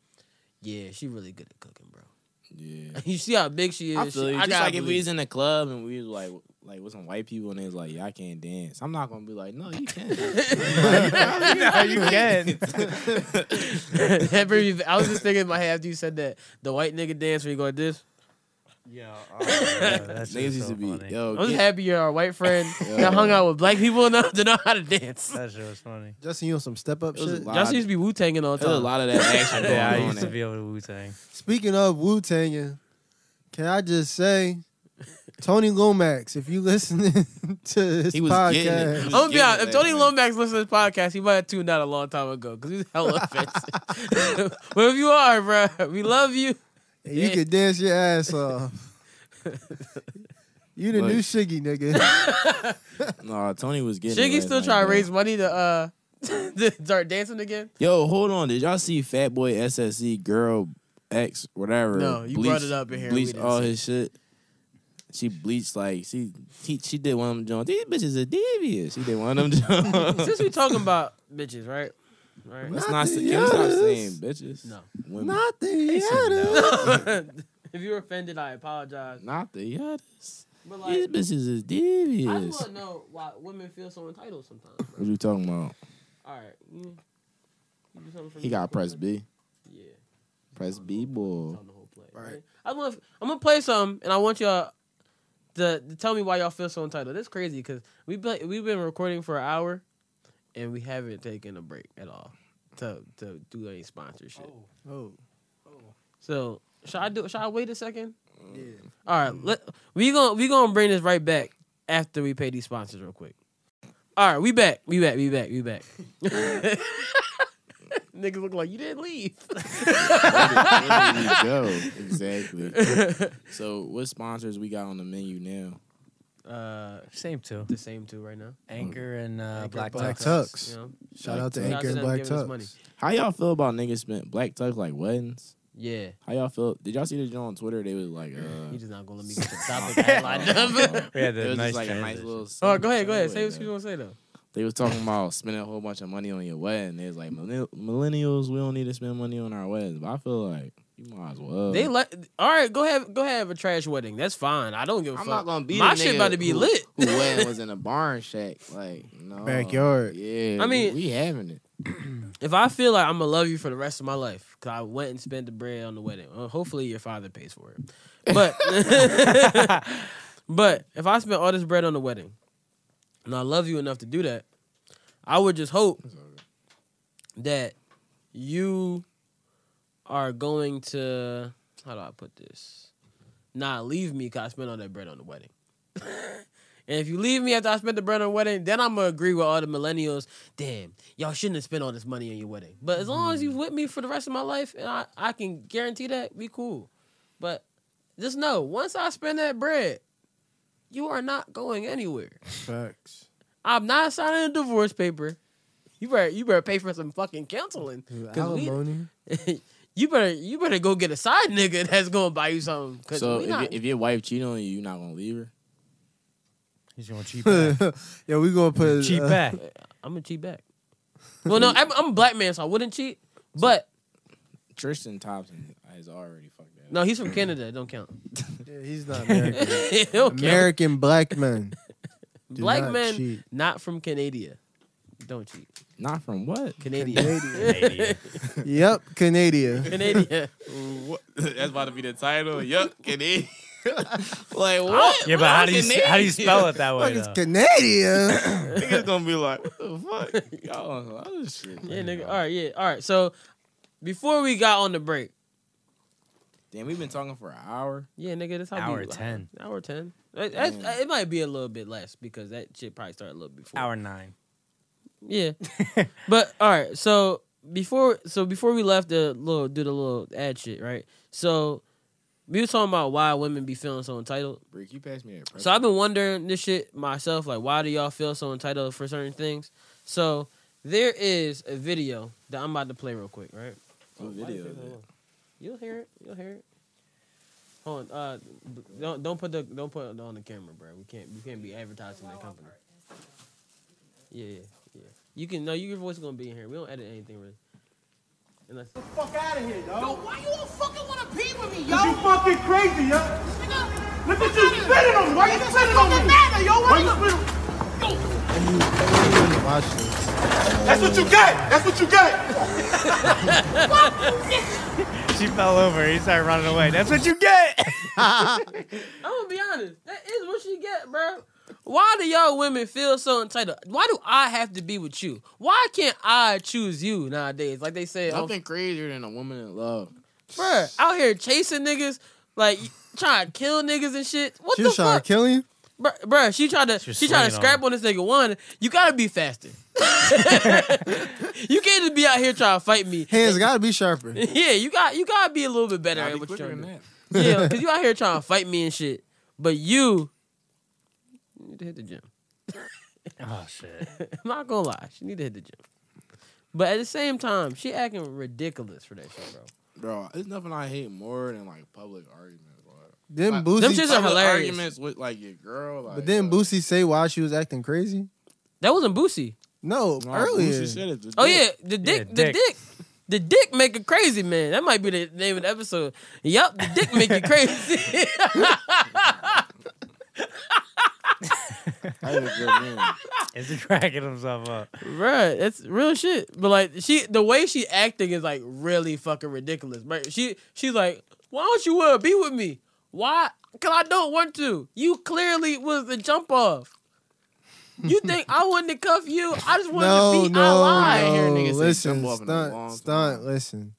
Speaker 2: "Yeah, she really good at cooking, bro."
Speaker 4: Yeah.
Speaker 2: you see how big she is.
Speaker 4: I feel
Speaker 2: She-
Speaker 4: you.
Speaker 2: I
Speaker 4: Just
Speaker 2: gotta
Speaker 4: like if we
Speaker 2: believe.
Speaker 4: was in the club and we was like, like with some white people and it's like, yeah, I can't dance. I'm not gonna be like, no, you can.
Speaker 3: no, you can.
Speaker 2: That made me- I was just thinking in my head after you said that the white nigga dance where you go like this.
Speaker 3: Yo, oh, yeah, that's
Speaker 4: Niggas used to be, yo,
Speaker 2: I'm just
Speaker 4: get-
Speaker 2: happy you're our white friend
Speaker 4: Yeah.
Speaker 2: that hung out with black people enough to know how to dance.
Speaker 3: That shit was funny.
Speaker 5: Justin, you on some step up
Speaker 4: It was
Speaker 5: shit?
Speaker 4: a lot.
Speaker 2: Justin used to be Wu Tanging all the
Speaker 4: there's a
Speaker 2: time.
Speaker 4: lot of that action going
Speaker 3: Yeah, I
Speaker 4: on.
Speaker 3: used to
Speaker 4: there.
Speaker 3: be able to Wu Tang.
Speaker 5: Speaking of Wu Tanging, can I just say, Tony Lomax, if you listening to his
Speaker 4: He was getting it. He was
Speaker 5: podcast,
Speaker 2: I'm gonna be
Speaker 4: getting
Speaker 2: honest. If
Speaker 4: it back
Speaker 2: Tony
Speaker 4: then.
Speaker 2: Lomax listens to this podcast, he might have tuned out a long time ago because he's hella offensive. but if you are, bro, we love you.
Speaker 5: and you can dance your ass off. you the
Speaker 4: Look.
Speaker 5: new Shiggy, nigga.
Speaker 4: No, Tony was getting. it
Speaker 2: Shiggy
Speaker 4: right
Speaker 2: still
Speaker 4: like
Speaker 2: trying
Speaker 4: that.
Speaker 2: to raise money to uh to start dancing again.
Speaker 4: Yo, hold on. Did y'all see Fat Boy SSC girl X whatever?
Speaker 2: No, you brought it up in here and we
Speaker 4: Bleached
Speaker 2: didn't
Speaker 4: all
Speaker 2: see
Speaker 4: his shit. She bleached like she he, she did one of them joints. These bitches are devious. She did one of them joints.
Speaker 2: Since we talking about bitches, right? Right.
Speaker 4: Let's not say, can we stop saying bitches. No, Women. not
Speaker 5: Not the yada.
Speaker 2: if you're offended, I apologize.
Speaker 4: the yaddest.
Speaker 2: But
Speaker 4: These
Speaker 2: like,
Speaker 4: bitches is
Speaker 2: I just
Speaker 4: devious.
Speaker 2: want to know why women feel so entitled sometimes.
Speaker 4: What you talking about?
Speaker 2: All right. You, you do something for
Speaker 4: He
Speaker 2: me?
Speaker 4: got press B.
Speaker 2: Yeah.
Speaker 4: Press B boy.
Speaker 2: on the whole play. Right. I'm gonna I'm gonna play some, and I want y'all to, to tell me why y'all feel so entitled. That's crazy because we play, we've been recording for an hour, and we haven't taken a break at all to to do any sponsorship.
Speaker 5: Oh,
Speaker 2: So should I do? Should I wait a second? Yeah. All right. Let we gonna we gonna bring this right back after we pay these sponsors real quick. All right, we back, we back, we back, we back. Niggas look like you didn't leave.
Speaker 4: Where did we go? Exactly. So, what sponsors we got on the menu now?
Speaker 2: Uh,
Speaker 3: Same two.
Speaker 2: the same two right now.
Speaker 3: Anchor and uh, Black,
Speaker 5: Black
Speaker 3: Tux.
Speaker 5: Tux.
Speaker 2: You know?
Speaker 5: shout out to
Speaker 4: Shout
Speaker 2: out to
Speaker 5: Anchor and
Speaker 2: them
Speaker 5: Black
Speaker 2: giving us money.
Speaker 5: Tux.
Speaker 4: How y'all feel about niggas spent black tux like weddings?
Speaker 2: Yeah,
Speaker 4: How y'all feel? Did y'all see the joint on Twitter? They was like,
Speaker 2: you
Speaker 4: uh,
Speaker 2: just not gonna let me get the topic I lined up.
Speaker 3: We had
Speaker 4: it
Speaker 3: the
Speaker 4: was
Speaker 3: nice
Speaker 4: just like a nice
Speaker 3: transition.
Speaker 4: little.
Speaker 2: Oh, go ahead, go ahead. Say
Speaker 4: segue,
Speaker 2: what you
Speaker 4: though.
Speaker 2: want to say though.
Speaker 4: They was talking about spending a whole bunch of money on your wedding. They was like, "Millenn- millennials, we don't need to spend money on our weddings. But I feel like you might as well.
Speaker 2: They let all right. Go have go have a trash wedding. That's fine. I don't give a
Speaker 4: I'm
Speaker 2: fuck.
Speaker 4: not gonna be
Speaker 2: my
Speaker 4: the
Speaker 2: shit
Speaker 4: nigga
Speaker 2: about to be
Speaker 4: who-
Speaker 2: lit.
Speaker 4: Who wedding was in a barn shack? Like no
Speaker 5: Backyard.
Speaker 4: Yeah,
Speaker 2: I
Speaker 4: I
Speaker 2: mean-
Speaker 4: mean we, we having it.
Speaker 2: If I feel like I'm gonna love you for the rest of my life, cause I went and spent the bread on the wedding. Well, hopefully your father pays for it. But but if I spent all this bread on the wedding, and I love you enough to do that, I would just hope that you are going to how do I put this? Nah, leave me cause I spent all that bread on the wedding. And if you leave me after I spent the bread on the wedding, then I'm gonna agree with all the millennials. Damn, y'all shouldn't have spent all this money on your wedding. But as long
Speaker 4: Mm.
Speaker 2: as you with me for the rest of my life, and I, I can guarantee that, we cool. But just know, once I spend that bread, you are not going anywhere.
Speaker 5: Facts.
Speaker 2: I'm not signing a divorce paper. You better you better pay for some fucking counseling. 'cause we-
Speaker 5: Alimony.
Speaker 2: you better you better go get a side nigga that's gonna buy you something. 'cause
Speaker 4: So
Speaker 2: we
Speaker 4: if,
Speaker 2: not-
Speaker 4: your- if your wife cheated on you, you not gonna leave her.
Speaker 3: He's going cheap back.
Speaker 5: yeah, we gonna put
Speaker 3: cheap
Speaker 5: uh,
Speaker 3: back.
Speaker 2: I'm gonna cheat back. Well, no, I'm, I'm a black man, so I wouldn't cheat. But
Speaker 4: Tristan Thompson has already fucked that.
Speaker 2: No, he's from Canada. It don't count.
Speaker 5: Yeah, he's not American.
Speaker 2: It don't count.
Speaker 5: American black men. do
Speaker 2: Black
Speaker 5: not
Speaker 2: men
Speaker 5: cheat.
Speaker 2: not from Canada. Don't cheat.
Speaker 4: Not from what?
Speaker 2: Canadian.
Speaker 5: Canadian. yep, Canadian.
Speaker 2: Canadian.
Speaker 4: That's about to be the title. Yup, Canadian. like
Speaker 2: what?
Speaker 3: Yeah, but how do you s- how do you spell it that way?
Speaker 5: It's
Speaker 3: though?
Speaker 5: Canadian.
Speaker 4: Niggas gonna be like, what the fuck? Y'all on some other shit.
Speaker 2: Yeah, nigga. All right, yeah. All right. So before we got on the break,
Speaker 4: Damn, we've been talking for an hour.
Speaker 2: yeah, nigga, that's how
Speaker 3: Hour
Speaker 2: we,
Speaker 3: 10.
Speaker 2: Hour ten. That- that's-
Speaker 4: Damn.
Speaker 2: it might be a little bit less because that shit probably started a little before.
Speaker 3: Hour nine.
Speaker 2: Yeah. but all right, so before so before we left the little do the little ad shit, right? So we were talking about why women be feeling so entitled.
Speaker 4: Brick, you passed me that. press.
Speaker 2: So I've been wondering this shit myself, like why do y'all feel so entitled for certain things? So there is a video that I'm about to play real quick, right?
Speaker 4: What video is that?
Speaker 2: You'll hear it. You'll hear it. Hold on. Uh, b- don't don't put the don't put it on the camera, bro. We can't we can't be advertising that company. Yeah, yeah, yeah. You can no, your voice is gonna be in here. We don't edit anything really. Unless
Speaker 8: Why you all fucking wanna pee with me, yo? You fucking crazy, yo. Look at you spitting on me. Why you spitting on me? matter, Hey, yo, wait up. Yo,
Speaker 5: Watch this.
Speaker 8: That's what you get. That's what you get.
Speaker 3: She fell over. He started running away. That's what you get.
Speaker 2: I'm gonna be honest. That is what she get, bro. Why do y'all women feel so entitled? Why do I have to be with you? Why can't I choose you nowadays? Like they say, oh,
Speaker 4: Nothing crazier than a woman in love.
Speaker 2: bro, out here chasing niggas, like trying to kill niggas and shit. What
Speaker 5: She
Speaker 2: the
Speaker 5: was trying
Speaker 2: fuck,
Speaker 5: to kill you?
Speaker 2: bro? Bruh, she tried to
Speaker 3: She
Speaker 2: she,
Speaker 3: was
Speaker 2: tried to
Speaker 3: swinging on
Speaker 2: scrap
Speaker 3: him.
Speaker 2: on this nigga. One, you gotta be faster. you can't just be out here trying to fight me.
Speaker 5: Hands gotta be sharper.
Speaker 2: Yeah, you got you gotta be a little bit better
Speaker 4: Gotta
Speaker 2: at
Speaker 4: be
Speaker 2: what you're
Speaker 4: quicker
Speaker 2: trying
Speaker 4: than
Speaker 2: to do.
Speaker 4: that.
Speaker 2: Yeah, because you out here trying to fight me and shit. But you, you need to hit the gym.
Speaker 3: Oh shit.
Speaker 2: I'm not gonna lie, she need to hit the gym. But at the same time, she acting ridiculous for that shit, bro.
Speaker 4: Bro, there's nothing I hate more than like public arguments. Bro.
Speaker 5: Didn't
Speaker 4: Them
Speaker 2: Them
Speaker 5: Boosie
Speaker 2: shits are
Speaker 4: Public
Speaker 2: hilarious.
Speaker 4: Arguments with like your girl. Like, uh,
Speaker 5: But didn't
Speaker 4: bro.
Speaker 5: Boosie say why she was acting crazy?
Speaker 2: That wasn't Boosie.
Speaker 5: No,
Speaker 4: No,
Speaker 5: earlier.
Speaker 4: Boosie said it, the
Speaker 2: Oh
Speaker 4: dick.
Speaker 2: yeah, the dick, the
Speaker 3: dick.
Speaker 2: dick, the dick make a crazy man. That might be the name of the episode. Yup, the dick make you crazy.
Speaker 4: That is a good man.
Speaker 3: Is he cracking himself up?
Speaker 2: Right, it's real shit. But like she, the way she acting is like really fucking ridiculous. Right, she she's like, why don't you want to be with me? Why? Cause I don't want to. You clearly was the jump off. You think I wouldn't have cuffed you? I just wanted to
Speaker 5: No, no,
Speaker 2: be I lied.
Speaker 4: hear
Speaker 5: no.
Speaker 4: niggas say
Speaker 5: Listen,
Speaker 4: jumbo up in a long
Speaker 5: stunt, stunt.
Speaker 4: time.
Speaker 5: Listen,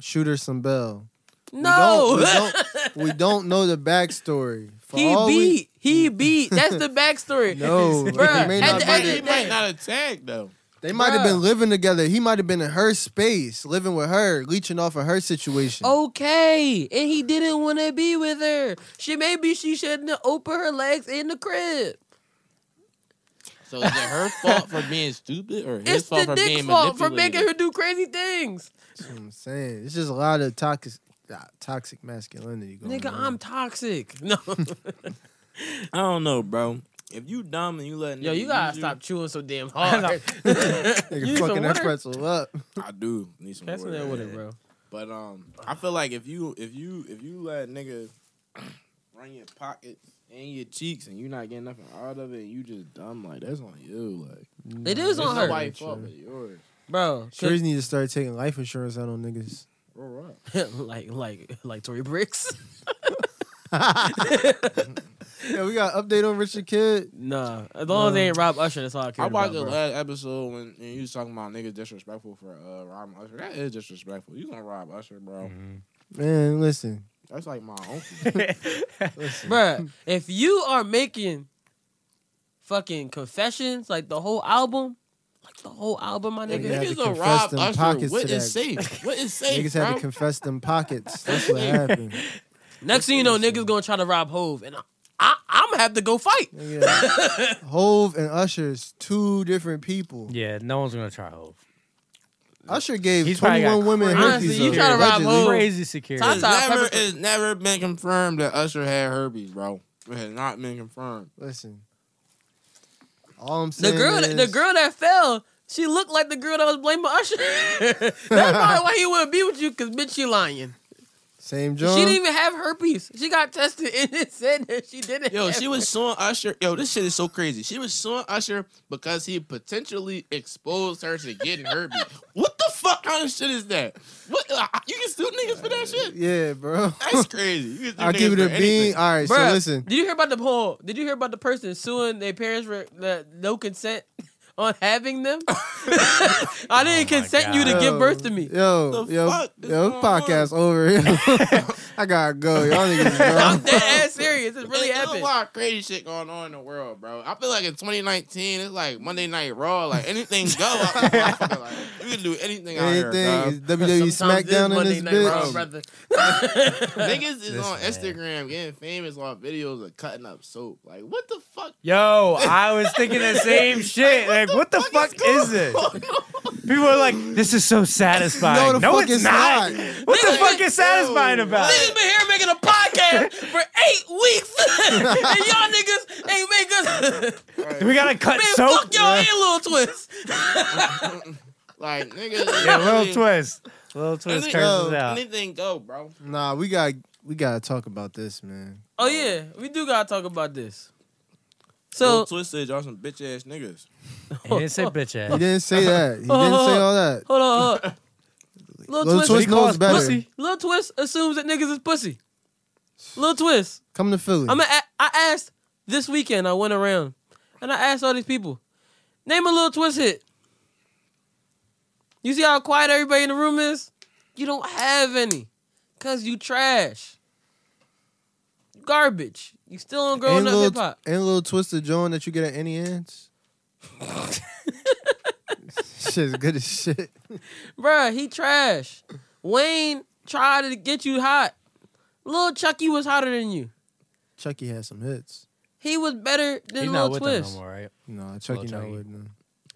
Speaker 5: shoot her some bell.
Speaker 2: No,
Speaker 5: we don't, we don't, we don't know the backstory. For
Speaker 2: he
Speaker 5: all we- Mm.
Speaker 2: beat. He beat. That's the backstory. Bruh,
Speaker 5: no, they may
Speaker 2: at
Speaker 5: not
Speaker 2: the
Speaker 5: be-
Speaker 2: end
Speaker 4: He
Speaker 2: of
Speaker 4: might not attack though.
Speaker 5: They might have
Speaker 2: Bruh.
Speaker 5: been living together. He might have been in her space, living with her, leeching off of her situation.
Speaker 2: Oh. Okay, and he didn't want to be with her. She maybe she shouldn't have opened her legs in the crib.
Speaker 4: So is it her fault for being stupid or his
Speaker 2: It's
Speaker 4: fault
Speaker 2: the
Speaker 4: for
Speaker 2: dick's
Speaker 4: being
Speaker 2: fault for
Speaker 4: manipulated?
Speaker 2: making her do crazy things.
Speaker 5: That's what I'm saying. It's just a lot of toxic, ah, toxic masculinity going
Speaker 2: Nigga,
Speaker 5: on.
Speaker 2: I'm toxic. No.
Speaker 4: I don't know, bro. If you dumb and you let
Speaker 2: Yo,
Speaker 4: niggas
Speaker 2: you gotta
Speaker 4: use
Speaker 2: stop chewing so damn hard.
Speaker 5: Nigga
Speaker 2: You need
Speaker 5: fucking
Speaker 2: some
Speaker 5: her
Speaker 2: water?
Speaker 5: pretzel up.
Speaker 4: I do need some
Speaker 2: That's
Speaker 4: water.
Speaker 2: that with it, bro.
Speaker 4: But um, I feel like if you if you if you let nigga run your pockets and your cheeks and you not getting nothing out of it, and you just dumb like that's on you. Like
Speaker 2: It is
Speaker 4: it's
Speaker 2: on her,
Speaker 4: nobody's
Speaker 5: true.
Speaker 4: fault but yours.
Speaker 2: bro. 'cause-
Speaker 5: Sure, need to start taking life insurance out on niggas.
Speaker 4: Roll up.
Speaker 2: like, like, like Tory Bricks.
Speaker 5: Yeah, we got an update on Richard Kidd.
Speaker 2: nah, as long as they ain't Rob Usher, that's all I care
Speaker 4: I watched
Speaker 2: about. Bro.
Speaker 4: the last episode when when you was talking about niggas disrespectful for uh robbing Usher. That is disrespectful. You gonna rob Usher, bro?
Speaker 5: Mm-hmm. Man, listen.
Speaker 4: That's like my uncle.
Speaker 2: Bruh, if you are making fucking confessions, like the whole album, like the whole album, my
Speaker 5: Yeah,
Speaker 2: nigga.
Speaker 5: yeah. had to
Speaker 4: niggas gonna
Speaker 5: confess
Speaker 4: rob
Speaker 5: them
Speaker 4: Usher.
Speaker 5: pockets
Speaker 4: What
Speaker 5: to
Speaker 4: is
Speaker 5: that.
Speaker 4: safe? What is safe,
Speaker 5: Niggas
Speaker 4: bro?
Speaker 5: had to confess them pockets. That's what happened.
Speaker 2: Next thing you know, niggas gonna try to rob Hove, and I, I, I'm gonna have to go fight.
Speaker 5: Nigga, Hove and Usher's two different people.
Speaker 3: Yeah, no one's gonna try Hove.
Speaker 5: Usher gave
Speaker 3: He's probably
Speaker 5: 21
Speaker 3: got
Speaker 5: women
Speaker 2: crazy
Speaker 5: herpes.
Speaker 2: Honestly, you
Speaker 5: though,
Speaker 2: tryna rob
Speaker 5: allegedly.
Speaker 2: Hov.
Speaker 3: Crazy security.
Speaker 2: Top-
Speaker 4: It's
Speaker 2: top
Speaker 4: never,
Speaker 2: pepper-
Speaker 4: it's never been confirmed that Usher had herpes, bro. It has not been confirmed.
Speaker 5: Listen. All I'm
Speaker 2: The
Speaker 5: saying
Speaker 2: girl,
Speaker 5: is,
Speaker 2: the girl that fell, she looked like the girl that was blaming Usher. That's probably why he wouldn't be with you, cause bitch, she lying.
Speaker 5: Same John.
Speaker 2: She didn't even have herpes. She got tested and it said that she didn't.
Speaker 4: Yo,
Speaker 2: have
Speaker 4: she was suing Usher. Yo, this shit is so crazy. She was suing Usher because he potentially exposed her to getting herpes. What the fuck kind of shit is that? What uh, you can sue niggas for that shit?
Speaker 5: yeah, bro.
Speaker 4: That's crazy. You can sue
Speaker 5: I'll give
Speaker 4: niggas
Speaker 5: it a
Speaker 4: for
Speaker 5: bean.
Speaker 4: anything.
Speaker 5: All right,
Speaker 2: Bruh,
Speaker 5: so listen.
Speaker 2: Did you hear about the poll? Did you hear about the person suing their parents for the no consent on having them? I didn't
Speaker 3: my
Speaker 2: consent you to
Speaker 5: Yo,
Speaker 2: give birth to me.
Speaker 5: Yo,
Speaker 4: The
Speaker 5: yo,
Speaker 4: fuck is
Speaker 5: yo,
Speaker 4: going
Speaker 5: podcast over. I gotta go. Y'all niggas
Speaker 2: I'm
Speaker 5: drunk.
Speaker 2: dead ass serious. It really
Speaker 4: There's a
Speaker 2: happened.
Speaker 4: lot of crazy shit going on in the world, bro. I feel like in 2019, it's like Monday Night Raw, like anything go. I feel like you can do anything, out here, bro.
Speaker 5: Anything. Is WWE
Speaker 2: Sometimes this
Speaker 5: SmackDown in
Speaker 2: Monday
Speaker 5: this
Speaker 2: Night Raw,
Speaker 5: bitch?
Speaker 2: brother.
Speaker 4: Niggas is
Speaker 3: This
Speaker 4: on
Speaker 3: man.
Speaker 4: Instagram getting famous on videos of cutting up soap. Like, what the fuck?
Speaker 3: Yo, I was thinking the same shit. Like, what the, fuck, is, this? People are like, this is so satisfying.
Speaker 5: No, the fuck
Speaker 3: it's
Speaker 5: it's
Speaker 3: not.
Speaker 5: not.
Speaker 3: What the
Speaker 2: Nigga,
Speaker 3: fuck is satisfying
Speaker 4: yo.
Speaker 3: about
Speaker 2: Niggas
Speaker 3: it?
Speaker 2: been here making a podcast for eight weeks, and y'all niggas ain't make us.
Speaker 3: Do we gotta cut
Speaker 2: Man,
Speaker 3: soap?
Speaker 2: fuck y'all and Lil Twist.
Speaker 4: Like, niggas.
Speaker 3: Yeah, little
Speaker 4: really-
Speaker 3: twist. Little twist
Speaker 4: anything-
Speaker 3: curses out.
Speaker 4: Anything go, bro.
Speaker 5: Nah, we got we gotta talk about this, man.
Speaker 2: Oh yeah, we do gotta talk about this. So
Speaker 4: twisted, y'all some bitch ass niggas.
Speaker 3: He didn't say bitch
Speaker 5: He
Speaker 3: ass.
Speaker 5: didn't say that. He didn't say all that.
Speaker 2: hold on, hold on. Lil,
Speaker 5: Lil
Speaker 2: Twist,
Speaker 5: Twist knows better.
Speaker 2: pussy. Lil Twist assumes that niggas is pussy. Lil Twist.
Speaker 5: Come to Philly.
Speaker 2: I'm a, I asked this weekend. I went around and I asked all these people, name a little twist hit. You see how quiet everybody in the room is? You don't have any, cause you trash, garbage. You still on growing
Speaker 5: ain't
Speaker 2: up hip
Speaker 5: little,
Speaker 2: hop.
Speaker 5: ain't little twisted joint that you get at any ends. Shit's good as shit.
Speaker 2: Bruh, he trash. Wayne tried to get you hot. Lil Chucky was hotter than you.
Speaker 5: Chucky had some hits.
Speaker 2: He was better
Speaker 3: He's
Speaker 2: than Lil
Speaker 3: not with them no
Speaker 2: Twist.
Speaker 3: more, right?
Speaker 5: No, Chucky not
Speaker 3: Chucky.
Speaker 5: with no.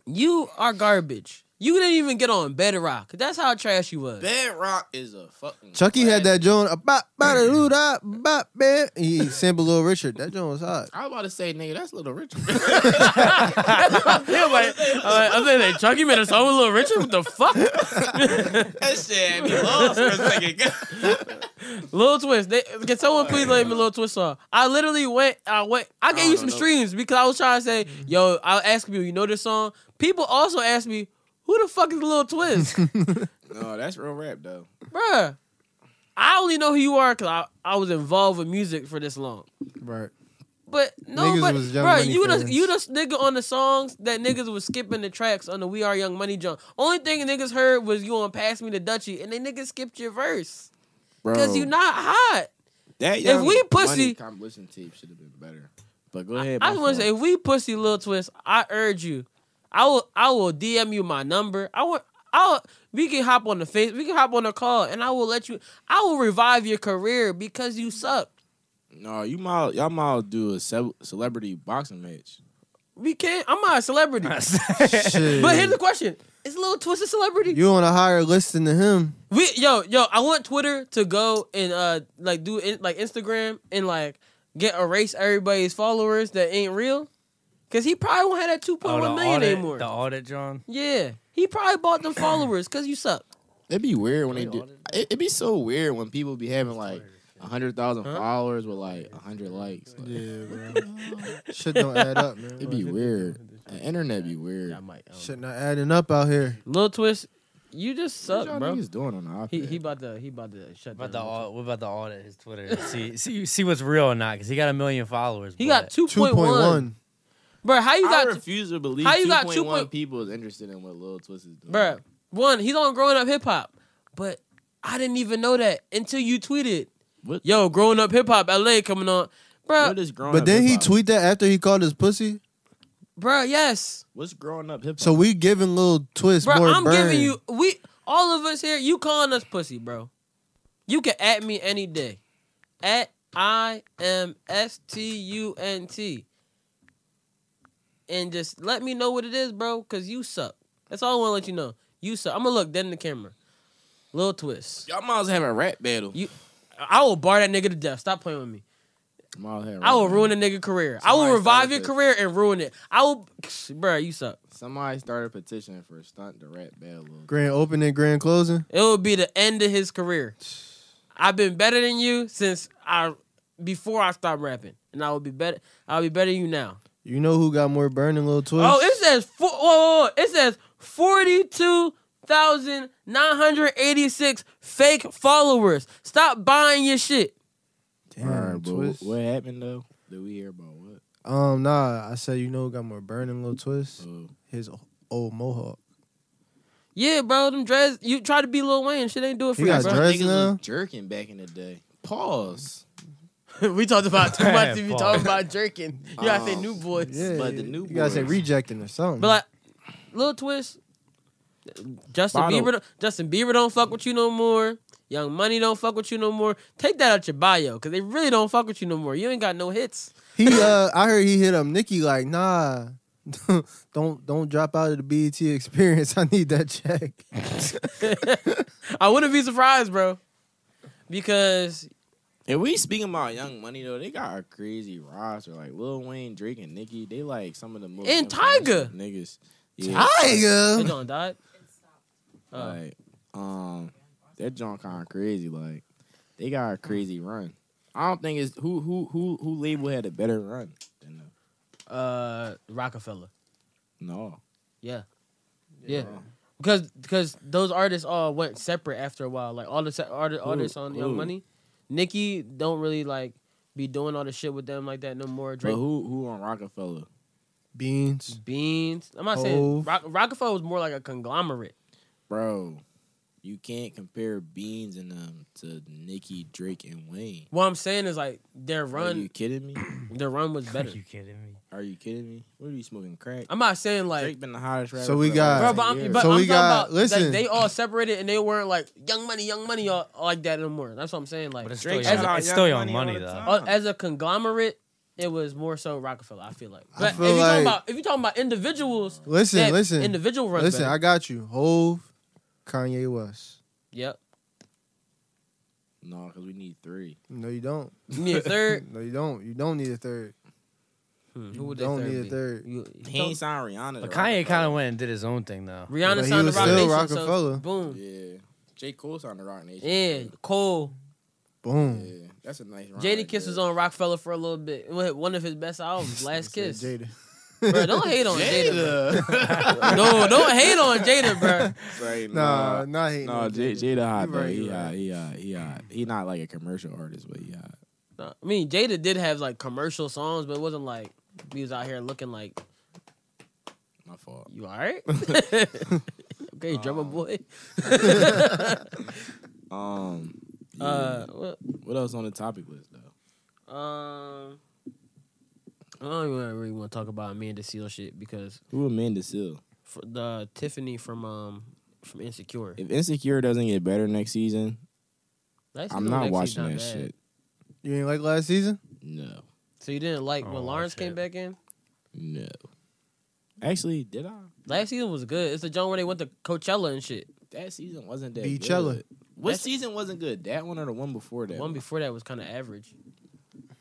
Speaker 2: You are garbage. You didn't even get on Bedrock. That's how trash you was.
Speaker 4: Bedrock is a fucking.
Speaker 5: Chucky had
Speaker 4: classic.
Speaker 5: that joint. A bop, bada, doo, da, bop, man. He sampled Little Richard. That joint was hot.
Speaker 4: I was about to say, nigga, that's Little Richard.
Speaker 2: yeah, but uh, I'm saying that Chucky made a song with Little Richard. What the fuck?
Speaker 4: that shit had me lost for a second.
Speaker 2: Little Twist. They, can someone please let me Little Twist song? I literally went. I went. I gave you
Speaker 4: don't
Speaker 2: some
Speaker 4: know.
Speaker 2: streams because I was trying to say,
Speaker 5: Mm-hmm.
Speaker 2: yo, I'll ask you. You know this song? People also ask me, who the fuck is Little Twist,
Speaker 4: no, that's real rap though.
Speaker 2: bruh? I only know who you are because I, I was involved with music for this long.
Speaker 5: Right.
Speaker 2: But no,
Speaker 5: Niggas
Speaker 2: but
Speaker 5: was Young
Speaker 2: bro,
Speaker 5: Money
Speaker 2: you the
Speaker 5: fans.
Speaker 2: you the nigga on the songs that niggas was skipping the tracks on the We Are Young Money jump. Only thing niggas heard was you on Pass Me the Dutchie, and they niggas skipped your verse
Speaker 4: Bro,
Speaker 2: because you not hot.
Speaker 4: that
Speaker 2: if we
Speaker 4: Young
Speaker 2: pussy-
Speaker 4: Money compilation tape should have been better. But go ahead.
Speaker 2: I
Speaker 4: my
Speaker 2: just want to
Speaker 4: fault.
Speaker 2: say, if we pussy little twist, I urge you. I will I will DM you my number. I will I'll we can hop on the face. We can hop on a call, and I will let you. I will revive your career because you suck.
Speaker 4: no, you might y'all might do a ce- celebrity boxing match.
Speaker 2: We can't. I'm not a celebrity.
Speaker 5: Shit.
Speaker 2: but here's the question: Is little twist a celebrity?
Speaker 5: you on a higher list than him.
Speaker 2: We yo yo, I want Twitter to go and uh like do in, like Instagram and like get erase everybody's followers that ain't real, cause he probably won't have that two
Speaker 3: Oh,
Speaker 2: point
Speaker 3: the
Speaker 2: one million
Speaker 3: audit,
Speaker 2: anymore.
Speaker 3: The audit, John.
Speaker 2: yeah, he probably bought them followers cause you suck.
Speaker 4: It'd be weird when they do. It, it'd be so weird when people be having like hundred thousand
Speaker 2: Huh?
Speaker 4: followers with like hundred likes. Like,
Speaker 5: Yeah, bro. shit don't add up, man.
Speaker 4: It'd be weird. The internet be weird.
Speaker 5: Shit not adding up out here.
Speaker 2: Lil Twist, you just
Speaker 4: what
Speaker 2: suck,
Speaker 4: y'all
Speaker 2: bro.
Speaker 4: niggas doing on the iPad?
Speaker 2: He he about to he about to shut
Speaker 3: About the
Speaker 2: down.
Speaker 3: au- what about the audit? His Twitter. see, see, see what's real or not? Because he got a million followers.
Speaker 2: He
Speaker 3: but-
Speaker 2: got two
Speaker 5: Two
Speaker 2: point
Speaker 5: point
Speaker 2: one,
Speaker 5: one.
Speaker 2: bro. How you
Speaker 4: I
Speaker 2: got,
Speaker 4: refuse to believe
Speaker 2: how you got
Speaker 4: 2.1
Speaker 2: 2.1
Speaker 4: people is interested in what Lil Twist is doing.
Speaker 2: bro? One, he's on growing up hip hop, but I didn't even know that until you tweeted.
Speaker 4: What-
Speaker 2: Yo, growing up hip hop, LA coming on, bro.
Speaker 4: what is growing
Speaker 5: But
Speaker 4: up
Speaker 5: then he
Speaker 4: hip-hop?
Speaker 5: tweet that after he called his pussy.
Speaker 2: Bruh, yes.
Speaker 4: What's growing up hip hop?
Speaker 5: So we giving little twist
Speaker 2: Bruh,
Speaker 5: more
Speaker 2: I'm
Speaker 5: burn.
Speaker 2: giving you we all of us here, you calling us pussy, bro. You can at me any day. At I M S T U N T. And just let me know what it is, bro, cause you suck. That's all I wanna let you know. You suck. I'm gonna look dead in the camera. Little twist.
Speaker 4: y'all might as well have a rap battle.
Speaker 2: You- I will bar that nigga to death. Stop playing with me.
Speaker 4: Might as well have a
Speaker 2: I
Speaker 4: rap
Speaker 2: will
Speaker 4: battle.
Speaker 2: ruin a nigga career. I will
Speaker 4: Somebody
Speaker 2: revive
Speaker 4: started
Speaker 2: your
Speaker 4: this.
Speaker 2: career and ruin it. I will, bruh, you suck.
Speaker 4: Somebody started petitioning for a stunt to rap battle. Lil.
Speaker 5: grand opening, grand closing.
Speaker 2: It would be the end of his career. I've been better than you since I before I stopped rapping, and I will be better. I'll be better than you now.
Speaker 5: You know who got more burn than little twist?
Speaker 2: Oh, it says four, whoa, whoa, whoa. it says forty two thousand nine hundred eighty six fake followers. Stop buying your shit.
Speaker 5: damn
Speaker 4: Alright, but
Speaker 5: twist.
Speaker 4: what happened though? Did we hear about what?
Speaker 5: Um, nah. I said you know who got more burn than little twist?
Speaker 4: Oh.
Speaker 5: His old mohawk.
Speaker 2: Yeah, bro, them dreads. You try to be Lil Wayne, shit ain't do it for
Speaker 5: He
Speaker 2: you,
Speaker 5: got
Speaker 2: bro.
Speaker 5: dreads
Speaker 4: Niggas was
Speaker 5: now?
Speaker 4: jerking back in the day. Pause.
Speaker 2: we talked about too much. If you
Speaker 3: Pause.
Speaker 2: talking about jerking, you gotta say
Speaker 4: Um,
Speaker 2: new boys.
Speaker 5: Oh, Yeah,
Speaker 4: But the new
Speaker 5: you gotta say
Speaker 4: boys.
Speaker 5: rejecting or something.
Speaker 2: But like, Lil Twist, Justin
Speaker 4: Bottle.
Speaker 2: Bieber, Justin Bieber don't fuck with you no more. Young Money don't fuck with you no more. Take that out your bio, because they really don't fuck with you no more. You ain't got no hits.
Speaker 5: he, uh, I heard he hit up Nikki like, nah, don't don't drop out of the BET experience. I need that check.
Speaker 2: I wouldn't be surprised, bro, because
Speaker 4: If we speaking about Young Money though, they got a crazy roster like Lil Wayne, Drake, and Nicki. They like some of the most
Speaker 2: And
Speaker 4: influential
Speaker 2: Tyga.
Speaker 4: niggas. Yeah,
Speaker 2: they
Speaker 5: Tiger.
Speaker 2: don't die. Uh,
Speaker 4: like um, that John kind of crazy. Like they got a crazy run. I don't think it's who who who who label had a better run than them.
Speaker 2: uh Rockefeller.
Speaker 4: No.
Speaker 2: Yeah. Yeah. Because because those artists all went separate after a while. Like all the se- arti- artists on Young
Speaker 4: who?
Speaker 2: Money, Nicki don't really like be doing all the shit with them like that no more.
Speaker 4: But
Speaker 2: Drake
Speaker 4: who who on Rockefeller?
Speaker 5: Beans.
Speaker 2: Beans. I'm not saying
Speaker 5: Hove.
Speaker 2: Rock- Rockefeller was more like a conglomerate.
Speaker 4: Bro, you can't compare Beans and them to Nicki, Drake, and Wayne.
Speaker 2: What I'm saying is like their
Speaker 4: Are you
Speaker 2: run,
Speaker 4: kidding me?
Speaker 2: their run was
Speaker 3: Are
Speaker 2: better.
Speaker 3: you kidding me?
Speaker 4: Are you kidding me? What are you smoking crack?
Speaker 2: I'm not saying like
Speaker 4: Drake been the hottest rapper.
Speaker 5: So we
Speaker 4: for the
Speaker 5: got-
Speaker 2: Bro,
Speaker 4: last
Speaker 2: but I'm,
Speaker 4: 10 years.
Speaker 2: but
Speaker 5: So
Speaker 2: I'm
Speaker 5: we
Speaker 2: talking
Speaker 5: got-
Speaker 2: about
Speaker 5: listen.
Speaker 2: like they all separated and they weren't like young money, young money all, like that no more. That's what I'm saying. Like
Speaker 3: But it's
Speaker 4: Drake
Speaker 3: still,
Speaker 2: shout
Speaker 3: your,
Speaker 4: out
Speaker 3: it's
Speaker 4: Young
Speaker 3: still your
Speaker 4: Money all
Speaker 3: money
Speaker 4: the
Speaker 3: though.
Speaker 4: time.
Speaker 2: uh, as a conglomerate, it was more so Rockefeller. I feel like.
Speaker 5: I
Speaker 2: But
Speaker 5: feel
Speaker 2: if you're talking
Speaker 5: like-
Speaker 2: about if you're talking about individuals,
Speaker 5: Listen,
Speaker 2: that
Speaker 5: listen.
Speaker 2: individual runs.
Speaker 5: Listen,
Speaker 2: better.
Speaker 5: I got you. Hove, Kanye West.
Speaker 2: yep.
Speaker 4: No, because we need three.
Speaker 5: No, you don't.
Speaker 2: You need a third.
Speaker 5: No, you don't. You don't need a third.
Speaker 2: Hmm, Who would that
Speaker 5: don't
Speaker 2: third
Speaker 5: need a
Speaker 2: be?
Speaker 5: third.
Speaker 2: You- you
Speaker 4: He ain't
Speaker 2: don't-
Speaker 4: signed Rihanna.
Speaker 3: But Kanye kind of went and did his own thing though.
Speaker 5: But
Speaker 2: Rihanna
Speaker 5: he
Speaker 2: signed the
Speaker 5: was
Speaker 2: Rock
Speaker 5: still
Speaker 2: Nation. So
Speaker 5: Rockefeller.
Speaker 2: boom.
Speaker 4: Yeah. J. Cole signed the Rock Nation.
Speaker 2: Yeah, Cole.
Speaker 5: Boom.
Speaker 4: Yeah. That's a nice rhyme.
Speaker 2: Jada
Speaker 4: right
Speaker 2: Kiss
Speaker 4: there.
Speaker 2: was on Rockefeller for a little bit. One of his best albums, Last Kiss.
Speaker 5: Jada.
Speaker 2: Bro, don't hate on Jada. bro.
Speaker 4: Jada.
Speaker 2: No, don't hate on Jada, bro.
Speaker 4: Sorry,
Speaker 5: Nah,
Speaker 4: nah.
Speaker 5: not hating.
Speaker 4: No,
Speaker 5: on
Speaker 4: J-
Speaker 5: Jada.
Speaker 4: Jada hot,
Speaker 5: You
Speaker 4: bro.
Speaker 5: right,
Speaker 4: He
Speaker 5: you
Speaker 4: hot,
Speaker 5: right.
Speaker 4: he hot, he hot. He not like a commercial artist, but he hot.
Speaker 2: Nah, I mean, Jada did have like commercial songs, but it wasn't like he was out here looking like
Speaker 4: My fault.
Speaker 2: you all right. okay, drummer boy.
Speaker 4: Um, yeah.
Speaker 2: Uh, what?
Speaker 4: what else on the topic list though?
Speaker 2: Um, I don't even really want to talk about Amanda Seal shit because
Speaker 4: Who Amanda Seal?
Speaker 2: for the Tiffany from um from Insecure.
Speaker 4: If Insecure doesn't get better next season,
Speaker 2: Last
Speaker 4: I'm
Speaker 2: season
Speaker 4: not
Speaker 2: was actually
Speaker 4: watching
Speaker 2: not
Speaker 4: that
Speaker 2: bad.
Speaker 4: shit.
Speaker 5: You ain't like last season?
Speaker 4: No,
Speaker 2: So you didn't like
Speaker 3: Oh,
Speaker 2: when Lawrence came
Speaker 3: shit.
Speaker 2: back in?
Speaker 4: no. Actually, did I?
Speaker 2: Last season was good. It's the joint where they went to Coachella and shit.
Speaker 4: That season wasn't that
Speaker 5: Beachella.
Speaker 4: good. What
Speaker 2: That's-
Speaker 4: season wasn't good? That one or the one before that?
Speaker 2: One before that was kind of average.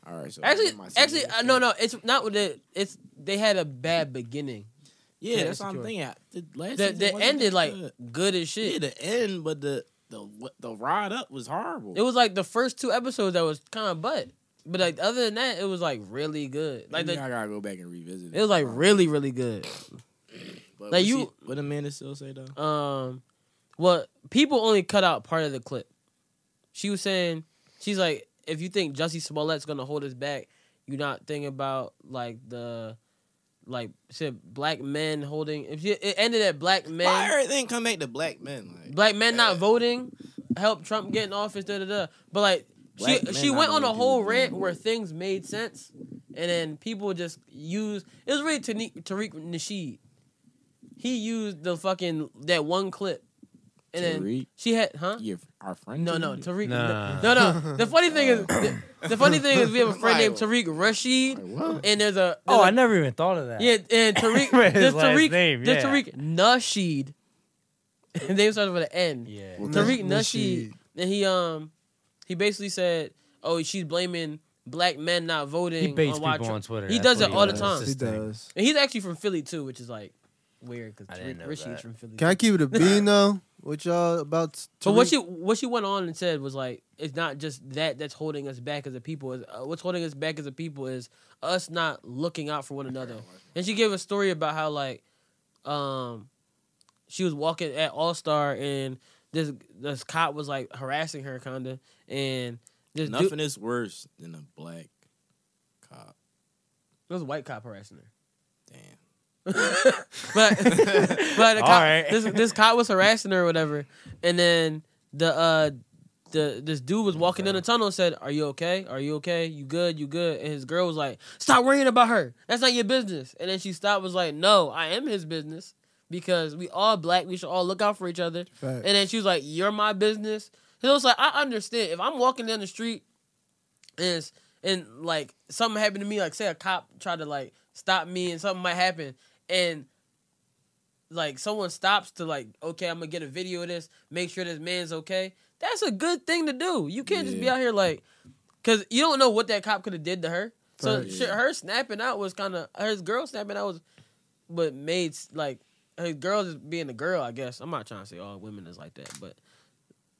Speaker 4: All right. So
Speaker 2: Actually,
Speaker 4: my season
Speaker 2: actually,
Speaker 4: is
Speaker 2: uh, no, no, it's not with it. It's they had a bad beginning.
Speaker 4: Yeah,
Speaker 2: Yeah,
Speaker 4: that's what I'm
Speaker 2: Insecure.
Speaker 4: thinking. The last
Speaker 2: The,
Speaker 4: season
Speaker 2: the
Speaker 4: wasn't
Speaker 2: end
Speaker 4: that
Speaker 2: is like
Speaker 4: good.
Speaker 2: good as
Speaker 4: yeah,
Speaker 2: shit.
Speaker 4: the end, but the the what- the ride up was horrible.
Speaker 2: It was like the first two episodes that was kind of butt, but like other than that, it was like really good. Like
Speaker 4: Maybe
Speaker 2: the,
Speaker 4: I gotta go back and revisit.
Speaker 2: it was like really really good. like,
Speaker 4: But what
Speaker 2: you-
Speaker 4: she- What Amanda still say though?
Speaker 2: Um, well, people only cut out part of the clip. She was saying she's like, if you think Jussie Smollett's gonna hold us back, you're not thinking about like the. Like said, black men holding. If you, it ended at black men.
Speaker 4: Why everything come back to black men? Like
Speaker 2: black men not voting helped Trump get in office. Da da da. But like
Speaker 4: Black
Speaker 2: she
Speaker 4: men
Speaker 2: she
Speaker 4: not
Speaker 2: went on a
Speaker 4: voting
Speaker 2: whole
Speaker 4: people.
Speaker 2: rant where things made sense, and then people just used. It was really Tani- Tariq Nasheed. He used the fucking that one clip, and then
Speaker 4: Tariq?
Speaker 2: she had huh.
Speaker 4: your our friend?
Speaker 2: No, no, Tariq.
Speaker 4: Tariq?
Speaker 3: Nah.
Speaker 2: No, no. The funny thing is, the, the funny thing is, we have a friend named
Speaker 4: Like-
Speaker 2: Tariq Rashid,
Speaker 4: Like, what?
Speaker 2: and there's a
Speaker 3: Oh,
Speaker 2: there's
Speaker 3: I
Speaker 2: a-
Speaker 3: never even thought of that.
Speaker 2: yeah, and Tariq,
Speaker 3: His
Speaker 2: there's
Speaker 3: last
Speaker 2: Tariq,
Speaker 3: name,
Speaker 2: there's
Speaker 3: yeah.
Speaker 2: Tariq Nasheed. His name starts with an N.
Speaker 3: Yeah.
Speaker 2: Tariq
Speaker 5: Nas-
Speaker 2: Nasheed,
Speaker 5: Nasheed.
Speaker 2: and he um he basically said, "Oh, she's blaming black men not voting."
Speaker 3: He baits
Speaker 2: on why
Speaker 3: people
Speaker 2: Trump-
Speaker 3: on Twitter.
Speaker 2: He
Speaker 3: that's
Speaker 2: does
Speaker 3: what
Speaker 2: it all the
Speaker 3: does.
Speaker 2: time.
Speaker 3: It's
Speaker 5: He
Speaker 3: his thing.
Speaker 5: does.
Speaker 2: And he's actually from Philly too, which is like weird because
Speaker 3: I didn't know
Speaker 2: Tariq Rashid's
Speaker 3: that.
Speaker 2: from Philly.
Speaker 5: Can I keep it a bean though? What y'all about?
Speaker 2: but what
Speaker 5: Tariq?
Speaker 2: she what she went on and said was like, it's not just that that's holding us back as a people. Is uh, what's holding us back as a people is us not looking out for one another. And she gave a story about how like, um, she was walking at All Star and this this cop was like harassing her kinda, and this dude,
Speaker 4: Nothing is worse than a black cop.
Speaker 2: It was a white cop harassing her.
Speaker 4: Damn.
Speaker 2: But but the
Speaker 3: All
Speaker 2: cop,
Speaker 3: right.
Speaker 2: this this cop was harassing her or whatever. And then the uh the this dude was walking in the tunnel and said, Are you okay? Are you okay? You good? You good? And his girl was like, Stop worrying about her. That's not your business. And then she stopped was like, No, I am his business because we all black, we should all look out for each other.
Speaker 5: Fact.
Speaker 2: And then she was like, You're my business. He was like, I understand. If I'm walking down the street and it's- and like something happened to me, like say a cop tried to like stop me and something might happen, and like someone stops to like, okay, I'm gonna get a video of this, make sure this man's okay. That's a good thing to do. You can't just be
Speaker 4: Yeah.
Speaker 2: out here like, cause you don't know what that cop could have did to her. So
Speaker 5: Right.
Speaker 2: shit, her snapping out was kind of her girl snapping out was, but made like her girl just being a girl. I guess I'm not trying to say all women is like that, but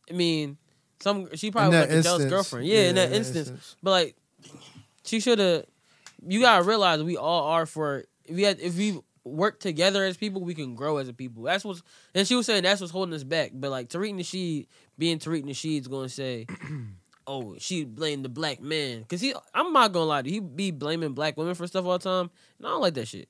Speaker 2: I mean, some she probably was
Speaker 5: that
Speaker 2: like a jealous
Speaker 5: instance.
Speaker 2: girlfriend. Yeah, in that instance. But like, she should have you gotta realize we all are for if we had, if we work together as people, we can grow as a people. That's what's and she was saying that's what's holding us back. But like Tariq Nasheed being Tariq Nasheed's gonna say, Oh, she blamed the black man. Cause he I'm not gonna lie to you, he be blaming black women for stuff all the time. And I don't like that shit.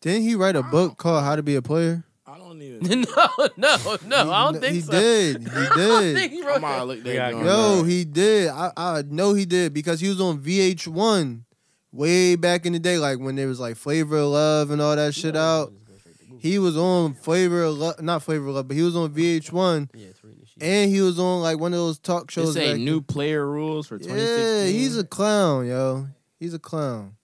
Speaker 5: Didn't he write a book called How to Be a Player?
Speaker 4: I don't even.
Speaker 2: no, no, no. I don't think
Speaker 5: he
Speaker 2: so.
Speaker 5: did. He
Speaker 2: I don't
Speaker 5: did.
Speaker 2: think he
Speaker 4: I
Speaker 2: wrote
Speaker 4: might
Speaker 2: that.
Speaker 4: have looked that
Speaker 3: Yeah,
Speaker 4: joint
Speaker 5: Yo,
Speaker 4: up.
Speaker 5: he did. I, I know he did because he was on VH1 way back in the day, like when there was like Flavor of Love and all that shit out. He was on Flavor of Love, not Flavor of Love, but he was on VH1
Speaker 2: Yeah, Tariq Nasheed.
Speaker 5: and he was on like one of those talk shows.
Speaker 4: This ain't
Speaker 5: back-
Speaker 4: new player rules for 2016.
Speaker 5: yeah, he's a clown, yo. He's a clown.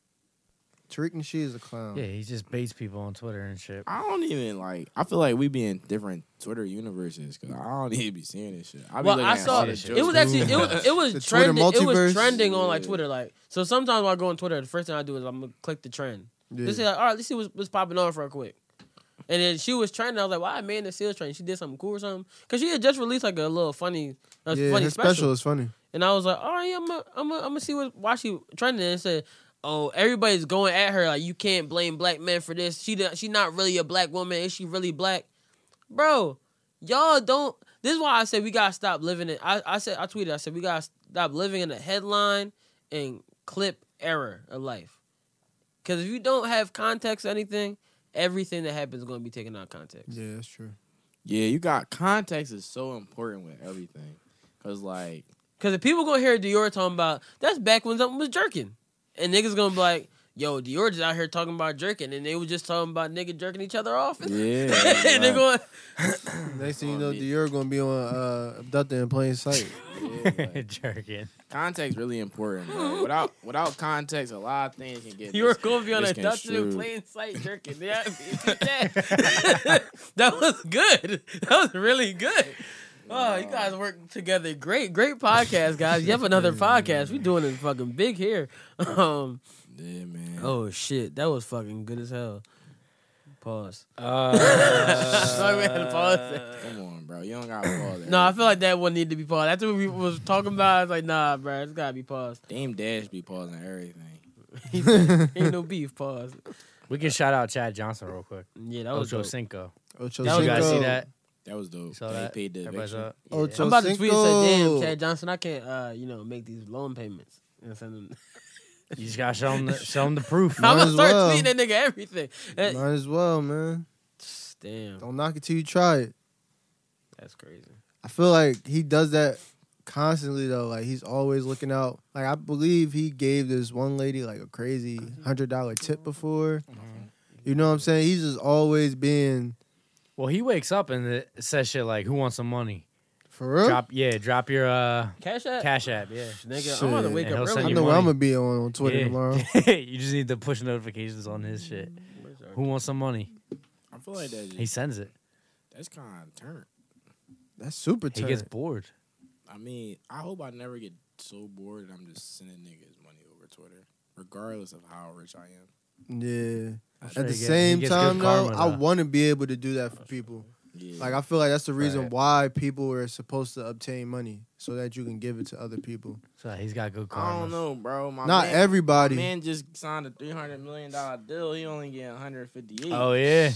Speaker 5: Tariq Nasheed is a clown.
Speaker 3: Yeah, he just baits people on Twitter and shit.
Speaker 4: I don't even like. I feel like we be in different Twitter universes because I don't even be seeing this shit. I be
Speaker 2: Well,
Speaker 4: looking
Speaker 2: I
Speaker 4: at
Speaker 2: saw
Speaker 4: all the
Speaker 3: this shit.
Speaker 4: jokes.
Speaker 2: It was actually it was it
Speaker 5: The
Speaker 2: was
Speaker 5: Twitter
Speaker 2: trending. It
Speaker 5: multiverse.
Speaker 2: was trending on like
Speaker 4: Yeah.
Speaker 2: Twitter. Like so, sometimes when I go on Twitter, the first thing I do is I'm gonna click the trend.
Speaker 5: Yeah.
Speaker 2: Just say like, all right, let's see what's, what's popping off real quick. And then she was trending. I was like, why Amanda Seals trending? She did something cool or something because she had just released like a little funny, a
Speaker 5: Yeah,
Speaker 2: funny
Speaker 5: his
Speaker 2: special.
Speaker 5: special is funny.
Speaker 2: And I was like, all right, I'm gonna I'm gonna I'm gonna see what why she trending. And it said, oh, everybody's going at her like you can't blame black men for this. She not- she not really a black woman. Is she really black? bro, y'all don't. This is why I said we gotta stop living in. I, I said I tweeted. I said we gotta stop living in the headline and clip error of life. Because if you don't have context, or anything, everything that happens is gonna be taken out of context.
Speaker 5: Yeah, that's true.
Speaker 4: Yeah, you got context is so important with everything because like
Speaker 2: Because if people gonna hear Dior talking about that's back when something was jerking, and niggas gonna be like, "Yo, Dior just out here talking about jerking," and they were just talking about nigga jerking each other off.
Speaker 4: yeah,
Speaker 2: and they're
Speaker 4: like,
Speaker 2: going,
Speaker 5: Next thing you
Speaker 4: on,
Speaker 5: know,
Speaker 4: bitch.
Speaker 5: Dior gonna be on uh, abducted in plain sight.
Speaker 4: yeah, like,
Speaker 3: Jerking.
Speaker 4: context really important. bro. Without without context, a lot of things can get.
Speaker 2: You were
Speaker 4: mis-
Speaker 2: gonna be on a Dutch in
Speaker 4: misconstrued.
Speaker 2: plain sight jerking. Yeah, I mean, that. that was good. That was really good. Oh, you guys work together. Great, great podcast, guys. You have another podcast. We doing it fucking big here. Um,
Speaker 4: Yeah, man.
Speaker 2: oh shit, that was fucking good as hell. Pause. uh, Sorry, we had to pause. it.
Speaker 4: Come on, bro. You don't got to pause that.
Speaker 2: No, I feel like that one needed to be paused. After we was talking about, it, I was like, nah, bro, it's gotta be paused.
Speaker 4: Dame Dash be pausing everything.
Speaker 2: Ain't no beef. Pause.
Speaker 3: We can shout out Chad Johnson real quick.
Speaker 2: Yeah,
Speaker 5: Oh,
Speaker 2: that was
Speaker 3: Ocho
Speaker 2: dope.
Speaker 3: Cinco.
Speaker 5: Ocho
Speaker 2: That
Speaker 3: Did
Speaker 2: was
Speaker 3: you guys
Speaker 5: Cinco.
Speaker 3: see that?
Speaker 4: That was dope.
Speaker 3: You saw
Speaker 4: they
Speaker 3: that?
Speaker 4: paid the
Speaker 3: Everybody's
Speaker 4: eviction.
Speaker 3: up.
Speaker 2: Yeah.
Speaker 5: Ocho
Speaker 2: I'm about to tweet and say,
Speaker 5: Cinco.
Speaker 2: damn, Chad Johnson, I can't, uh, you know, make these loan payments. And send them.
Speaker 3: You just gotta show him the, show him the proof.
Speaker 2: I'm gonna
Speaker 5: as
Speaker 2: start
Speaker 5: well.
Speaker 2: tweeting that nigga everything. That-
Speaker 5: Might as well, man.
Speaker 2: damn,
Speaker 5: Don't knock it till you try it.
Speaker 2: that's crazy.
Speaker 5: I feel like he does that constantly though. Like he's always looking out. Like I believe he gave this one lady like a crazy hundred dollar tip before.
Speaker 2: Mm-hmm.
Speaker 5: You know what I'm saying? He's just always being
Speaker 3: Well, he wakes up and it says shit like, "Who wants some money?
Speaker 5: for real.
Speaker 3: Drop, yeah, drop your uh,
Speaker 2: Cash app,
Speaker 3: cash app, yeah."
Speaker 2: nigga. I'm gonna
Speaker 5: Shit.
Speaker 2: wake
Speaker 3: And he'll
Speaker 2: up
Speaker 3: send
Speaker 5: I
Speaker 2: early.
Speaker 3: you
Speaker 5: know
Speaker 3: money.
Speaker 5: I'm gonna be on, on Twitter
Speaker 3: Yeah.
Speaker 5: tomorrow.
Speaker 3: you just need to push notifications on his shit. Who wants some money?
Speaker 4: I feel like that's,
Speaker 3: He sends it.
Speaker 4: that's kind of turn.
Speaker 5: That's super
Speaker 3: He
Speaker 5: turn.
Speaker 3: gets bored.
Speaker 4: I mean, I hope I never get so bored that I'm just sending niggas money over Twitter, regardless of how rich I am.
Speaker 5: yeah.
Speaker 3: I'm sure
Speaker 5: At the
Speaker 3: he get- he
Speaker 5: same
Speaker 3: gets good
Speaker 5: time though,
Speaker 3: karma,
Speaker 5: I want to be able to do that for people.
Speaker 4: Yeah.
Speaker 5: Like I feel like that's the reason
Speaker 3: Right.
Speaker 5: why people are supposed to obtain money so that you can give it to other people.
Speaker 3: So he's got good
Speaker 4: I
Speaker 3: karma.
Speaker 4: don't know, bro. My
Speaker 5: Not
Speaker 4: man,
Speaker 5: everybody.
Speaker 4: My man just signed a three hundred million dollar deal. He only get one hundred fifty eight.
Speaker 3: Oh yeah,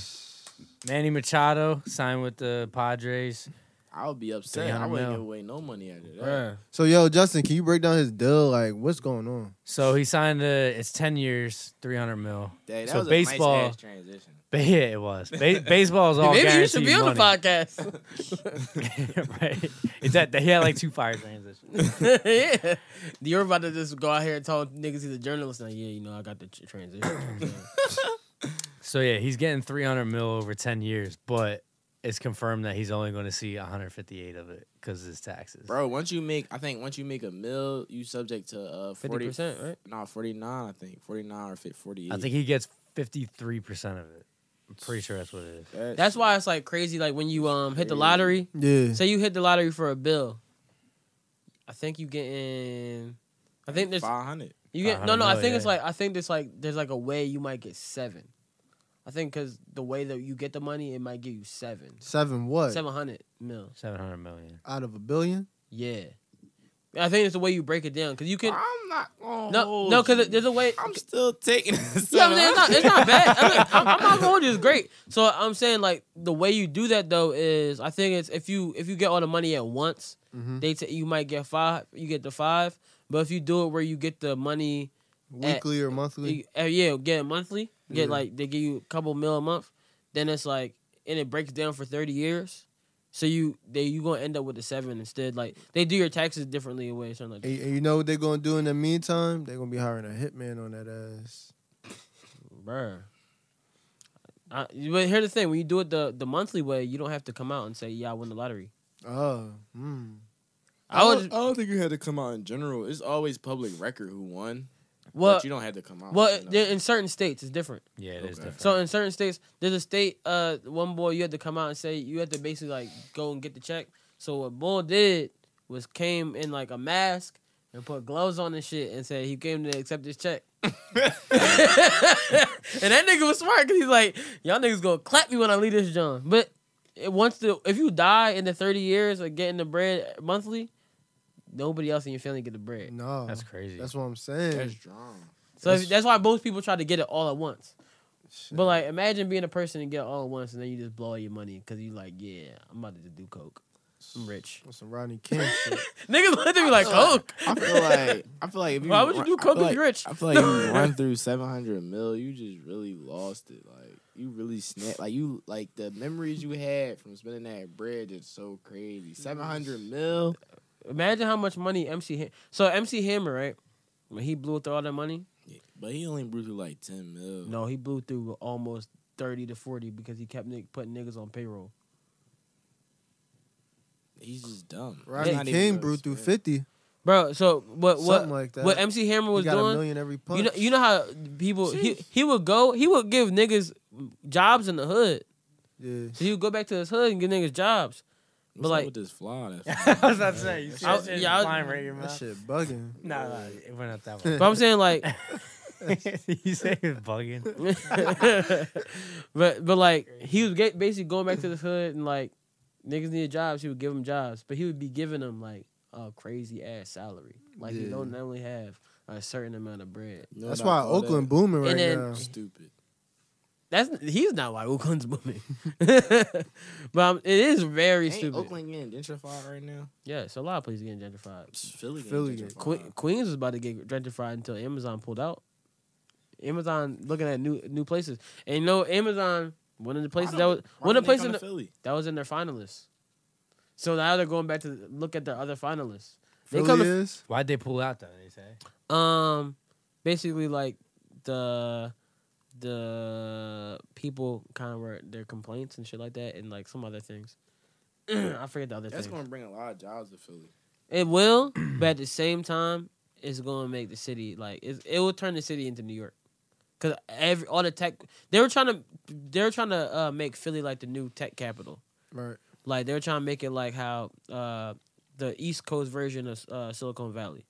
Speaker 3: Manny Machado signed with the Padres.
Speaker 4: I would be upset. I
Speaker 3: 300
Speaker 4: wouldn't
Speaker 3: mil.
Speaker 4: give away no money after that.
Speaker 2: Bruh.
Speaker 5: So yo, Justin, can you break down his deal? Like what's going on?
Speaker 3: So he signed a it's ten years, three hundred mil.
Speaker 4: Dang, that
Speaker 3: So
Speaker 4: was a
Speaker 3: baseball-
Speaker 4: nice ass transition.
Speaker 3: But yeah, it was. Ba- baseball is all
Speaker 2: Maybe you should
Speaker 3: guaranteed
Speaker 2: be on the
Speaker 3: money.
Speaker 2: podcast.
Speaker 3: right? Is that he had like two fire transitions?
Speaker 2: yeah, you're about to just go out here and tell niggas he's a journalist. Now, yeah, you know, I got the tr- transition.
Speaker 3: So yeah, he's getting 300 mil over 10 years, but it's confirmed that he's only going to see 158 of it because his taxes.
Speaker 4: Bro, once you make, I think once you make a mill, you subject to uh
Speaker 2: Fifty
Speaker 4: forty
Speaker 2: percent, right?
Speaker 4: No, forty nine. I think forty nine or forty eight.
Speaker 3: I think he gets 53 percent of it. I'm pretty sure that's what it is.
Speaker 2: That's why it's like crazy. Like when you um hit the
Speaker 4: Crazy.
Speaker 2: lottery,
Speaker 5: Yeah.
Speaker 2: Say you hit the lottery for a bill. I think you getting. I think there's
Speaker 4: five hundred.
Speaker 2: you get
Speaker 3: I
Speaker 2: no
Speaker 3: don't
Speaker 2: no. I
Speaker 3: know,
Speaker 2: think it's
Speaker 3: yeah.
Speaker 2: like I think there's like there's like a way you might get seven. I think because the way that you get the money, it might give you seven,
Speaker 5: Seven what?
Speaker 2: seven hundred mil.
Speaker 3: 700 million.
Speaker 5: Out of a billion?
Speaker 2: Yeah, I think it's the way you break it down because you can.
Speaker 4: I'm not gonna
Speaker 2: No,
Speaker 4: hold
Speaker 2: no, because
Speaker 4: you.
Speaker 2: there's a way.
Speaker 4: I'm still taking this.
Speaker 2: Yeah, I'm saying it's not, it's not bad. I mean, I'm, I'm not going to. It's great. So I'm saying like the way you do that though is I think it's if you if you get all the money at once, they t- you might get five. You get the five, but if you do it where you get the money,
Speaker 5: Weekly or monthly?
Speaker 2: uh, yeah, get it monthly, get
Speaker 5: Yeah.
Speaker 2: like they give you a couple mil a month, then it's like and it breaks down for thirty years. So you they you gonna end up with a seven instead. Like they do your taxes differently in a way, something like that.
Speaker 5: And, and you know what they're gonna do in the meantime? They're gonna be hiring a hitman on that ass.
Speaker 2: Bruh. I, but here's the thing: when you do it the, the monthly way, you don't have to come out and say, "Yeah, I won the lottery."
Speaker 5: Oh, mm.
Speaker 2: I
Speaker 4: don't-
Speaker 2: would.
Speaker 4: I don't think you had to come out in general. It's always public record who won,
Speaker 2: Well,
Speaker 4: but you don't have to come out.
Speaker 2: well,
Speaker 4: you know.
Speaker 2: there- in certain states it's different.
Speaker 3: Yeah, it is
Speaker 4: Okay.
Speaker 3: different.
Speaker 2: So uh, in certain states, there's a state. Uh, one boy you had to come out and say you had to basically like go and get the check. So what Bull did was came in like a mask and put gloves on and shit and said he came to accept his check. and that nigga was smart because he's like, y'all niggas gonna clap me when I leave this John. But it, once the if you die in the thirty years of getting the bread monthly, nobody else in your family get the bread.
Speaker 5: no,
Speaker 3: That's crazy.
Speaker 5: That's what I'm saying.
Speaker 4: that's drama.
Speaker 2: So if, that's why most people try to get it all at once. But like, imagine being a person and get it all at once, and then you just blow all your money because you like, yeah, I'm about to just do coke. I'm rich.
Speaker 5: That's some Rodney King shit.
Speaker 2: Niggas look at me like coke.
Speaker 4: I feel like I feel like if you
Speaker 2: Why would you
Speaker 4: run-
Speaker 2: do
Speaker 4: I feel
Speaker 2: coke if
Speaker 4: like-
Speaker 2: you're rich?
Speaker 4: I feel like you run through seven hundred mil, you just really lost it. Like you really snap. Like you like the memories you had from spending that bread is so crazy. Seven hundred mil.
Speaker 2: Imagine how much money MC Ham- so MC Hammer right when he blew through all that money.
Speaker 4: But he only blew through like ten mil.
Speaker 2: No, he blew through almost thirty to forty because he kept ni- putting niggas on payroll.
Speaker 4: he's just dumb.
Speaker 5: Rodney
Speaker 4: Not even
Speaker 5: King
Speaker 4: gonna
Speaker 5: brew through
Speaker 4: spend.
Speaker 5: fifty.
Speaker 2: Bro, so what what
Speaker 5: Something like that.
Speaker 2: what MC Hammer
Speaker 5: He
Speaker 2: was
Speaker 5: got a
Speaker 2: doing?
Speaker 5: million every punch.
Speaker 2: You know, you know how people he he would go he would give niggas jobs in the hood.
Speaker 5: yeah.
Speaker 2: So he would go back to his hood and give niggas jobs.
Speaker 4: What's
Speaker 2: But
Speaker 4: up
Speaker 2: like-
Speaker 4: with this flaw.
Speaker 3: I was about to say, you see
Speaker 2: I-
Speaker 3: that shit
Speaker 2: yeah, I-
Speaker 3: flying right in your
Speaker 5: That
Speaker 3: mouth.
Speaker 5: shit bugging.
Speaker 3: Nah, nah, it went up that way.
Speaker 2: But I'm saying like,
Speaker 3: you say it's bugging.
Speaker 2: but but like he was get, basically going back to the hood and like niggas needed jobs. He would give them jobs, but he would be giving them like a crazy ass salary. Like you
Speaker 5: Yeah.
Speaker 2: don't only have a certain amount of bread.
Speaker 5: That's why Oakland booming right
Speaker 2: And then-
Speaker 5: now.
Speaker 4: Stupid.
Speaker 2: That's he's not why Oakland's booming. but um, it is very
Speaker 4: Ain't
Speaker 2: stupid.
Speaker 4: Oakland getting gentrified right now?
Speaker 2: Yeah, so a lot of places getting gentrified.
Speaker 4: Philly. getting
Speaker 5: Philly getting-
Speaker 4: gentrified.
Speaker 2: Que- Queens was about to get gentrified until Amazon pulled out. Amazon looking at new new places, and you know Amazon one of the places that
Speaker 4: don't-
Speaker 2: was
Speaker 4: Why
Speaker 2: one of the
Speaker 4: didn't they
Speaker 2: places
Speaker 4: come
Speaker 2: in
Speaker 4: to
Speaker 2: the-
Speaker 4: Philly.
Speaker 2: that was in their finalists. So now they're going back to look at their other finalists. They
Speaker 5: Philly
Speaker 2: come to,
Speaker 5: is.
Speaker 3: Why'd they pull out though? They say.
Speaker 2: um, basically like the the people kind of were their complaints and shit like that, and like some other things. I forget the other things.
Speaker 4: That's gonna bring a lot of jobs to Philly.
Speaker 2: It will, but at the same time, it's gonna make the city like it. It will turn the city into New York, cause every all the tech they were trying to they were trying to uh, make Philly like the new tech capital.
Speaker 5: Right.
Speaker 2: Like they were trying to make it like how uh, the East Coast version of uh, Silicon Valley.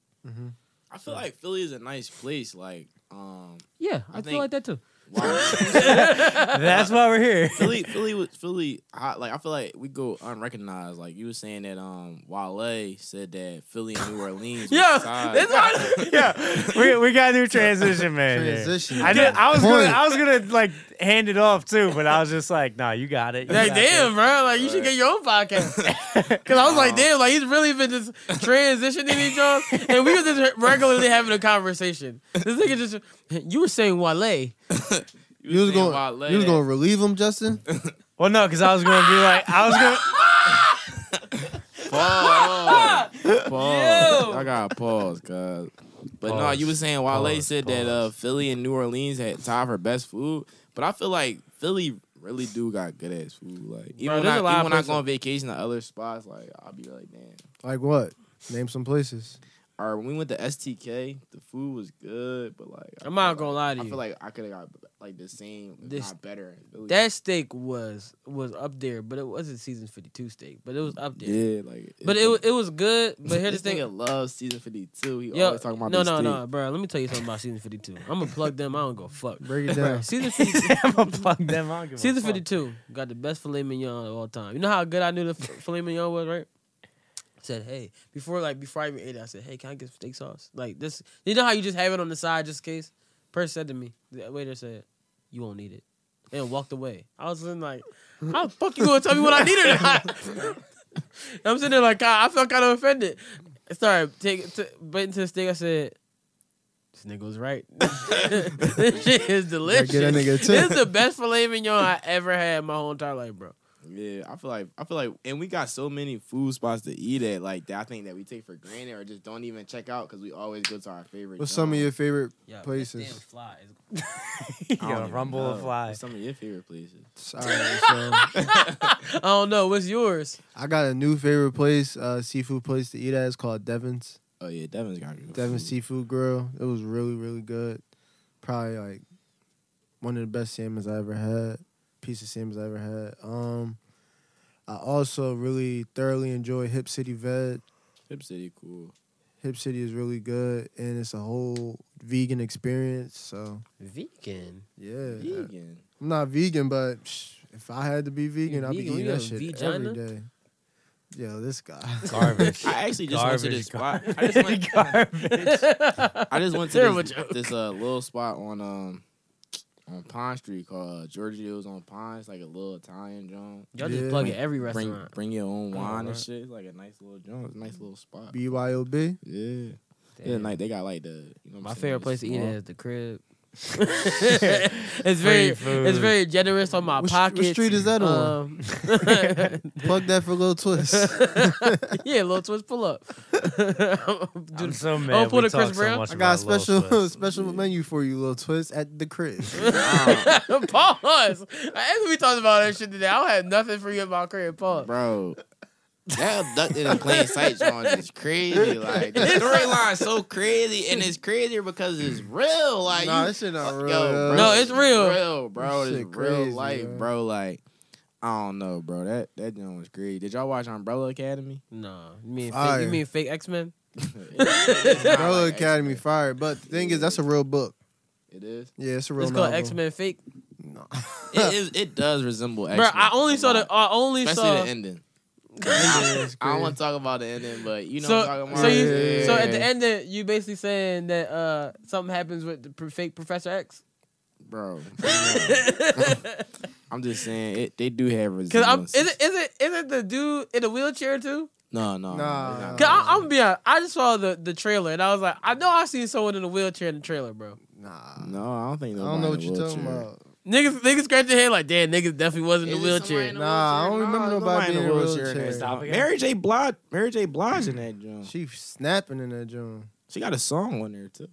Speaker 4: I feel like Philly is a nice place. Like, um,
Speaker 2: Yeah, I, feel
Speaker 4: I think-
Speaker 2: like that too.
Speaker 3: That's why we're here.
Speaker 4: Philly, Philly was Philly. I, like, I feel like we go unrecognized. Like you were saying that, um, Wale said that Philly and New Orleans.
Speaker 2: Yeah,
Speaker 4: was tied.
Speaker 2: that's why.
Speaker 3: yeah, we, we got a new transition, man. here.
Speaker 5: Transition.
Speaker 3: I did. I was
Speaker 5: Point.
Speaker 3: gonna. I was gonna like hand it off too, but I was just like, nah, you got it. You
Speaker 2: Like
Speaker 3: got
Speaker 2: damn, bro! Like you should get your own podcast. Cause I was like,
Speaker 4: Um,
Speaker 2: damn, like he's really been just transitioning these jobs, and we were just regularly having a conversation. This nigga just, you were saying Wale.
Speaker 4: You,
Speaker 5: You was
Speaker 4: saying
Speaker 5: going.
Speaker 4: Wale
Speaker 5: You was
Speaker 4: that-
Speaker 5: going to relieve him, Justin.
Speaker 3: it. Well, no, because I was gonna be like, I was gonna.
Speaker 4: Pause.
Speaker 2: Yo.
Speaker 4: pause. I got pause, cuz. But no,
Speaker 3: Pause,
Speaker 4: you were saying Wale
Speaker 3: pause,
Speaker 4: said that uh, Philly and New Orleans had tied for best food, but I feel like Philly really do got good ass food. Like even when,
Speaker 2: there's
Speaker 4: I,
Speaker 2: a lot
Speaker 4: even
Speaker 2: of
Speaker 4: when I
Speaker 2: places-
Speaker 4: go on vacation to other spots, like I'll be like, damn.
Speaker 5: Like what? Name some places.
Speaker 4: Or when we went to STK, the food was good, but like I
Speaker 2: I'm not
Speaker 4: feel
Speaker 2: gonna lie to
Speaker 4: I
Speaker 2: you.
Speaker 4: feel like I could have got like the same, if
Speaker 2: This-
Speaker 4: not better. in Philly.
Speaker 2: that steak was was up there, but it wasn't season fifty two steak, but it was up there.
Speaker 4: yeah, like
Speaker 2: But it wa- it was good. But here's the
Speaker 4: this
Speaker 2: thing.
Speaker 4: nigga loves season fifty two. He
Speaker 2: Yo,
Speaker 4: always talking about
Speaker 2: no,
Speaker 4: this
Speaker 2: no,
Speaker 4: steak.
Speaker 2: no, bro. Let me tell you something about season fifty-two. I'm gonna plug them. I don't go fuck.
Speaker 5: Break it
Speaker 2: Bruh,
Speaker 5: down.
Speaker 2: Season 52,
Speaker 3: I'm gonna plug them. I don't give a
Speaker 2: season
Speaker 3: fuck.
Speaker 2: fifty-two got the best filet mignon of all time. You know how good I knew the f- filet mignon was, right? said, "Hey," before like before I even ate it, I said, "Hey, can I get steak sauce?" Like this, you know how you just have it on the side just in case. Person said to me, the waiter said, "You won't need it," and walked away. I was sitting like, "How the fuck you gonna tell me what I need or not?" I'm sitting there like, God, I felt kind of offended. I started take t- biting to the steak. I said. This nigga was right. this shit is delicious.
Speaker 5: that nigga a
Speaker 2: This is the best filet mignon I ever had in my whole entire life, bro.
Speaker 4: Yeah, I feel like I feel like, and we got so many food spots to eat at, like that I think that we take for granted or just don't even check out because we always go to our favorite.
Speaker 5: What's some of
Speaker 4: joint.
Speaker 5: your favorite
Speaker 2: Yeah,
Speaker 5: Places. damn
Speaker 4: I don't
Speaker 5: Oh,
Speaker 3: Yo,
Speaker 4: even
Speaker 3: rumble
Speaker 4: know.
Speaker 3: of fly.
Speaker 4: What's some of your favorite places?
Speaker 5: All right, so
Speaker 2: I don't know. What's yours?
Speaker 5: I got a new favorite place, uh, seafood place to eat at. It's called Devon's.
Speaker 4: Oh yeah, Devin's got good
Speaker 5: Devon
Speaker 4: food.
Speaker 5: Seafood Grill. It was really, really good. Probably like one of the best salmons I ever had. Piece of salmons I ever had. Um, I also really thoroughly enjoy Hip City Vet.
Speaker 4: Tip City, cool.
Speaker 5: Hip City is really good, and it's a whole vegan experience. So
Speaker 2: Vegan.
Speaker 5: yeah,
Speaker 4: Vegan.
Speaker 5: I'm not vegan, but psh, if I had to be vegan,
Speaker 2: You
Speaker 5: I'd be
Speaker 2: vegan?
Speaker 5: eating
Speaker 2: You
Speaker 5: that
Speaker 2: a
Speaker 5: shit
Speaker 2: vagina?
Speaker 5: every day. Yo, this guy.
Speaker 3: Garbage.
Speaker 4: I actually just went to
Speaker 3: Garbage,
Speaker 4: this spot. I just went,
Speaker 3: Garbage.
Speaker 4: I just went
Speaker 2: Terrible
Speaker 4: to this,
Speaker 2: joke.
Speaker 4: this uh, little spot on um on Pond Street called uh, Giorgio's on Pond. It's like a little Italian joint.
Speaker 2: Y'all just
Speaker 5: Yeah.
Speaker 2: plug it every
Speaker 4: Bring
Speaker 2: restaurant.
Speaker 4: bring your own wine
Speaker 2: right.
Speaker 4: and shit. It's like a nice little joint. It's a
Speaker 2: Mm.
Speaker 4: nice little spot.
Speaker 5: BYOB.
Speaker 4: Yeah. Yeah,
Speaker 2: Damn.
Speaker 4: like they got like the you know what
Speaker 2: My
Speaker 4: I'm saying,
Speaker 2: favorite
Speaker 4: the
Speaker 2: place to eat
Speaker 4: small-
Speaker 2: at is the crib. it's very
Speaker 3: food.
Speaker 2: it's very generous on my
Speaker 5: Which- which
Speaker 2: pockets.
Speaker 5: street is that on?
Speaker 2: Um,
Speaker 5: Plug that for a little twist.
Speaker 2: yeah, little twist pull up.
Speaker 3: I'm
Speaker 2: Dude,
Speaker 3: so mad.
Speaker 2: pull
Speaker 3: we
Speaker 2: the Chris
Speaker 3: talk so
Speaker 2: Brown.
Speaker 3: much
Speaker 5: I got a
Speaker 3: about Lil
Speaker 5: special
Speaker 3: Twist.
Speaker 5: special menu for you, little twist at the crib.
Speaker 2: pause. As we talked about that shit today, I don't have nothing for you about crib. Pause.
Speaker 4: Bro. That abducted in plain sight joint is crazy. Like the storyline's so crazy, and it's crazier because it's real. Like
Speaker 5: nah,
Speaker 4: you-
Speaker 5: this shit not
Speaker 4: Fuck,
Speaker 5: real.
Speaker 4: yo,
Speaker 5: yo.
Speaker 4: bro,
Speaker 2: No, it's real.
Speaker 4: real, bro.
Speaker 5: This
Speaker 4: It's
Speaker 5: shit
Speaker 4: real
Speaker 5: crazy,
Speaker 4: life,
Speaker 5: yo.
Speaker 4: bro. Like I don't know, bro. That that joint was crazy. Did y'all watch Umbrella Academy?
Speaker 2: No, you mean fake,
Speaker 5: Fire.
Speaker 2: you mean fake X Men?
Speaker 5: Umbrella Academy fire. But the thing is, that's a real book.
Speaker 4: It is.
Speaker 5: Yeah, it's a real
Speaker 2: It's called
Speaker 5: novel.
Speaker 2: X Men Fake.
Speaker 4: It is. It does resemble X.
Speaker 2: Bro, I only saw the I only
Speaker 4: especially
Speaker 2: saw
Speaker 4: the ending.
Speaker 5: ending is
Speaker 4: I don't
Speaker 5: crazy.
Speaker 4: want to talk about the ending, but you know
Speaker 2: so,
Speaker 4: what I'm talking about.
Speaker 2: so, you,
Speaker 5: Yeah.
Speaker 2: so at the end, of, you basically saying that uh, something happens with the pr- fake Professor X.
Speaker 4: bro.
Speaker 2: Because
Speaker 4: I'm just saying it. They do have
Speaker 2: I'm
Speaker 4: resemblance.
Speaker 2: is it is it is it the dude in a wheelchair too?
Speaker 4: No, no, no.
Speaker 5: Nah.
Speaker 4: it's not.
Speaker 2: Cause I, I'm being I just saw the the trailer and I was like I know I seen someone in a wheelchair in the trailer, bro.
Speaker 5: Nah,
Speaker 4: No, I don't think.
Speaker 5: I don't know what
Speaker 4: nobody in a
Speaker 5: you're talking
Speaker 4: wheelchair.
Speaker 5: about.
Speaker 2: Niggas niggas scratch their head like damn niggas definitely was in the
Speaker 4: Is it somebody
Speaker 2: wheelchair.
Speaker 4: in a
Speaker 5: Nah, I don't
Speaker 4: wheelchair?
Speaker 5: remember
Speaker 4: Nah,
Speaker 5: nobody being in a wheelchair.
Speaker 4: that
Speaker 3: Stop
Speaker 4: joint.
Speaker 3: again.
Speaker 4: Mary J. Blige, Mary J. Blige in that joint.
Speaker 5: She snapping in that joint.
Speaker 4: She got a song on there too.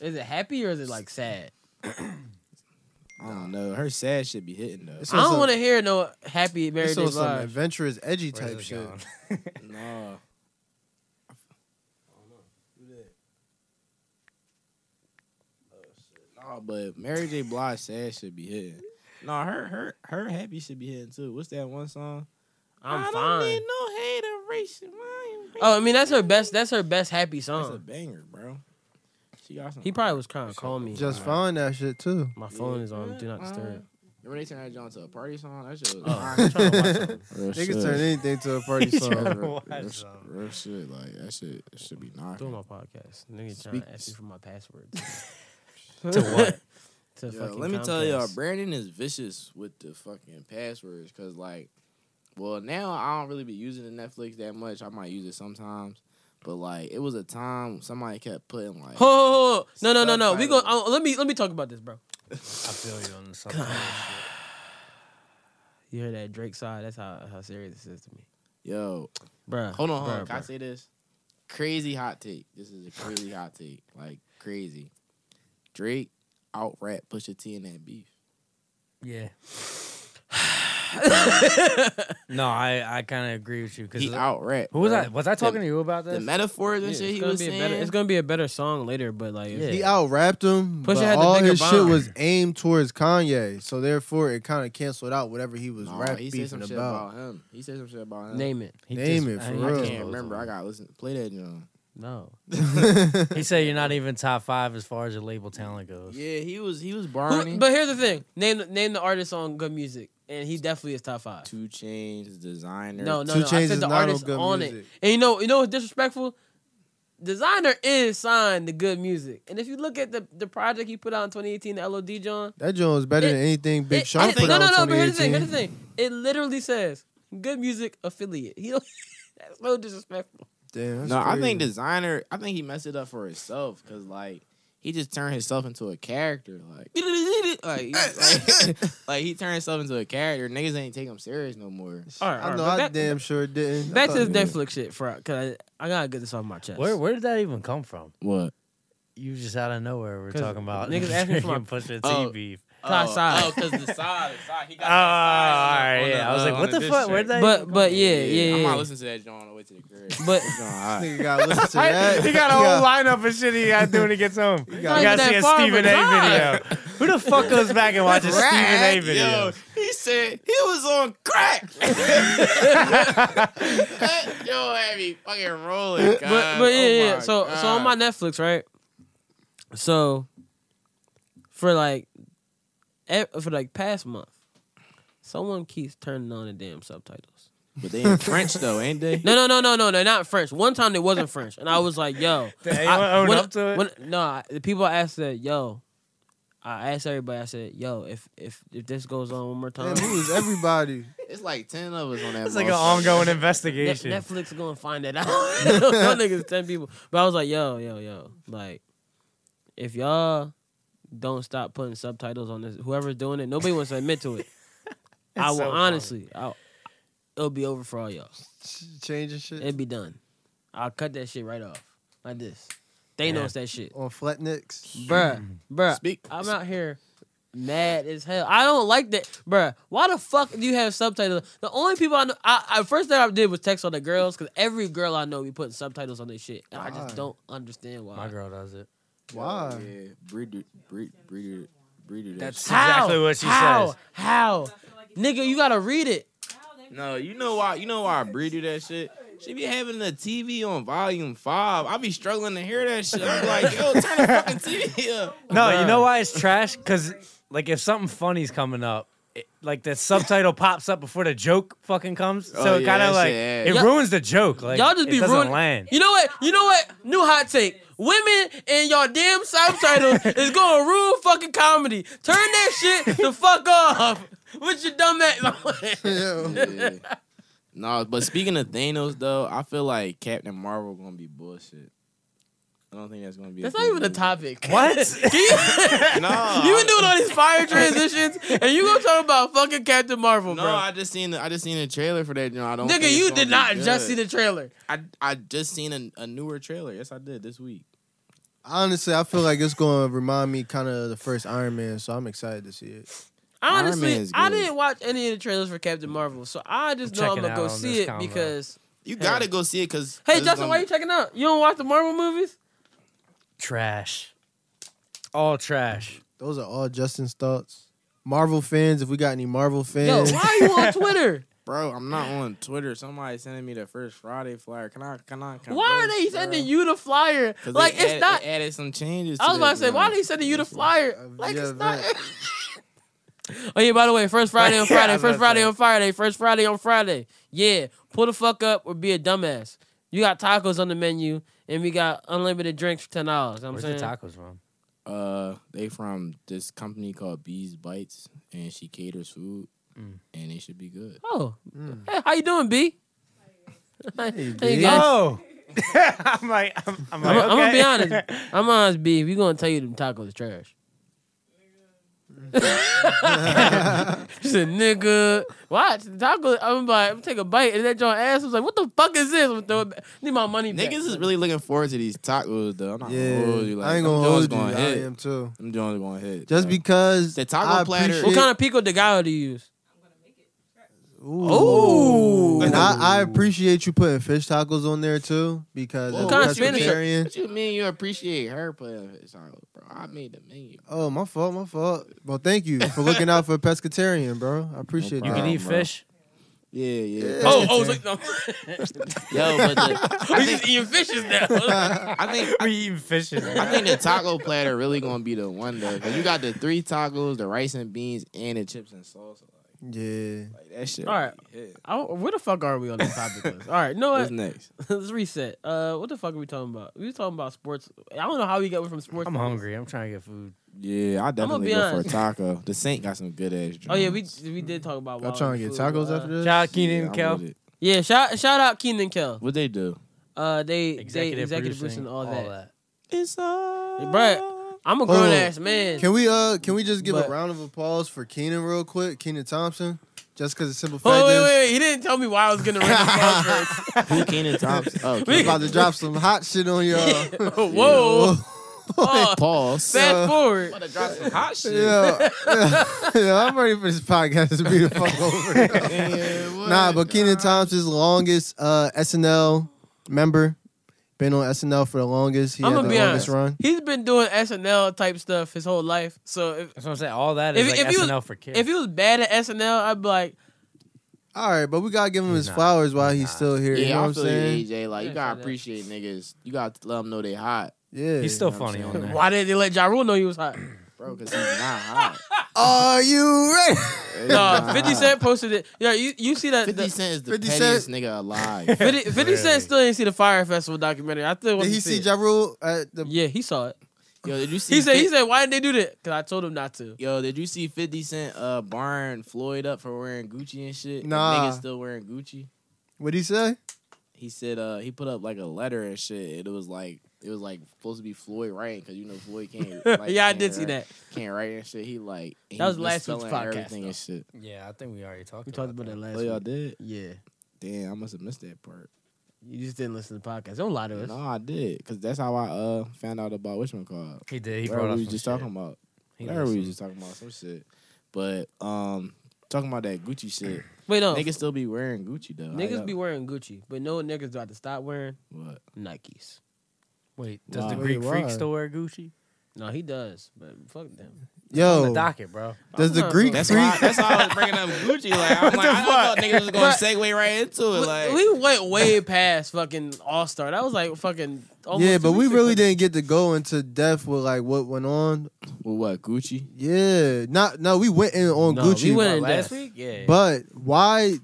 Speaker 2: Is it happy or is it like sad?
Speaker 4: I don't know. Her sad should be hitting though.
Speaker 5: It's
Speaker 2: I don't
Speaker 5: also-
Speaker 2: want to hear no happy Mary
Speaker 5: It's
Speaker 2: J.
Speaker 5: on some
Speaker 2: Blige.
Speaker 5: adventurous, edgy
Speaker 3: Where's
Speaker 5: type
Speaker 3: it
Speaker 5: shit.
Speaker 3: going?
Speaker 4: no. No, but Mary J. Blige sad should be hitting. No, her her her happy should be hitting too. What's that one song?
Speaker 2: I'm
Speaker 4: I
Speaker 2: fine.
Speaker 4: don't need no hateration. I ain't
Speaker 2: Oh, I mean that's her best. That's her best happy
Speaker 4: That's a
Speaker 2: song.
Speaker 4: banger, bro. She got some.
Speaker 2: He probably was trying to call me.
Speaker 5: Just find that shit too.
Speaker 2: My phone is on. Do not disturb.
Speaker 4: Remember they turned that joint to a party song? That shit was
Speaker 2: Oh, I'm trying to watch something.
Speaker 4: Real
Speaker 5: They can turn anything to a party song.
Speaker 4: Real,
Speaker 3: Watch
Speaker 4: real-
Speaker 3: some.
Speaker 4: real shit. Like that shit it should be knocking.
Speaker 2: Doing my podcast. Nigga trying
Speaker 4: Speak-
Speaker 2: to ask me for my password.
Speaker 3: To what?
Speaker 2: to
Speaker 4: Yo,
Speaker 2: fucking
Speaker 4: let me tell y'all,
Speaker 2: Comcast.
Speaker 4: Brandon is vicious with the fucking passwords because, like, well, now I don't really be using the Netflix that much. I might use it sometimes, but like, it was a time somebody kept putting like,
Speaker 2: Ho, ho, ho. No, no, no, no. We going
Speaker 4: Subtitles.
Speaker 2: uh, let me let me talk about this, bro.
Speaker 3: I feel you on something.
Speaker 2: You hear that Drake side? That's how how serious this is to me,
Speaker 4: "Yo,
Speaker 2: bro.
Speaker 4: hold on, hold on, can I say this? Crazy hot take. This is a crazy hot take, like crazy. Drake out rap Pusha T in that beef.
Speaker 3: Yeah. no, I, I kind of agree with you because
Speaker 4: He out rap.
Speaker 3: who was I? Was I talking
Speaker 4: The-
Speaker 3: to you about
Speaker 4: The
Speaker 3: this?
Speaker 4: metaphors and
Speaker 2: Yeah,
Speaker 4: shit
Speaker 2: it's
Speaker 4: he
Speaker 2: gonna
Speaker 4: was
Speaker 2: be a
Speaker 4: saying.
Speaker 2: better. It's gonna be a better song later, but like,
Speaker 3: Yeah.
Speaker 2: yeah.
Speaker 5: He out rapped him,
Speaker 2: Pusha
Speaker 5: but
Speaker 2: had the
Speaker 5: all
Speaker 2: bigger
Speaker 5: his shit
Speaker 2: bond.
Speaker 5: was aimed towards Kanye. So therefore, it kind of canceled out whatever he was
Speaker 4: Nah,
Speaker 5: rap
Speaker 4: he said
Speaker 5: beefing
Speaker 4: some shit
Speaker 5: about.
Speaker 4: about him. He said some shit about him.
Speaker 2: name it.
Speaker 3: He
Speaker 5: Name
Speaker 3: just-
Speaker 5: it, for
Speaker 3: he
Speaker 4: I
Speaker 5: real.
Speaker 3: just-
Speaker 4: can't remember. I gotta listen. Play that John.
Speaker 2: No.
Speaker 3: He said you're not even top five as far as your label talent goes.
Speaker 4: Yeah, he was he was
Speaker 2: Who-
Speaker 4: Barney.
Speaker 2: but here's the thing. Name name the artist on Good Music. and he definitely is top five.
Speaker 4: Two Chains designer.
Speaker 2: No, no,
Speaker 5: Two
Speaker 2: no. I
Speaker 5: Chainz
Speaker 2: said
Speaker 5: is
Speaker 2: the
Speaker 5: not on
Speaker 2: artist
Speaker 5: good
Speaker 2: on it.
Speaker 5: music.
Speaker 2: And you know, you know what's disrespectful? Designer is signed to good music. And if you look at the, the project he put out in 2018, the LOD John.
Speaker 5: That joint was better
Speaker 2: It-
Speaker 5: than anything Big
Speaker 2: it-
Speaker 5: Sean
Speaker 2: it-
Speaker 5: put
Speaker 2: No,
Speaker 5: out
Speaker 2: no,
Speaker 5: in
Speaker 2: no, but here's the thing, here's
Speaker 5: 2018.
Speaker 2: the thing. It literally says good music affiliate. He don't, that's so disrespectful.
Speaker 5: Damn, that's
Speaker 4: no. I
Speaker 5: crazy.
Speaker 4: think designer. I think he messed it up for himself because like he just turned himself into a character. Like, like, he- like, like, he turned himself into a character. Niggas ain't take him serious no more.
Speaker 2: All right, all
Speaker 5: I
Speaker 2: right,
Speaker 5: know
Speaker 2: but
Speaker 5: I
Speaker 2: back,
Speaker 5: damn sure didn't. I
Speaker 2: back
Speaker 5: thought-
Speaker 2: to this Netflix shit, for because I, I gotta get this off my chest.
Speaker 3: Where where did that even come from?
Speaker 4: What?
Speaker 3: You just out of nowhere we're
Speaker 2: 'Cause
Speaker 3: talking about
Speaker 2: niggas asking for my-
Speaker 3: push the
Speaker 4: Oh.
Speaker 3: T beef.
Speaker 2: Ty Side.
Speaker 4: because the side, the side, he
Speaker 3: Oh, all
Speaker 4: got that
Speaker 3: right,
Speaker 4: side on the-
Speaker 3: yeah. I
Speaker 4: on
Speaker 3: was
Speaker 4: the-
Speaker 3: like,
Speaker 4: on
Speaker 3: what the fuck?
Speaker 4: district.
Speaker 3: Where did that?
Speaker 2: But but yeah, yeah,
Speaker 4: I'm
Speaker 2: yeah.
Speaker 4: gonna listen to that joint on the way to the crib.
Speaker 2: But-
Speaker 4: It's gonna- all right.
Speaker 5: Nigga gotta listen to that.
Speaker 3: he got a whole lineup of shit he got to do when he gets home. You
Speaker 5: got-
Speaker 3: got to
Speaker 2: Not
Speaker 3: see
Speaker 2: even
Speaker 3: a
Speaker 2: that far
Speaker 3: Stephen
Speaker 2: of a
Speaker 3: A video. Who the fuck goes back and watches Stephen A
Speaker 4: Crack,
Speaker 3: video?
Speaker 4: Yo, he said he was on crack. that yo had me fucking rolling. God.
Speaker 2: but but yeah,
Speaker 4: Oh
Speaker 2: yeah.
Speaker 4: my
Speaker 2: So so on my
Speaker 4: God.
Speaker 2: Netflix, right? So for like e- for like past month, someone keeps turning on the damn subtitles.
Speaker 4: but they in French though, ain't they?
Speaker 2: No, no, no, no, no. They're not French. One time they wasn't French, and I was like, "Yo,
Speaker 3: Did
Speaker 2: I-
Speaker 3: anyone own
Speaker 2: when-
Speaker 3: up to it?
Speaker 2: when- no, I- the people I asked said, "Yo." I asked everybody. I said, "Yo, if if if this goes on one more time,
Speaker 5: Damn, who is everybody?
Speaker 4: It's like ten of us on that.
Speaker 3: It's like an
Speaker 4: motherfucker.
Speaker 3: ongoing
Speaker 2: Ne-
Speaker 3: investigation.
Speaker 2: Netflix going to find that out. Some niggas ten people. But I was like, yo, yo, yo, like, if y'all don't stop putting subtitles on this, whoever's doing it, nobody wants to admit to it. I will
Speaker 3: It's so funny.
Speaker 2: honestly, I'll, it'll be over for all y'all.
Speaker 5: Ch- Changing shit
Speaker 2: It'll be done. I'll cut that shit right off, like this. They knows that shit,
Speaker 5: on Flatnicks.
Speaker 2: bruh, bruh.
Speaker 4: Speak-
Speaker 2: I'm out here. Mad as hell. I don't like that, bruh. Why the fuck do you have subtitles? The only people I know, I, I first thing I did was text all the girls because every girl I know be putting subtitles on their shit, and I
Speaker 5: Why?
Speaker 2: just don't understand why.
Speaker 3: My girl does it.
Speaker 5: Why?
Speaker 4: Yeah, breeder, breeder, breeder, breeder.
Speaker 3: That's
Speaker 2: How?
Speaker 3: exactly what she
Speaker 2: How?
Speaker 3: says.
Speaker 2: How? Nigga, you gotta read it.
Speaker 4: No, you know why? You know why I breed do that shit? She be having the TV on volume five. I be struggling to hear that shit. I'm like, yo, turn the fucking TV up.
Speaker 3: No,
Speaker 2: Bruh.
Speaker 3: you know why it's trash? Because like if something funny's coming up, it, like the subtitle pops up before the joke fucking comes, so
Speaker 4: Oh,
Speaker 3: it
Speaker 4: yeah,
Speaker 3: kind
Speaker 4: that
Speaker 3: of like
Speaker 4: shit
Speaker 3: it
Speaker 2: ass.
Speaker 3: ruins the joke. Like
Speaker 2: y'all just be
Speaker 3: it doesn't
Speaker 2: ruining.
Speaker 3: land.
Speaker 2: You know what? You know what? New hot take. Women and y'all damn subtitles is gonna ruin fucking comedy. Turn that shit the fuck off with your dumb ass.
Speaker 5: Yeah.
Speaker 4: Yeah. No, but speaking of Thanos though, I feel like Captain Marvel gonna be bullshit. I don't think that's gonna be.
Speaker 2: That's
Speaker 4: good
Speaker 2: not even a
Speaker 4: movie.
Speaker 2: topic.
Speaker 3: What?
Speaker 2: Can you,
Speaker 4: No,
Speaker 2: you been doing all these fire transitions, and you gonna talk about fucking Captain Marvel,
Speaker 4: No,
Speaker 2: bro?
Speaker 4: I just seen the I just seen a trailer for that. You know, I don't. think
Speaker 2: Nigga,
Speaker 4: it's
Speaker 2: you
Speaker 4: gonna
Speaker 2: did
Speaker 4: be
Speaker 2: not just
Speaker 4: good.
Speaker 2: see the trailer.
Speaker 4: I I just seen a, a newer trailer. Yes, I did this week.
Speaker 5: Honestly, I feel like it's gonna remind me kind of the first Iron Man, so I'm excited to see it.
Speaker 4: Iron
Speaker 2: Honestly,
Speaker 4: Man's
Speaker 2: I
Speaker 4: good.
Speaker 2: didn't watch any of the trailers for Captain Marvel, so I just
Speaker 3: I'm
Speaker 2: know I'm
Speaker 3: checking
Speaker 2: gonna go
Speaker 3: out on
Speaker 2: see
Speaker 3: this
Speaker 2: it
Speaker 3: combo.
Speaker 2: because.
Speaker 4: You gotta go see it because.
Speaker 2: Hey, Justin, why you checking out? You don't watch the Marvel movies?
Speaker 3: Trash. All trash.
Speaker 5: Those are all Justin's thoughts. Marvel fans, if we got any Marvel
Speaker 2: Yo,
Speaker 5: fans,
Speaker 2: why are you on Twitter?
Speaker 4: bro? I'm not on Twitter. Somebody sending me the first Friday flyer. Can I? Can I? Converse,
Speaker 2: why are they sending you the flyer?
Speaker 4: 'Cause
Speaker 2: Like
Speaker 4: they
Speaker 2: it's
Speaker 4: added,
Speaker 2: not.
Speaker 4: they added some changes.
Speaker 2: I was
Speaker 4: to that,
Speaker 2: about to say, why are
Speaker 4: bro.
Speaker 2: they sending you the flyer? Like
Speaker 5: yeah,
Speaker 2: it's not.
Speaker 5: that-
Speaker 2: Oh yeah, by the way, first Friday on
Speaker 3: Yeah,
Speaker 2: Friday,
Speaker 3: I was
Speaker 2: first
Speaker 3: about to
Speaker 2: Friday
Speaker 3: say.
Speaker 2: on Friday, first Friday on Friday. Yeah, pull the fuck up or be a dumbass. You got tacos on the menu, and we got unlimited drinks for ten dollars. I'm
Speaker 3: Where's
Speaker 2: saying.
Speaker 3: the tacos from?
Speaker 4: Uh, they from this company called Bees Bites, and she caters food,
Speaker 3: Mm.
Speaker 4: and it should be good.
Speaker 2: Oh,
Speaker 5: Mm.
Speaker 2: hey, how you doing, B?
Speaker 5: Hey,
Speaker 2: Hey,
Speaker 5: B.
Speaker 2: guys.
Speaker 3: Hmm. Oh. I'm like, I'm, I'm like,
Speaker 2: I'm, I'm gonna be
Speaker 3: okay.
Speaker 2: honest. I'm honest, B. We gonna tell you them tacos trash. she said, "Nigga, watch the tacos." I'm like, I'm take a bite, and that joint ass was like, "What the fuck is this?" I'm throw it back. Need my money back.
Speaker 4: Niggas is really looking forward to these tacos, though. I'm not
Speaker 5: yeah,
Speaker 4: gonna hold you. Like,
Speaker 5: I ain't
Speaker 4: them
Speaker 5: gonna hold
Speaker 4: joints
Speaker 5: you.
Speaker 4: gonna
Speaker 5: I
Speaker 4: hit.
Speaker 5: am too.
Speaker 4: Them joints gonna hit.
Speaker 5: Just
Speaker 4: bro.
Speaker 5: because
Speaker 4: The taco
Speaker 5: I
Speaker 4: platter-
Speaker 5: appreciate-
Speaker 2: what kind of pico de gallo do you use?
Speaker 5: Ooh.
Speaker 2: Ooh.
Speaker 5: And I, I appreciate you putting fish tacos on there too because
Speaker 4: What
Speaker 5: as a
Speaker 2: kind of Spanish-
Speaker 5: pescatarian-
Speaker 4: What you mean you appreciate her putting it on, bro? I made the menu.
Speaker 5: Oh, my fault, my fault. Well, thank you for looking out for a pescatarian, bro. I appreciate
Speaker 3: You
Speaker 5: that.
Speaker 3: can
Speaker 4: Bro,
Speaker 3: eat
Speaker 4: bro.
Speaker 3: fish.
Speaker 4: Yeah, yeah.
Speaker 2: Oh, oh, it's like, no.
Speaker 4: yo, but the,
Speaker 2: we just eating fishes now.
Speaker 4: I think
Speaker 3: We eating fish. in
Speaker 4: I
Speaker 3: there.
Speaker 4: think the taco platter really gonna be the one though, 'cause you got the three tacos, the rice and beans, and the chips and salsa. Like,
Speaker 5: Yeah.
Speaker 4: Like that shit.
Speaker 2: All right.
Speaker 4: Yeah.
Speaker 2: I, where the fuck are we on this topic? list? All right, no,
Speaker 4: What's next?
Speaker 2: let's reset. Uh, what the fuck are we talking about? We was talking about sports. I don't know how we got from sports.
Speaker 3: I'm
Speaker 2: to this.
Speaker 3: hungry. I'm trying to get food.
Speaker 4: Yeah, I definitely
Speaker 2: be
Speaker 4: go
Speaker 2: honest.
Speaker 4: for a taco. The Saint got some good ass.
Speaker 2: Oh yeah, we
Speaker 4: joints.
Speaker 2: we did talk about.
Speaker 5: Y'all
Speaker 2: wild
Speaker 5: trying to get
Speaker 2: food,
Speaker 5: tacos
Speaker 2: uh,
Speaker 5: after this?
Speaker 3: Shout
Speaker 4: Yeah,
Speaker 3: Keenan
Speaker 4: I'm
Speaker 3: Kel.
Speaker 4: with it.
Speaker 2: Yeah, shout shout out Keenan and Kel.
Speaker 4: What they do?
Speaker 2: Uh, they
Speaker 3: Executive,
Speaker 2: they executive
Speaker 3: producing,
Speaker 2: producing all, that.
Speaker 4: It's uh,
Speaker 2: Bruh, I'm a
Speaker 5: Hold on.
Speaker 2: grown ass man.
Speaker 5: Oh. Can we uh can we just give
Speaker 2: But-
Speaker 5: a round of applause for Keenan real quick, Keenan Thompson, just because the simple fact
Speaker 2: oh, wait,
Speaker 5: is
Speaker 2: wait, wait, he didn't tell me why I was gonna run the ball first.
Speaker 4: Who Kenan Thompson? Oh,
Speaker 5: we
Speaker 4: Kenan.
Speaker 5: about to drop some hot shit on y'all.
Speaker 2: Oh, Whoa, oh,
Speaker 4: pause.
Speaker 2: fast
Speaker 5: uh,
Speaker 2: forward.
Speaker 4: hot shit.
Speaker 5: yeah, yeah, yeah, I'm ready for this podcast to be the fuck over. nah, but Keenan Thompson's longest uh, SNL member, been on SNL for the longest. He
Speaker 2: I'm
Speaker 5: had
Speaker 2: gonna
Speaker 5: the
Speaker 2: be honest.
Speaker 5: longest run.
Speaker 2: He's been doing SNL type stuff his whole life. So if
Speaker 3: That's what I'm saying. All that is
Speaker 2: If-
Speaker 3: like
Speaker 2: if you-
Speaker 3: SNL for kids.
Speaker 2: if he was bad at SNL, I'd be like,
Speaker 5: All right, but we gotta give him his
Speaker 3: Nah,
Speaker 5: flowers while
Speaker 3: nah.
Speaker 5: he's still here.
Speaker 4: Yeah,
Speaker 5: you know
Speaker 4: I
Speaker 5: what I'm
Speaker 4: feel
Speaker 5: saying?
Speaker 4: you, AJ. Like you
Speaker 2: Yeah,
Speaker 4: gotta
Speaker 2: so that-
Speaker 4: appreciate niggas. You gotta let them know they hot,
Speaker 5: Yeah,
Speaker 3: He's still
Speaker 4: you know what
Speaker 3: funny
Speaker 4: I'm
Speaker 3: on
Speaker 4: saying?
Speaker 3: there.
Speaker 2: why did they let Ja Rule know he was hot?
Speaker 4: bro. Cause he's not hot.
Speaker 5: Are you ready?
Speaker 4: He's
Speaker 2: No,
Speaker 4: not
Speaker 2: 50
Speaker 4: hot.
Speaker 2: Cent posted it. Yeah, you, you see that.
Speaker 4: Fifty
Speaker 2: The,
Speaker 4: Cent is the
Speaker 5: 50
Speaker 4: pettiest
Speaker 5: Cent-
Speaker 4: nigga alive.
Speaker 2: 50, 50
Speaker 3: Really?
Speaker 2: Cent still didn't see the Fire Festival documentary. I still want
Speaker 5: Did
Speaker 2: to
Speaker 5: he
Speaker 2: see
Speaker 5: see
Speaker 2: it.
Speaker 5: Ja Rule at the?
Speaker 2: Yeah, he saw it.
Speaker 4: Yo, did you see?
Speaker 2: He said, he
Speaker 4: Fif-
Speaker 2: said, why didn't they do that? Because I told him not to.
Speaker 4: Yo, did you see Fifty Cent uh barring Floyd up for wearing Gucci and shit? And
Speaker 5: Nah.
Speaker 4: niggas still wearing Gucci.
Speaker 5: What'd he say?
Speaker 4: He said uh he put up like a letter and shit. And it was like it was like supposed to be Floyd writing because you know Floyd can't. Like,
Speaker 2: yeah, I
Speaker 4: can't
Speaker 2: did see
Speaker 4: write-
Speaker 2: that.
Speaker 4: Can't write and shit. He like he
Speaker 2: That was last week's
Speaker 4: misspelling
Speaker 2: podcast,
Speaker 4: Everything
Speaker 2: though.
Speaker 4: and shit.
Speaker 3: yeah, I think we already talked.
Speaker 2: We talked about that last
Speaker 4: Oh y'all
Speaker 2: week.
Speaker 4: did?
Speaker 2: Yeah.
Speaker 4: Damn, I must have missed that part.
Speaker 2: You just didn't listen to the podcast. Don't lie to us.
Speaker 4: No, I did because that's how I uh found out about which one called.
Speaker 3: He did. He
Speaker 4: Whatever
Speaker 3: brought up
Speaker 4: we
Speaker 3: some
Speaker 4: was just
Speaker 3: shit.
Speaker 4: talking about.
Speaker 3: He
Speaker 4: Whatever we
Speaker 3: listened.
Speaker 4: was just talking about some shit. But um, talking about that Gucci shit.
Speaker 2: Wait, no.
Speaker 4: Niggas
Speaker 2: Niggas,
Speaker 4: still be wearing Gucci though. I,
Speaker 2: Oh. be wearing Gucci, but no niggas about to stop wearing
Speaker 4: What?
Speaker 2: Nikes.
Speaker 3: Wait, does the
Speaker 4: Wow.
Speaker 3: Greek
Speaker 5: Wait,
Speaker 3: freak
Speaker 5: why?
Speaker 3: still wear Gucci?
Speaker 2: No, he does, but fuck them.
Speaker 3: On
Speaker 4: Oh.
Speaker 3: the
Speaker 5: Yo,
Speaker 3: docket, bro.
Speaker 5: does
Speaker 2: I'm
Speaker 5: the
Speaker 2: not
Speaker 5: Greek
Speaker 2: gonna-
Speaker 4: That's
Speaker 5: freak?
Speaker 4: why. That's why I was bringing up Gucci. Like I'm like, I thought niggas was gonna
Speaker 2: But-
Speaker 4: segue right into it.
Speaker 2: We,
Speaker 4: Like
Speaker 2: we went way past fucking All Star. That was like fucking. Almost
Speaker 5: yeah,
Speaker 2: two
Speaker 5: but we
Speaker 2: weeks
Speaker 5: really
Speaker 2: ago.
Speaker 5: didn't get to go into depth with like what went on.
Speaker 4: well, what Gucci?
Speaker 5: Yeah, not no, we went in on
Speaker 2: No,
Speaker 5: Gucci,
Speaker 2: We went in depth.
Speaker 3: last week. Yeah.
Speaker 5: but why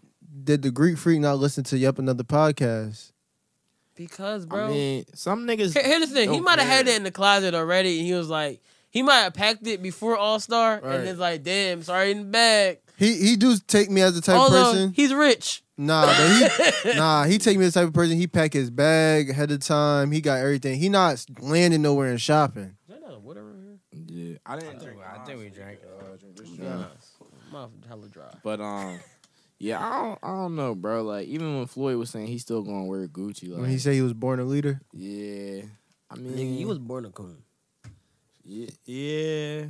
Speaker 5: did the Greek freak not listen to Yep Another podcast?
Speaker 2: because, bro.
Speaker 4: I mean, some niggas.
Speaker 2: Here- Here's the thing. He
Speaker 4: don't
Speaker 2: might have had
Speaker 4: care.
Speaker 2: it in the closet already, and he was like, he might have packed it before All Star,
Speaker 5: Right.
Speaker 2: and it's like, damn, it's already in the bag.
Speaker 5: He he do take me as the type of
Speaker 2: Although
Speaker 5: person.
Speaker 2: he's rich,
Speaker 5: Nah, but he nah he take me as the type of person. He pack his bag ahead of time. He got everything. He not landing nowhere and shopping.
Speaker 4: Yeah, I didn't. drink
Speaker 3: I think we drank it.
Speaker 4: Gucci.
Speaker 2: yeah. my hella dry.
Speaker 4: But um, yeah, I don't, I don't know, bro. Like even when Floyd was saying he's still gonna wear Gucci, like
Speaker 5: When he say he was born a leader,
Speaker 4: yeah, I mean,
Speaker 2: Nigga, you was born a coon.
Speaker 4: yeah, yeah.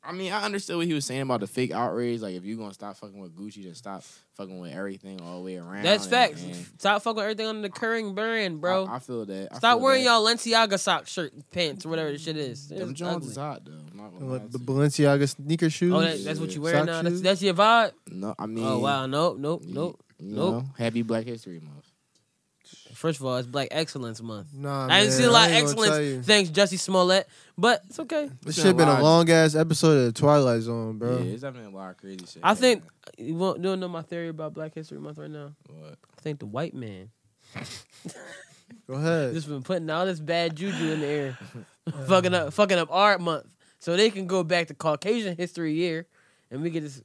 Speaker 4: I mean, I understood what he was saying about the fake outrage. Like, if you gonna stop fucking with Gucci, then stop fucking with everything all the way around.
Speaker 2: That's
Speaker 4: and-
Speaker 2: facts.
Speaker 4: and
Speaker 2: Stop fucking with everything on the current brand, bro.
Speaker 4: I, I feel that. I
Speaker 2: Stop
Speaker 4: feel
Speaker 2: wearing
Speaker 4: that.
Speaker 2: y'all Lenciaga sock shirt, pants, or whatever the shit is.
Speaker 4: Them
Speaker 2: It's
Speaker 4: Jones
Speaker 2: ugly.
Speaker 4: is hot though. I'm not gonna lie
Speaker 5: the
Speaker 4: to you.
Speaker 5: Balenciaga sneaker shoes.
Speaker 2: Oh, that, that's what you wearing
Speaker 5: Sock
Speaker 2: now. That's,
Speaker 5: shoes?
Speaker 2: that's your vibe.
Speaker 4: no, I mean,
Speaker 2: Oh wow, nope, nope,
Speaker 4: you-
Speaker 2: nope.
Speaker 4: you
Speaker 2: Nope.
Speaker 4: know, happy Black History Month.
Speaker 2: First of all, it's Black Excellence Month.
Speaker 5: Nah,
Speaker 2: I didn't
Speaker 5: man,
Speaker 2: see a lot of
Speaker 5: ain't gonna tell you.
Speaker 2: excellence. Thanks, Jesse Smollett. But it's okay.
Speaker 5: This shit been
Speaker 4: Lies.
Speaker 5: a long ass episode of the Twilight Zone, bro.
Speaker 4: Yeah, it's definitely a lot of crazy shit.
Speaker 2: I think
Speaker 4: happening.
Speaker 2: you won't, don't know my theory about Black History Month right now.
Speaker 4: What?
Speaker 2: I think the white man
Speaker 5: Go ahead.
Speaker 2: just been putting all this bad juju in the air, fucking up, fucking up art month, so they can go back to Caucasian History Year, and we can just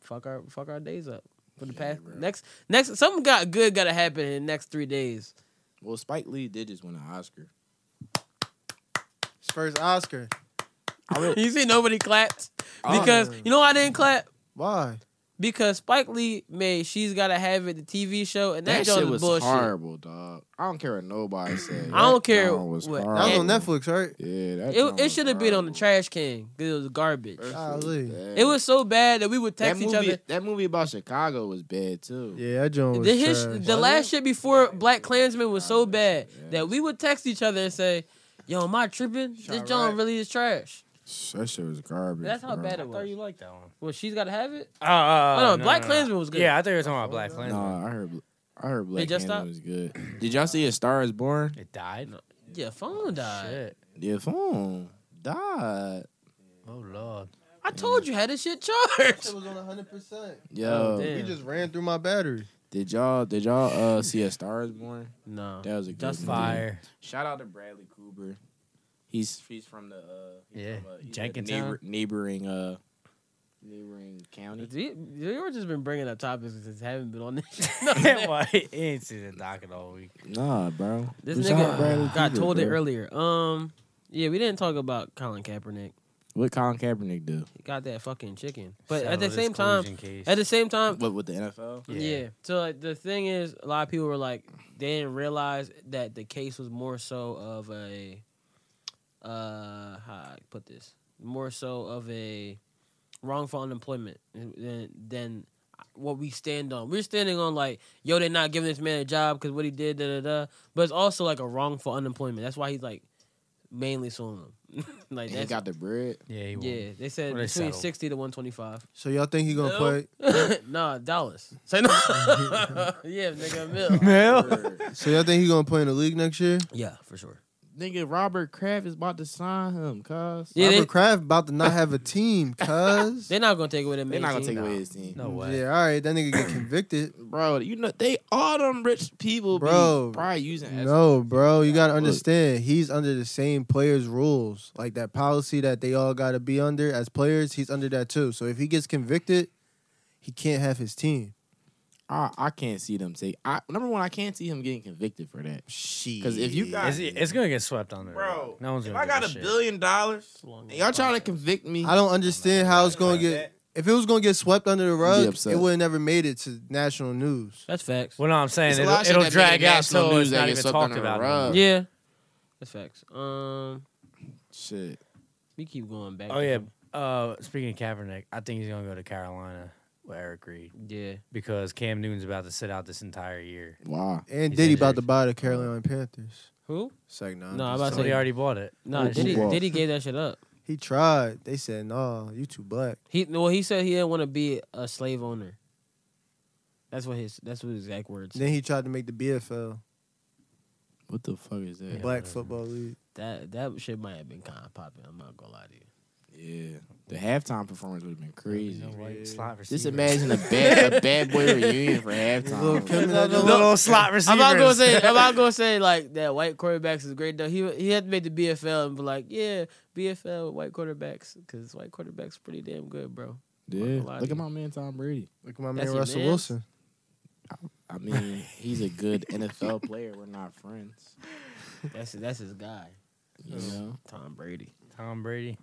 Speaker 2: fuck our fuck our days up for the past
Speaker 4: bro.
Speaker 2: next next. Something got good got to happen in the next three days.
Speaker 4: Well, Spike Lee did just win an Oscar.
Speaker 5: His first Oscar.
Speaker 2: you see, nobody clapped
Speaker 4: Oh.
Speaker 2: because you know why I didn't clap.
Speaker 5: Why?
Speaker 2: Because Spike Lee made "She's Gotta Have It" the TV show, and that,
Speaker 4: That,
Speaker 2: joint
Speaker 4: shit
Speaker 2: is
Speaker 4: was
Speaker 2: bullshit.
Speaker 4: horrible, dog. I don't care what nobody said.
Speaker 2: I don't
Speaker 4: That
Speaker 2: care
Speaker 4: joint was
Speaker 2: what-
Speaker 5: That was
Speaker 4: horrible.
Speaker 5: on Netflix, right?
Speaker 4: Yeah, that joint
Speaker 2: It, it
Speaker 4: was
Speaker 2: should have been on the
Speaker 4: horrible.
Speaker 2: trash can because it was garbage.
Speaker 5: Golly.
Speaker 4: Yeah.
Speaker 2: It was so bad that we would
Speaker 4: that
Speaker 2: text
Speaker 4: movie.
Speaker 2: each other.
Speaker 4: That movie about Chicago was bad too.
Speaker 5: Yeah, that joint was
Speaker 2: The, his,
Speaker 5: trash.
Speaker 2: the last shit before Black Klansman was so bad that we would text each other and say, "Yo, am I tripping? This
Speaker 5: Alright.
Speaker 2: John really is trash."
Speaker 4: That shit was garbage.
Speaker 2: That's how
Speaker 4: bro.
Speaker 2: bad it
Speaker 3: thought you
Speaker 2: was.
Speaker 3: liked that one.
Speaker 2: Well, she's gotta have it.
Speaker 3: Oh, uh,
Speaker 2: Oh, no, Black Klansman was good.
Speaker 3: Yeah, I thought you were talking about Black Klansman.
Speaker 4: Nah, I heard. I heard Black
Speaker 2: just
Speaker 4: Panther
Speaker 2: stopped?
Speaker 4: was good. Did y'all see A Star Is Born?
Speaker 3: It died.
Speaker 2: Yeah, phone died.
Speaker 4: hmm.
Speaker 3: Shit.
Speaker 4: The phone died.
Speaker 3: Oh lord.
Speaker 2: I told you had this shit charged.
Speaker 5: was on 100%.
Speaker 4: Yo,
Speaker 2: Damn.
Speaker 5: We just ran through my battery.
Speaker 4: did y'all did y'all uh see a Star is Born?
Speaker 2: No.
Speaker 4: That was a good
Speaker 2: Uh-huh. That's
Speaker 4: movie.
Speaker 3: Fire.
Speaker 4: Shout out to Bradley Cooper. He's he's from the uh, he's
Speaker 3: Yeah,
Speaker 4: from, uh, he's a
Speaker 3: Jenkintown.
Speaker 4: neighbor, neighboring uh neighboring county.
Speaker 2: You're just been bringing up topics that haven't been on this. shit.
Speaker 3: Why he ain't seen the docket all week.
Speaker 4: Nah, bro.
Speaker 2: This
Speaker 4: Shout out Bradley
Speaker 2: nigga got
Speaker 4: Cooper,
Speaker 2: told it
Speaker 4: bro.
Speaker 2: earlier. Um, yeah, we didn't talk about Colin Kaepernick.
Speaker 4: What Colin Kaepernick do?
Speaker 2: He got that fucking chicken. But at
Speaker 3: Settle
Speaker 2: the
Speaker 3: this
Speaker 2: same time,
Speaker 3: collusion case.
Speaker 2: at the same time,
Speaker 4: What with the NFL?
Speaker 2: yeah.
Speaker 3: Yeah.
Speaker 2: So like, the thing is, a lot of people were like, they didn't realize that the case was more so of a, uh, how I put this, more so of a wrongful unemployment than than what we stand on. We're standing on like, yo, they're not giving this man a job because what he did, da da da. But it's also like a wrongful unemployment. That's why he's like mainly suing them. like
Speaker 4: And he
Speaker 2: that's
Speaker 4: got the bread.
Speaker 3: Yeah, he won.
Speaker 2: yeah. They said
Speaker 3: Well, they
Speaker 2: between
Speaker 3: settled.
Speaker 2: sixty to one twenty five.
Speaker 5: So y'all think he gonna
Speaker 2: No.
Speaker 5: play?
Speaker 2: nah, Dallas. Say no. yeah, nigga, Mill.
Speaker 3: Mel?
Speaker 4: Or-
Speaker 5: So y'all think he gonna play in the league next year?
Speaker 2: Yeah, for sure.
Speaker 4: Nigga, Robert Kraft is about to sign him, cuz.
Speaker 2: Yeah, they,
Speaker 5: Robert Kraft about to not have a team, cuz.
Speaker 2: they're not gonna take away the
Speaker 4: They're
Speaker 2: main
Speaker 4: not gonna
Speaker 2: team.
Speaker 4: take away his team.
Speaker 3: No way.
Speaker 5: Yeah, all right, that nigga get convicted.
Speaker 4: Bro, you know they all them rich people
Speaker 5: Bro.
Speaker 4: be probably using as-
Speaker 5: No, bro, you gotta
Speaker 4: Look.
Speaker 5: understand. He's under the same players' rules, like that policy that they all gotta be under as players. He's under that too. So if he gets convicted, he can't have his team.
Speaker 4: I, I can't see them take I number one, I can't see him getting convicted for that.
Speaker 5: Shit.
Speaker 4: Cause if you got
Speaker 3: It's, it's gonna get swept under. the rug.
Speaker 4: Bro,
Speaker 3: no one's
Speaker 4: if
Speaker 3: gonna.
Speaker 4: I
Speaker 3: give
Speaker 4: got a
Speaker 3: shit.
Speaker 4: billion dollars, and y'all trying to convict me.
Speaker 5: I don't understand how it's gonna get. If it was gonna get swept under the rug,
Speaker 4: upset.
Speaker 5: it would have never made it to national news.
Speaker 2: That's facts.
Speaker 3: Well, no, I'm saying
Speaker 4: It's a
Speaker 3: it'll,
Speaker 4: lot of shit
Speaker 3: it'll
Speaker 4: that made
Speaker 3: drag out
Speaker 4: national
Speaker 3: till
Speaker 4: news
Speaker 3: it's
Speaker 4: that
Speaker 3: not
Speaker 4: get
Speaker 3: even
Speaker 4: swept
Speaker 3: talked
Speaker 4: under the
Speaker 3: about.
Speaker 4: rug.
Speaker 3: anymore.
Speaker 2: Yeah, that's facts. Um,
Speaker 4: Shit.
Speaker 2: we keep going back.
Speaker 3: Oh
Speaker 2: to
Speaker 3: yeah.
Speaker 2: him.
Speaker 3: Uh, speaking of Kaepernick, I think he's gonna go to Carolina with Eric Reed
Speaker 2: yeah.
Speaker 3: because Cam Newton's about to sit out this entire year.
Speaker 4: Wow.
Speaker 5: And
Speaker 3: He's
Speaker 5: Diddy
Speaker 3: injured.
Speaker 5: about to buy the Carolina Panthers.
Speaker 2: Who?
Speaker 5: It's like nah.
Speaker 2: No, I'm about
Speaker 5: just
Speaker 2: to
Speaker 3: So
Speaker 5: talking.
Speaker 3: he
Speaker 2: say-
Speaker 3: already bought it.
Speaker 2: Nah,
Speaker 4: Who-
Speaker 2: Diddy,
Speaker 4: who walked?
Speaker 2: Diddy gave that shit up.
Speaker 5: he tried. They said nah, you too black.
Speaker 2: He well, he said he didn't want to be a slave owner. That's what his. That's what his exact words.
Speaker 5: Then he tried to make the BFL,
Speaker 4: What the fuck is that?
Speaker 5: Black
Speaker 3: whatever.
Speaker 5: Football League.
Speaker 2: That that shit might have been kind of popping. I'm not gonna lie to you.
Speaker 4: Yeah. The halftime performance would have been crazy.
Speaker 5: Yeah.
Speaker 3: Slot
Speaker 4: Just
Speaker 3: receiver.
Speaker 4: imagine a bad a bad boy reunion for
Speaker 5: Lil' Kim
Speaker 4: halftime.
Speaker 5: and that
Speaker 3: the
Speaker 5: little-
Speaker 3: little slot
Speaker 2: I'm
Speaker 3: receiver.
Speaker 2: not gonna say. I'm not gonna say like that. White quarterbacks is great though. He he had to make the BFL and be like, yeah, BFL with white quarterbacks because white quarterbacks pretty damn good, bro.
Speaker 4: Yeah.
Speaker 2: Fuck a lot
Speaker 4: Look
Speaker 2: of
Speaker 4: at my man Tom Brady.
Speaker 5: Look at my
Speaker 2: That's
Speaker 5: man
Speaker 2: your
Speaker 5: Russell
Speaker 2: mans?
Speaker 5: Wilson.
Speaker 4: I mean, he's a good NFL player. We're not friends.
Speaker 2: That's that's his guy,
Speaker 4: You know?
Speaker 2: Tom Brady.
Speaker 3: Tom Brady.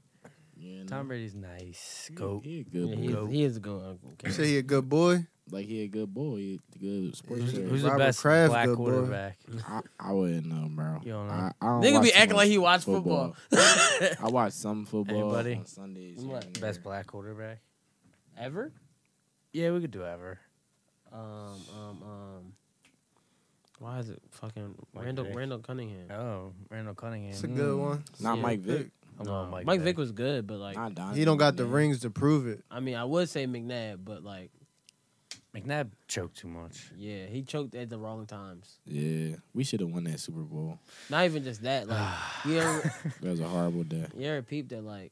Speaker 4: You know?
Speaker 3: Tom Brady's nice. Go.
Speaker 4: He a
Speaker 2: Yeah,
Speaker 4: good
Speaker 2: he,
Speaker 4: boy.
Speaker 2: is, he is a good.
Speaker 5: You say he a good boy.
Speaker 4: Like he a good boy. He a good sports
Speaker 5: Who's-
Speaker 4: player.
Speaker 3: Who's
Speaker 5: Robert
Speaker 3: the best
Speaker 5: Kraft,
Speaker 3: black
Speaker 5: good boy.
Speaker 3: quarterback?
Speaker 4: I, I wouldn't know, bro.
Speaker 3: You don't know?
Speaker 4: I, I don't
Speaker 2: Nigga
Speaker 4: watch
Speaker 2: be
Speaker 4: too
Speaker 2: acting like
Speaker 4: much
Speaker 2: he watch football.
Speaker 4: I watch some football
Speaker 3: Anybody?
Speaker 4: on Sundays. here
Speaker 2: What?
Speaker 4: and there.
Speaker 3: Best black quarterback.
Speaker 2: Ever?
Speaker 3: Yeah, we could do ever.
Speaker 2: Um um um. Why is it fucking
Speaker 3: Mike
Speaker 2: Randall
Speaker 3: Vick.
Speaker 2: Randall Cunningham?
Speaker 3: Oh, Randall Cunningham.
Speaker 5: It's a good one.
Speaker 4: Not
Speaker 2: Yeah.
Speaker 4: Mike Vick.
Speaker 3: I'm
Speaker 2: No,
Speaker 3: on
Speaker 2: Mike,
Speaker 3: Mike
Speaker 2: Vick.
Speaker 3: Vick.
Speaker 2: was good, but like,
Speaker 4: Not Donovan
Speaker 5: He don't got the
Speaker 4: McNabb.
Speaker 5: rings to prove it.
Speaker 2: I mean, I would say McNabb, but like,
Speaker 3: McNabb choked too much.
Speaker 2: yeah, he choked at the wrong times.
Speaker 4: Yeah, we should have won that Super Bowl.
Speaker 2: Not even just that, like, you ever,
Speaker 4: That was a horrible day.
Speaker 2: You ever peep that like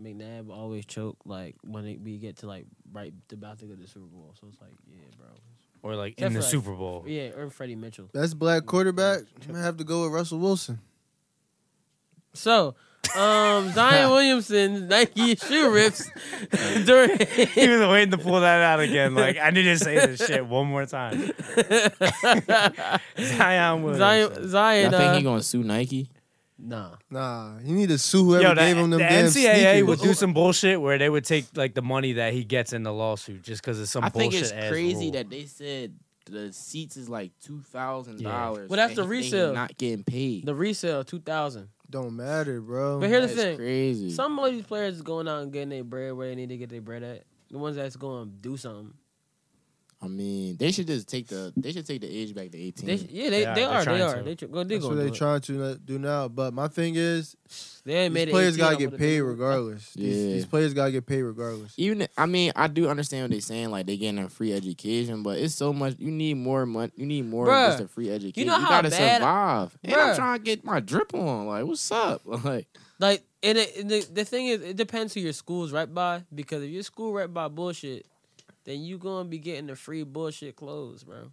Speaker 2: McNabb always choke like when it, we get to like right about to go to the Super Bowl. So it's like, yeah, bro.
Speaker 3: Or like
Speaker 2: Except
Speaker 3: in the
Speaker 2: for, like,
Speaker 3: Super Bowl.
Speaker 2: Yeah, or Freddie Mitchell.
Speaker 5: Best black quarterback. I'm gonna have to go with Russell Wilson.
Speaker 2: So, um, Zion Williamson Nike shoe rips during.
Speaker 3: he was waiting to pull that out again. Like I need to say this shit one more time. Zion
Speaker 2: Zion,
Speaker 3: Williamson.
Speaker 4: I
Speaker 2: Zion,
Speaker 4: think
Speaker 2: uh,
Speaker 4: he gonna sue Nike.
Speaker 2: nah.
Speaker 5: Nah, you need to sue whoever
Speaker 3: Yo, the,
Speaker 5: gave him them
Speaker 3: the
Speaker 5: damn
Speaker 3: NCAA
Speaker 5: sneakers.
Speaker 3: would do some bullshit where they would take like the money that he gets in the lawsuit just because of some
Speaker 4: I
Speaker 3: bullshit.
Speaker 4: think it's
Speaker 3: ass
Speaker 4: crazy
Speaker 3: rule.
Speaker 4: that they said the seats is like two thousand dollars.
Speaker 2: Well, that's the resale.
Speaker 4: Not getting paid.
Speaker 2: The resale two thousand.
Speaker 5: Don't matter, bro.
Speaker 2: But here's the
Speaker 4: That's
Speaker 2: thing:
Speaker 4: crazy.
Speaker 2: some of these players is going out and getting their bread where they need to get their bread at. The ones that's going to do something.
Speaker 4: I mean, they should just take the they should take the age back to eighteen.
Speaker 2: They, yeah, they,
Speaker 3: They are,
Speaker 2: they
Speaker 3: they're
Speaker 2: are. They
Speaker 3: trying
Speaker 2: are.
Speaker 3: to.
Speaker 2: They, tr- go, they
Speaker 5: That's what
Speaker 2: gonna
Speaker 5: they
Speaker 2: do it.
Speaker 5: trying to let- do now. But my thing is,
Speaker 2: They ain't made
Speaker 5: these
Speaker 2: it
Speaker 5: players
Speaker 2: 18,
Speaker 5: gotta
Speaker 2: I
Speaker 5: get
Speaker 2: would've
Speaker 5: paid
Speaker 2: been-
Speaker 5: regardless. These,
Speaker 4: Yeah.
Speaker 5: these players gotta get paid regardless.
Speaker 4: Even I mean, I do understand what they're saying, like they getting a free education, but it's so much. You need more money. You need more than
Speaker 2: Bruh,
Speaker 4: just a free education.
Speaker 2: know how
Speaker 4: gotta
Speaker 2: bad-
Speaker 4: survive. And I'm
Speaker 2: Bruh.
Speaker 4: trying to get my drip on. Like, what's up? Like,
Speaker 2: Like, and it, and the, the thing is, it depends who your school's right by. Because if your school right by bullshit, then you gonna be getting the free bullshit clothes, bro.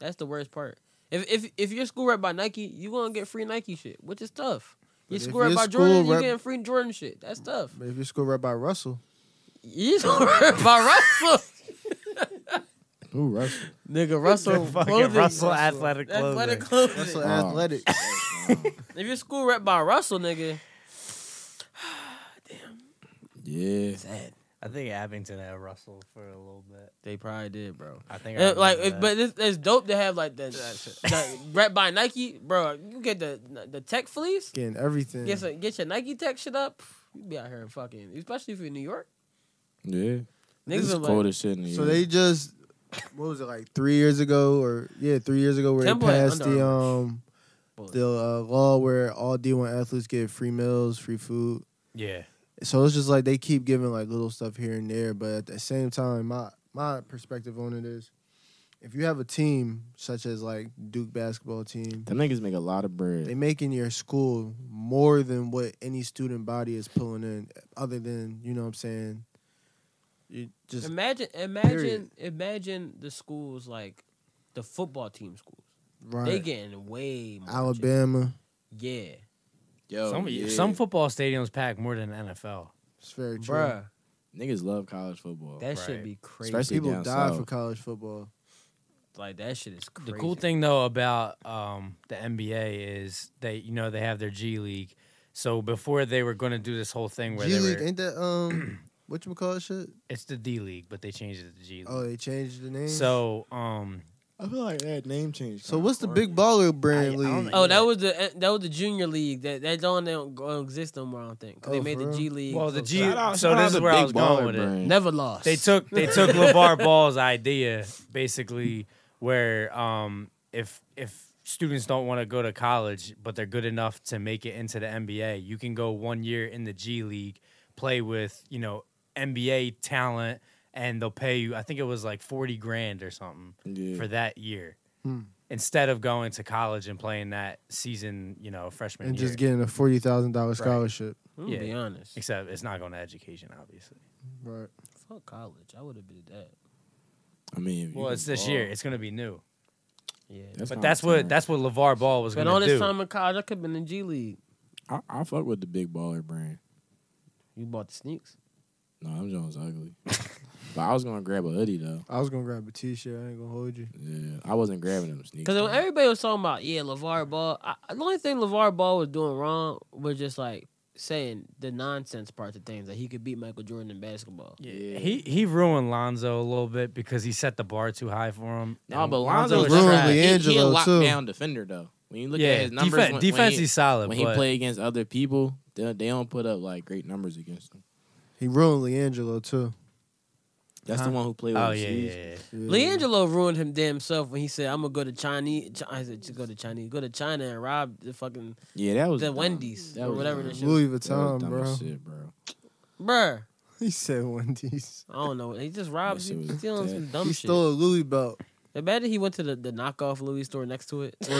Speaker 2: That's the worst part. If if if your school right by Nike, you gonna get free Nike shit, which is tough. Your
Speaker 5: But
Speaker 2: school
Speaker 5: if
Speaker 2: right
Speaker 5: your
Speaker 2: by
Speaker 5: school
Speaker 2: Jordan, you
Speaker 5: rep-
Speaker 2: getting free Jordan shit. That's tough.
Speaker 5: But if you score right by Russell,
Speaker 2: You school right by Russell,
Speaker 4: ooh, Russell.
Speaker 2: nigga. Russell,
Speaker 3: fucking
Speaker 2: clothing,
Speaker 3: Russell athletic
Speaker 2: athletic
Speaker 3: clothing.
Speaker 2: clothing.
Speaker 5: Russell
Speaker 4: Wow.
Speaker 5: Athletic.
Speaker 2: If your school right by Russell, nigga,
Speaker 4: yeah.
Speaker 2: sad.
Speaker 3: I think Abington had Russell for a little bit.
Speaker 2: They probably did, bro.
Speaker 3: I think I
Speaker 2: And, Uh, like,
Speaker 3: remember
Speaker 2: if,
Speaker 3: that.
Speaker 2: but it's, it's dope to have like the, the right by Nike, bro. You get the the tech fleece.
Speaker 5: Getting everything.
Speaker 2: Get some, get your Nike tech shit up. You be out here and fucking, especially if you're in New York.
Speaker 4: Yeah. Niggas
Speaker 2: Niggas
Speaker 4: it's
Speaker 2: are
Speaker 4: cold
Speaker 2: like,
Speaker 4: as shit in here.
Speaker 5: So they just what was it like three years ago or yeah three years ago where they
Speaker 2: Temple had
Speaker 5: passed
Speaker 2: Under
Speaker 5: the
Speaker 2: Armour.
Speaker 5: um the uh, law where all D one athletes get free meals, free food.
Speaker 3: Yeah.
Speaker 5: So it's just like they keep giving like little stuff here and there, but at the same time, my my perspective on it is, if you have a team such as like Duke basketball team,
Speaker 4: Them niggas make a lot of
Speaker 5: they
Speaker 4: bread.
Speaker 5: making your school more than what any student body is pulling in, other than you know what I'm saying. You just
Speaker 2: imagine, imagine,
Speaker 5: Period.
Speaker 2: imagine the schools like the football team schools.
Speaker 5: right.
Speaker 2: They getting way more. shit.
Speaker 5: Alabama.
Speaker 2: yeah,
Speaker 4: Yo,
Speaker 3: some
Speaker 4: Oh, yeah.
Speaker 3: some football stadiums pack more than NFL.
Speaker 5: It's very true.
Speaker 2: bruh,
Speaker 4: niggas love college football.
Speaker 2: that should
Speaker 3: Right.
Speaker 2: be crazy.
Speaker 4: Especially-
Speaker 5: People
Speaker 4: down
Speaker 5: die
Speaker 4: south.
Speaker 5: for college football.
Speaker 2: like that shit is crazy.
Speaker 3: The cool thing though about um, the NBA is they you know they have their G League. So before they were going to do this whole thing where
Speaker 5: G
Speaker 3: they
Speaker 5: League
Speaker 3: were,
Speaker 5: ain't that um what you call shit?
Speaker 3: it's the D League, but they changed it to G League.
Speaker 5: Oh, they changed the name.
Speaker 3: so um,
Speaker 4: I feel like that name change.
Speaker 5: so what's the big baller brand
Speaker 3: I- I don't
Speaker 5: league?
Speaker 2: Oh, that was the that was the junior league. That that don't, they don't go- exist no more. I don't think 'Cause
Speaker 5: Oh,
Speaker 2: they made
Speaker 5: for
Speaker 2: the
Speaker 5: real?
Speaker 2: G League.
Speaker 3: well the
Speaker 2: so-
Speaker 3: G.
Speaker 4: Shout out-
Speaker 3: so
Speaker 4: shout out
Speaker 3: this
Speaker 4: to
Speaker 3: is where I
Speaker 4: Big
Speaker 3: was going
Speaker 4: Baller
Speaker 3: with it.
Speaker 4: Brand.
Speaker 2: Never lost.
Speaker 3: They took they took LeVar Ball's idea basically where um if if students don't want to go to college but they're good enough to make it into the NBA, you can go one year in the G League, play with, you know, NBA talent and they'll pay you I think it was like 40 grand or something
Speaker 4: Yeah.
Speaker 3: for that year.
Speaker 5: Hmm.
Speaker 3: Instead of going to college and playing that season, you know, freshman
Speaker 5: and
Speaker 3: year.
Speaker 5: just getting a forty thousand dollar scholarship.
Speaker 2: I'm gonna
Speaker 3: yeah.
Speaker 2: be honest.
Speaker 3: Except it's not going to education, obviously.
Speaker 5: Right.
Speaker 2: Fuck college. I would have been that.
Speaker 4: I mean, if you
Speaker 3: Well,
Speaker 4: can
Speaker 3: it's this
Speaker 4: ball,
Speaker 3: year. It's going to be new.
Speaker 2: Yeah.
Speaker 3: But
Speaker 4: not
Speaker 3: that's
Speaker 4: what I'm
Speaker 3: what that's what LeVar Ball was
Speaker 2: but
Speaker 3: going
Speaker 2: all
Speaker 3: to
Speaker 2: this
Speaker 3: do.
Speaker 2: time in college, I could have been in G League.
Speaker 4: saying. I, I fuck with the big baller brand.
Speaker 2: You bought the sneaks.
Speaker 4: No, I'm Jones ugly. but I was gonna grab a hoodie though.
Speaker 5: I was gonna grab a t shirt, I ain't gonna hold you.
Speaker 4: Yeah, I wasn't grabbing them sneakers.
Speaker 2: Because everybody was talking about, yeah, LeVar Ball. I, the only thing LeVar Ball was doing wrong was just like saying the nonsense parts of things. Like he could beat Michael Jordan in basketball.
Speaker 4: Yeah.
Speaker 3: He he ruined Lonzo a little bit because he set the bar too high for him.
Speaker 4: nah,
Speaker 3: And
Speaker 4: but Lonzo's
Speaker 5: Lonzo's
Speaker 4: trash.
Speaker 5: ruined
Speaker 4: He, he a
Speaker 5: Leangelo, too.
Speaker 4: lockdown defender though. When you look
Speaker 3: yeah,
Speaker 4: at his numbers,
Speaker 3: defen-
Speaker 4: when,
Speaker 3: defense
Speaker 4: when he,
Speaker 3: he's solid.
Speaker 4: when he
Speaker 3: but
Speaker 4: play against other people, they, they don't put up like great numbers against him.
Speaker 5: He ruined Leangelo too.
Speaker 4: That's
Speaker 3: Huh?
Speaker 4: the one who played with
Speaker 3: oh
Speaker 4: him.
Speaker 3: yeah, yeah, yeah.
Speaker 5: Yeah.
Speaker 2: Leangelo ruined him damn self when he said, "I'm gonna go to Chinese." Chi- I said, "Just go to Chinese. Go to China and rob the fucking
Speaker 4: Yeah, that was
Speaker 2: the
Speaker 4: dumb.
Speaker 2: Wendy's
Speaker 4: That
Speaker 2: or
Speaker 4: was
Speaker 2: whatever
Speaker 4: dumb.
Speaker 2: this shit."
Speaker 5: Louis
Speaker 4: That was
Speaker 5: Vuitton,
Speaker 4: dumb
Speaker 5: bro.
Speaker 4: as shit, bro.
Speaker 2: Bruh,
Speaker 5: He said Wendy's.
Speaker 2: I don't know. He just robbed.
Speaker 4: shit
Speaker 2: He
Speaker 4: was
Speaker 2: stealing
Speaker 4: dead.
Speaker 2: some dumb
Speaker 5: he
Speaker 2: shit.
Speaker 5: stole a Louis belt.
Speaker 2: Imagine he went to the, the knockoff Louis store next to it. so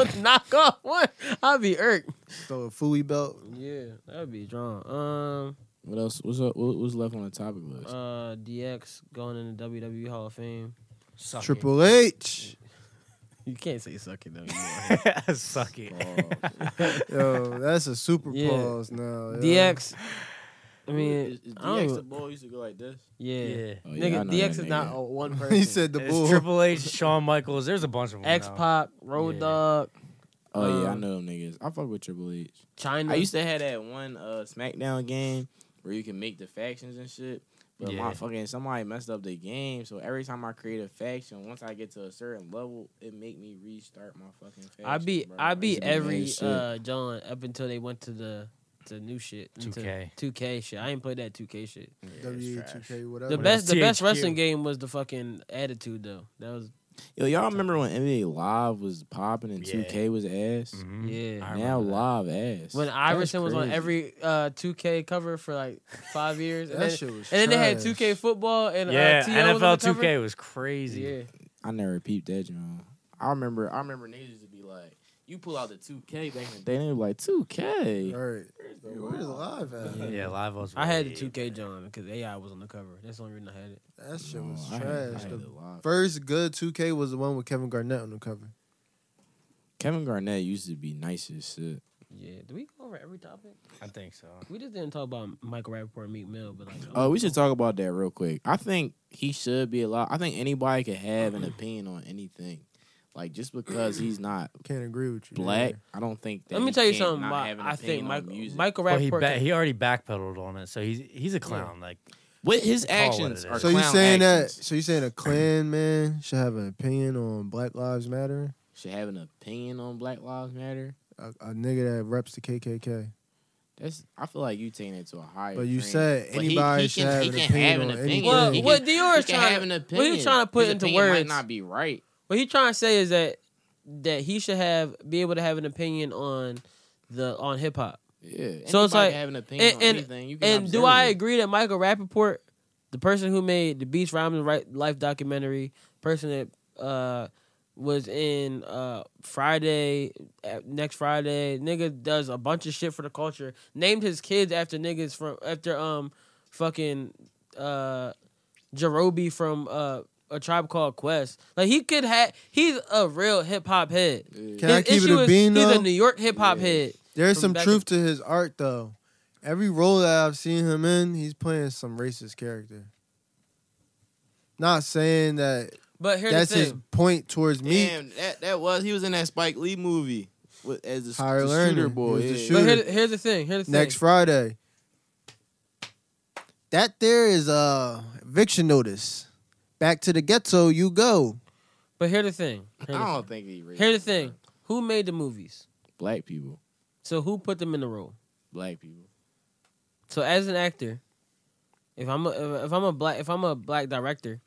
Speaker 2: it's knockoff one. I'd be irked.
Speaker 5: Stole a Fooey belt.
Speaker 2: Yeah, that'd be drawn. Um,
Speaker 4: What else? What's up? What was left on the topic list?
Speaker 2: uh, DX going in the WWE Hall of Fame.
Speaker 3: Suck
Speaker 5: Triple H.
Speaker 2: You can't say suck it though.
Speaker 3: it. Suck it.
Speaker 2: Uh,
Speaker 5: Yo, that's a super
Speaker 2: Yeah.
Speaker 5: pause now. yo.
Speaker 2: DX. I mean, I don't even-
Speaker 4: boy used to go like this?
Speaker 2: yeah.
Speaker 3: Yeah.
Speaker 4: Oh, yeah, I
Speaker 2: Nigga,
Speaker 4: know
Speaker 2: DX
Speaker 4: that
Speaker 2: is
Speaker 4: nigga.
Speaker 2: not a one person.
Speaker 5: he said the
Speaker 3: It's
Speaker 5: bull.
Speaker 3: Triple H, Shawn Michaels. There's a bunch of them.
Speaker 2: X
Speaker 3: now.
Speaker 2: Pac, Road
Speaker 3: Yeah.
Speaker 2: Dogg,
Speaker 4: Oh yeah, I
Speaker 2: Um,
Speaker 4: know them niggas. I fuck with Triple H.
Speaker 2: China.
Speaker 4: I used to have that one uh, SmackDown game where you can make the factions and shit. But
Speaker 3: Yeah.
Speaker 4: my fucking somebody messed up the game, so every time I create a faction, once I get to a certain level, it make me restart my fucking faction.
Speaker 2: I beat
Speaker 4: bro.
Speaker 2: I
Speaker 4: used
Speaker 2: beat
Speaker 4: to be mad
Speaker 2: every
Speaker 4: as shit.
Speaker 2: uh John up until they went to the to new shit. into
Speaker 3: 2K.
Speaker 2: 2K shit. I ain't played that 2K shit.
Speaker 5: W two K whatever.
Speaker 2: The best, the best
Speaker 3: THQ.
Speaker 2: wrestling game was the fucking attitude though. That was
Speaker 4: Yo, y'all remember when NBA Live was popping and
Speaker 3: Yeah.
Speaker 4: 2K was ass?
Speaker 3: Mhm.
Speaker 2: yeah.
Speaker 3: I
Speaker 4: Now
Speaker 3: remember that.
Speaker 4: Live ass.
Speaker 2: When
Speaker 4: That's
Speaker 2: Iverson was on
Speaker 4: crazy.
Speaker 2: every uh, 2K cover for like five years, and
Speaker 5: That
Speaker 2: then,
Speaker 5: shit was
Speaker 2: and then they had
Speaker 5: trash.
Speaker 2: 2K football and
Speaker 3: Yeah,
Speaker 2: uh, T.O. was on
Speaker 3: NFL
Speaker 2: the cover.
Speaker 3: 2K was crazy.
Speaker 2: Yeah,
Speaker 4: I never peeped that, you know. I remember, I remember niggas used to be like, you pull out the 2K back in the day, and they were like, 2K.
Speaker 5: All right. Where's live at?
Speaker 3: Yeah, live was.
Speaker 2: I had the
Speaker 3: way
Speaker 2: 2K John because AI was on the cover. That's the only reason I had it.
Speaker 5: That shit was
Speaker 4: I had- I
Speaker 5: trash.
Speaker 4: had
Speaker 5: The
Speaker 4: it live.
Speaker 5: first good two K was the one with Kevin Garnett on the cover.
Speaker 4: Kevin Garnett used to be nice as shit.
Speaker 2: Yeah, do we go over every topic?
Speaker 3: I think so.
Speaker 2: We just didn't talk about Michael Rappaport and Meek Mill, but like,
Speaker 4: Oh, we should talk about that real quick. I think he should be allowed. I think anybody could have an opinion on anything. Like just because he's not
Speaker 5: Can't agree with you.
Speaker 4: black,
Speaker 5: there.
Speaker 4: I don't think. That
Speaker 2: let me
Speaker 4: he
Speaker 2: tell you
Speaker 4: can't
Speaker 2: something.
Speaker 4: not
Speaker 2: Ma-
Speaker 4: have an
Speaker 2: I think
Speaker 4: opinion on
Speaker 2: Michael,
Speaker 4: music.
Speaker 2: Michael
Speaker 3: But he
Speaker 2: Rappaport.
Speaker 3: ba- he already backpedaled on it, so he's he's a clown. Like
Speaker 4: What his
Speaker 3: Call it
Speaker 4: actions
Speaker 3: it
Speaker 4: are.
Speaker 3: is.
Speaker 5: So you
Speaker 4: clown
Speaker 5: saying that?
Speaker 4: actions.
Speaker 5: So you saying a Klan man should have an opinion on Black Lives Matter?
Speaker 4: should have an opinion on Black Lives Matter?
Speaker 5: A, a nigga that reps the KKK.
Speaker 4: That's. I feel like you taking it to a higher.
Speaker 5: But you
Speaker 4: plane.
Speaker 5: said
Speaker 4: But he-
Speaker 5: anybody
Speaker 4: he
Speaker 5: should
Speaker 4: can-
Speaker 5: have
Speaker 4: he
Speaker 5: an
Speaker 4: can
Speaker 5: opinion on anything.
Speaker 2: Well,
Speaker 4: He
Speaker 2: what Dior
Speaker 4: can- he
Speaker 2: is
Speaker 4: can
Speaker 2: trying to-
Speaker 4: have an
Speaker 2: what he
Speaker 4: opinion.
Speaker 2: trying to put
Speaker 4: His
Speaker 2: into
Speaker 4: opinion
Speaker 2: words.
Speaker 4: Might not be right.
Speaker 2: What he trying to say is that that he should have be able to have an opinion on the on hip hop.
Speaker 4: Yeah.
Speaker 2: So it's
Speaker 4: Anybody
Speaker 2: like-
Speaker 4: can have an opinion
Speaker 2: And
Speaker 4: on anything. You
Speaker 2: and,
Speaker 4: can
Speaker 2: and do
Speaker 4: observe
Speaker 2: I
Speaker 4: it.
Speaker 2: agree that Michael Rappaport, the person who made the Beach Rhymes and Ri- Life documentary, person that uh was in uh Friday uh, next Friday, nigga does a bunch of shit for the culture. Named his kids after niggas from after um fucking uh Jerobi from uh a tribe called Quest. Like he could have he's a real hip hop head.
Speaker 5: Can I
Speaker 2: His
Speaker 5: keep it
Speaker 2: issue
Speaker 5: a
Speaker 2: is
Speaker 5: bean
Speaker 2: He's
Speaker 5: though?
Speaker 2: a New York hip hop
Speaker 4: Yeah.
Speaker 2: head.
Speaker 5: There's
Speaker 2: from
Speaker 5: some
Speaker 2: back
Speaker 5: truth to his art though. Every role that I've seen him in, he's playing some racist character. Not saying that
Speaker 2: But here's
Speaker 5: that's
Speaker 2: the thing.
Speaker 5: his point towards me.
Speaker 4: Damn, that, that was he was in that Spike Lee movie with, as the, the
Speaker 5: Higher
Speaker 4: shooter
Speaker 5: Learning.
Speaker 4: boy.
Speaker 5: He was the
Speaker 4: yeah.
Speaker 5: shooter.
Speaker 2: But here, here's the thing. Here's the
Speaker 5: Next
Speaker 2: thing.
Speaker 5: Friday. That there is a eviction notice. Back to the ghetto you go.
Speaker 2: But here's the thing. Here's
Speaker 4: I
Speaker 2: the
Speaker 4: don't think he.
Speaker 2: thing.
Speaker 4: Raised
Speaker 2: Here's the thing. Who made the movies?
Speaker 4: Black people,
Speaker 2: So who put them in the role?
Speaker 4: black people.
Speaker 2: So as an actor, if I'm a, if I'm a black if I'm a black director,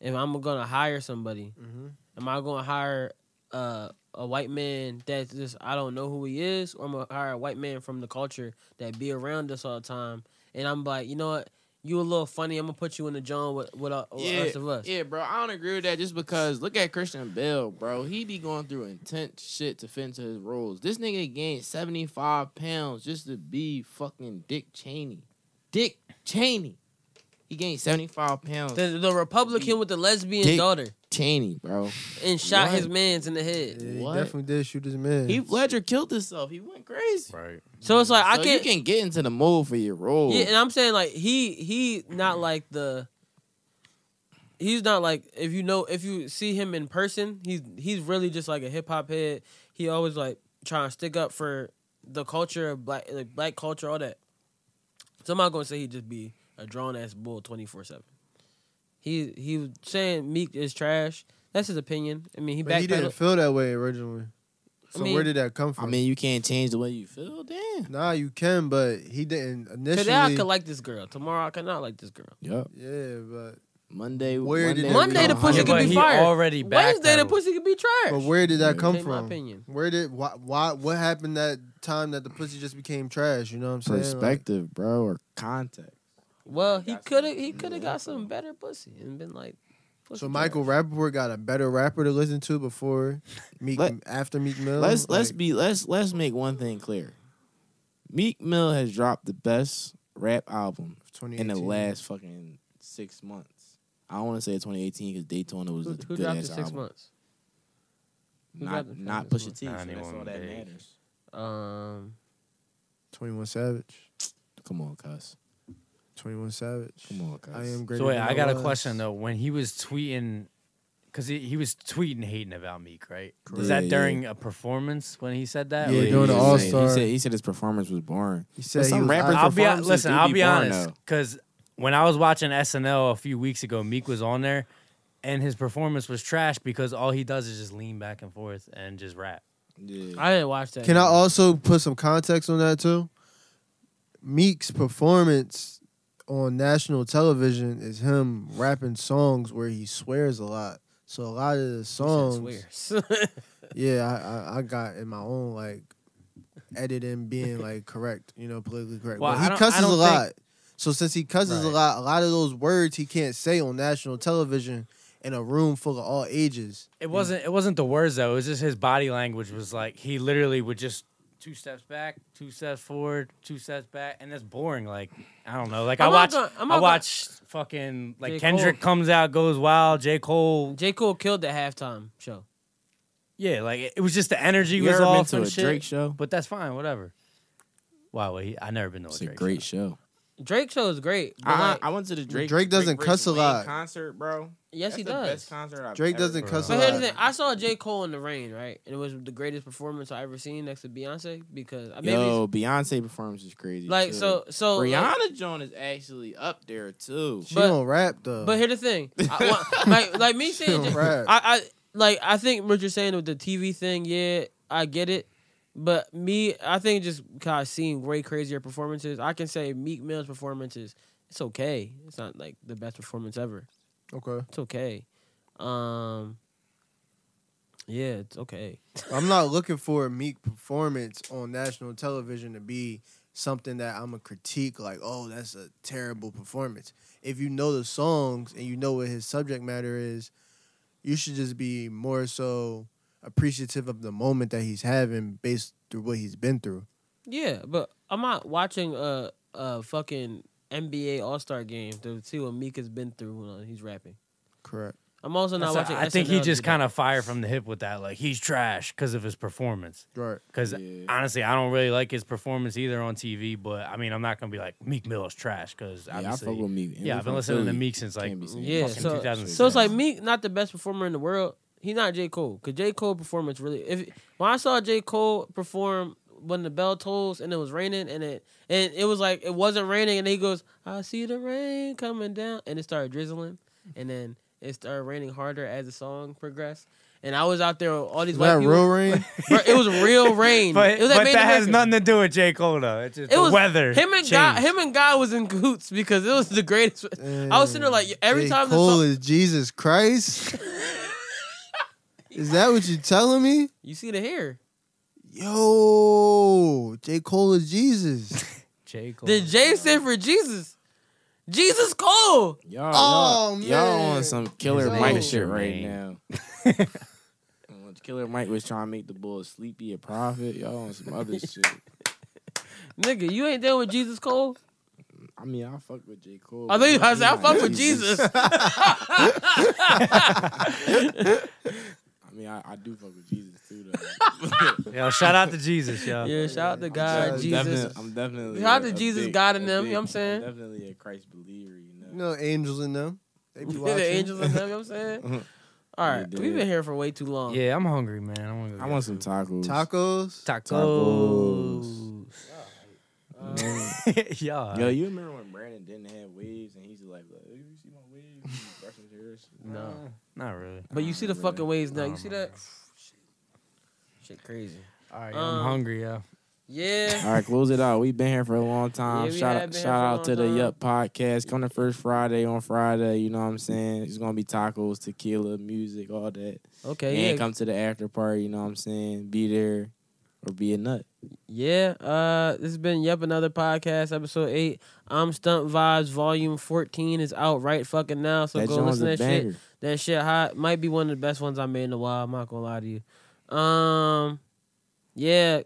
Speaker 2: if I'm gonna hire somebody,
Speaker 4: Mm-hmm.
Speaker 2: am I gonna hire uh, a white man that's just I don't know who he is, or I'm gonna hire a white man from the culture that be around us all the time, and I'm like, you know what, you a little funny, I'm gonna put you in the John with with, uh, with the rest of us.
Speaker 4: yeah, bro. I don't agree with that just because look at Christian Bell, bro. He be going through intense shit to fit into his roles. This nigga gained seventy five pounds just to be fucking Dick Cheney. Dick Cheney. He gained seventy five pounds.
Speaker 2: The, the Republican with the lesbian
Speaker 4: Dick.
Speaker 2: daughter
Speaker 4: Cheney, bro.
Speaker 2: and shot
Speaker 4: What?
Speaker 2: his man's in the
Speaker 5: Yeah,
Speaker 2: head.
Speaker 5: he
Speaker 4: What?
Speaker 5: definitely did shoot his man.
Speaker 4: He Ledger killed himself. He went crazy.
Speaker 3: right.
Speaker 2: So it's like
Speaker 4: So
Speaker 2: I
Speaker 4: you
Speaker 2: can't.
Speaker 4: can get into the mold for your role.
Speaker 2: Yeah, and I'm saying like he he not like the. He's not like if you know if you see him in person, he's he's really just like a hip hop head. He always like trying to stick up for the culture of black like black culture, all that. So I'm not gonna say he just be a drawn ass bull twenty four seven. He he was saying Meek is trash. That's his opinion. I mean he
Speaker 5: but he didn't
Speaker 2: backpedaled.
Speaker 5: feel that way originally. So
Speaker 2: mean-
Speaker 5: where did that come
Speaker 4: I
Speaker 5: from?
Speaker 4: mean, you can't change the way you feel. Damn.
Speaker 5: nah, you can, but he didn't initially.
Speaker 2: Today I could like this girl. Tomorrow I could not like this girl.
Speaker 4: Yep.
Speaker 5: yeah, but
Speaker 4: Monday.
Speaker 5: Where
Speaker 4: Monday,
Speaker 5: did it
Speaker 2: Monday the
Speaker 5: come
Speaker 2: pussy
Speaker 5: from?
Speaker 2: could
Speaker 3: But
Speaker 2: be
Speaker 3: he
Speaker 2: fired.
Speaker 3: already
Speaker 2: Wednesday the
Speaker 3: backpedaled.
Speaker 2: pussy could be trash.
Speaker 5: but where did that
Speaker 4: Yeah.
Speaker 5: come
Speaker 2: Take my
Speaker 5: from?
Speaker 2: opinion.
Speaker 5: Where did why why what happened that time that the pussy just became trash? You know what I'm saying? Like,
Speaker 4: perspective, bro, or context.
Speaker 2: Well, he could have he could have got some better pussy and been like. pussy
Speaker 5: so
Speaker 2: trash.
Speaker 5: Michael Rappaport got a better rapper to listen to before Meek
Speaker 4: Let-
Speaker 5: after Meek Mill.
Speaker 4: Let's let's
Speaker 5: Like,
Speaker 4: be let's let's make one thing clear. Meek Mill has dropped the best rap album in the
Speaker 5: 2018.
Speaker 4: last fucking six months. I don't want to say 2018 because Daytona was
Speaker 2: who,
Speaker 4: a
Speaker 2: who
Speaker 4: good
Speaker 2: dropped it
Speaker 4: ass
Speaker 2: six
Speaker 4: album.
Speaker 2: months? Who dropped
Speaker 4: Not
Speaker 2: it
Speaker 4: not
Speaker 2: six
Speaker 4: Pusha
Speaker 2: months?
Speaker 4: T. So
Speaker 3: Nah,
Speaker 4: that's
Speaker 3: anyone
Speaker 4: all that
Speaker 3: big.
Speaker 4: matters.
Speaker 2: Um,
Speaker 5: 21 Savage.
Speaker 4: Come on, cuz.
Speaker 5: 21 Savage.
Speaker 4: Come on, cuz.
Speaker 5: I am great.
Speaker 3: So wait, I got a question though. When he was tweeting, because he, he was tweeting hating about Meek, right? Was
Speaker 4: Yeah,
Speaker 3: that
Speaker 4: yeah.
Speaker 3: during a performance when he said that?
Speaker 5: Yeah,
Speaker 3: Or
Speaker 5: during
Speaker 3: he
Speaker 5: the
Speaker 3: was just
Speaker 4: he said-
Speaker 5: All
Speaker 3: saying-
Speaker 5: All-Star.
Speaker 4: He said he said his performance was boring.
Speaker 5: He said
Speaker 4: But
Speaker 5: he
Speaker 4: some
Speaker 5: was
Speaker 4: rappers,
Speaker 5: out-
Speaker 3: I'll be
Speaker 4: performances
Speaker 3: listen.
Speaker 4: do
Speaker 3: I'll
Speaker 4: be
Speaker 3: be
Speaker 4: boring,
Speaker 3: honest,
Speaker 4: though.
Speaker 3: because when I was watching SNL a few weeks ago, Meek was on there, and his performance was trash because all he does is just lean back and forth and just rap.
Speaker 4: Yeah.
Speaker 2: I didn't watch that.
Speaker 5: Can I also put some context on that too? Meek's performance on national television is him rapping songs where he swears a lot. So a lot of the songs, yeah, I, I, I got in my own like editing being like correct, you know, politically correct.
Speaker 3: Well,
Speaker 5: but
Speaker 3: I
Speaker 5: he
Speaker 3: don't- I
Speaker 5: cusses a
Speaker 3: don't think-
Speaker 5: lot. So since he cusses a
Speaker 3: Right.
Speaker 5: lot, a lot of those words he can't say on national television in a room full of all ages.
Speaker 3: It
Speaker 2: Hmm.
Speaker 3: wasn't. It wasn't the words though. It was just his body language was like he literally would just two steps back, two steps forward, two steps back, and that's boring. Like I don't know. Like
Speaker 2: I'm
Speaker 3: I
Speaker 2: not
Speaker 3: watch.
Speaker 2: gonna- I'm
Speaker 3: I
Speaker 2: not gonna-
Speaker 3: watch fucking like
Speaker 2: J.
Speaker 3: Kendrick
Speaker 2: Cole.
Speaker 3: comes out, goes wild. J Cole.
Speaker 2: J Cole killed the halftime show.
Speaker 3: Yeah, like it, it was just the energy
Speaker 4: You
Speaker 3: was
Speaker 4: ever been
Speaker 3: off
Speaker 4: to
Speaker 3: and
Speaker 4: a
Speaker 3: shit.
Speaker 4: Drake show?
Speaker 3: But that's fine. Whatever. Wow, well, he, I never been to a
Speaker 4: It's a
Speaker 3: Drake.
Speaker 4: great show.
Speaker 2: Drake show is great. but
Speaker 4: I,
Speaker 2: like-
Speaker 4: I went to the Drake.
Speaker 5: Drake doesn't cuss a
Speaker 4: Wayne
Speaker 5: lot.
Speaker 4: Concert, bro.
Speaker 2: yes,
Speaker 4: That's
Speaker 2: he
Speaker 4: the
Speaker 2: does.
Speaker 4: Best concert I've
Speaker 5: Drake
Speaker 4: ever
Speaker 5: doesn't
Speaker 4: been
Speaker 5: cuss
Speaker 3: Bro.
Speaker 5: a
Speaker 2: But here's the
Speaker 5: lot.
Speaker 2: thing: I saw J. Cole in the rain, right? And it was the greatest performance I ever seen next to Beyonce because I mean,
Speaker 4: Yo, Beyonce performance is crazy.
Speaker 2: like
Speaker 4: too.
Speaker 2: so, so like-
Speaker 4: Rihanna Jones is actually up there too.
Speaker 5: She
Speaker 2: but-
Speaker 5: don't rap though.
Speaker 2: But here's the thing, I want, like like me saying,
Speaker 5: Yo,
Speaker 2: J-
Speaker 5: right.
Speaker 2: I, I like I think what you're saying with the TV thing, yeah, I get it. But me, I think just kind of seeing way crazier performances, I can say Meek Mill's performances, it's okay. It's not like the best performance ever.
Speaker 5: okay,
Speaker 2: It's okay. Um, yeah, it's okay.
Speaker 5: I'm not looking for a Meek performance on national television to be something that I'm a critique like, oh, that's a terrible performance. If you know the songs and you know what his subject matter is, you should just be more so appreciative of the moment that he's having based through what he's been through.
Speaker 2: Yeah, but I'm not watching a a fucking NBA All Star game to see what Meek has been through when he's rapping.
Speaker 5: Correct.
Speaker 2: I'm also not
Speaker 3: That's
Speaker 2: watching.
Speaker 3: why I think he
Speaker 2: SNL do
Speaker 3: just
Speaker 2: that.
Speaker 3: kind of fired from the hip with that. Like he's trash because of his performance.
Speaker 5: Right.
Speaker 3: Because
Speaker 4: Yeah.
Speaker 3: honestly, I don't really like his performance either on TV. But I mean, I'm not gonna be like Meek Mill is trash because
Speaker 4: yeah, I fuck with Meek. And
Speaker 3: yeah,
Speaker 4: we
Speaker 3: I've
Speaker 4: from
Speaker 3: been listening to
Speaker 4: Philly.
Speaker 3: Meek since like
Speaker 4: Can't be saying
Speaker 2: Yeah,
Speaker 4: that.
Speaker 3: fucking
Speaker 2: so,
Speaker 3: 2006.
Speaker 2: so it's like Meek, not the best performer in the world. He's not J. Cole. Cause J. Cole performance really if when I saw J. Cole perform when the bell tolls and it was raining and it and it was like it wasn't raining and he goes, I see the rain coming down and it started drizzling and then it started raining harder as the song progressed. And I was out there with all these
Speaker 5: Is
Speaker 2: white
Speaker 5: that
Speaker 2: people.
Speaker 5: real rain?
Speaker 2: Bro, it was real rain.
Speaker 3: But,
Speaker 2: it was
Speaker 3: but
Speaker 2: Made in
Speaker 3: that has
Speaker 2: America.
Speaker 3: nothing to do with J. Cole though. It's just
Speaker 2: It
Speaker 3: the
Speaker 2: was
Speaker 3: weather.
Speaker 2: Him and God,
Speaker 3: changed.
Speaker 2: him and God was in cahoots because it was the greatest. I was sitting there like every
Speaker 5: J.
Speaker 2: time the
Speaker 5: Cole
Speaker 2: song,
Speaker 5: is Jesus Christ. is that what you're telling me?
Speaker 2: you see the hair.
Speaker 5: Yo, J. Cole is Jesus.
Speaker 3: J. Cole.
Speaker 2: The J stand for Jesus. Jesus Cole.
Speaker 4: Y'all,
Speaker 5: Oh,
Speaker 4: y'all, y'all
Speaker 5: man.
Speaker 4: on some killer
Speaker 5: He's
Speaker 4: Mike
Speaker 5: old.
Speaker 4: shit right
Speaker 3: Man.
Speaker 4: now. killer Mike was trying to make the Bulls sleepy a profit. Y'all on some other shit.
Speaker 2: Nigga, you ain't dealing with Jesus Cole?
Speaker 4: I mean, I fuck with J Cole.
Speaker 2: I think
Speaker 4: but
Speaker 2: I said, I
Speaker 4: he
Speaker 2: fuck
Speaker 4: not
Speaker 2: with Jesus.
Speaker 4: I mean, I, I do fuck with Jesus too, though.
Speaker 3: Yo, shout out to Jesus, yo.
Speaker 2: yeah, shout out to
Speaker 4: I'm
Speaker 2: God, Jesus.
Speaker 4: definite- I'm definitely.
Speaker 2: Shout out
Speaker 4: a-
Speaker 2: to
Speaker 4: a
Speaker 2: Jesus,
Speaker 4: big-
Speaker 2: God
Speaker 4: a
Speaker 2: in them, you know what I'm
Speaker 4: big-
Speaker 2: saying?
Speaker 4: Definitely a Christ believer, you know.
Speaker 5: You know, angels in them. They be watching.
Speaker 2: The angels and them, you know what I'm saying? All right,
Speaker 4: Uh-huh. Yeah,
Speaker 2: we've
Speaker 4: dude.
Speaker 2: been here for way too long.
Speaker 3: Yeah, I'm hungry, man. I want to go.
Speaker 4: I
Speaker 3: get
Speaker 4: want some tacos.
Speaker 5: Tacos.
Speaker 3: tacos. yeah.
Speaker 4: Um, Yo, you remember when Brandon didn't have waves and he's just like, like, hey, you see my waves? And he's brushing his hair.
Speaker 2: No.
Speaker 3: Not really.
Speaker 2: But you see the fucking waves now.
Speaker 3: I
Speaker 2: You
Speaker 3: don't
Speaker 2: see that?
Speaker 3: remember.
Speaker 2: Shit crazy.
Speaker 3: All right, yo,
Speaker 2: Um,
Speaker 3: I'm hungry, yo.
Speaker 4: All
Speaker 2: Yeah.
Speaker 4: right, close it out. We've been here for a long time.
Speaker 2: Yeah, we
Speaker 4: shout
Speaker 2: have
Speaker 4: out,
Speaker 2: been here
Speaker 4: shout
Speaker 2: for a
Speaker 4: out
Speaker 2: long
Speaker 4: to the
Speaker 2: time.
Speaker 4: Yup Podcast. Come to First Friday on Friday. You know what I'm saying? It's gonna be tacos, tequila, music, all that.
Speaker 2: Okay, yeah.
Speaker 4: And come to the after party. You know what I'm saying? Be there or be a nut.
Speaker 2: Yeah. Uh this has been Yep Another Podcast, episode eight. I'm Stunt Vibes, volume fourteen is out right fucking now. So
Speaker 4: that
Speaker 2: go
Speaker 4: joint's
Speaker 2: listen
Speaker 4: a
Speaker 2: to that shit.
Speaker 4: banger.
Speaker 2: That shit hot. Might be one of the best ones I made in a while. I'm not gonna lie to you. Um, yeah,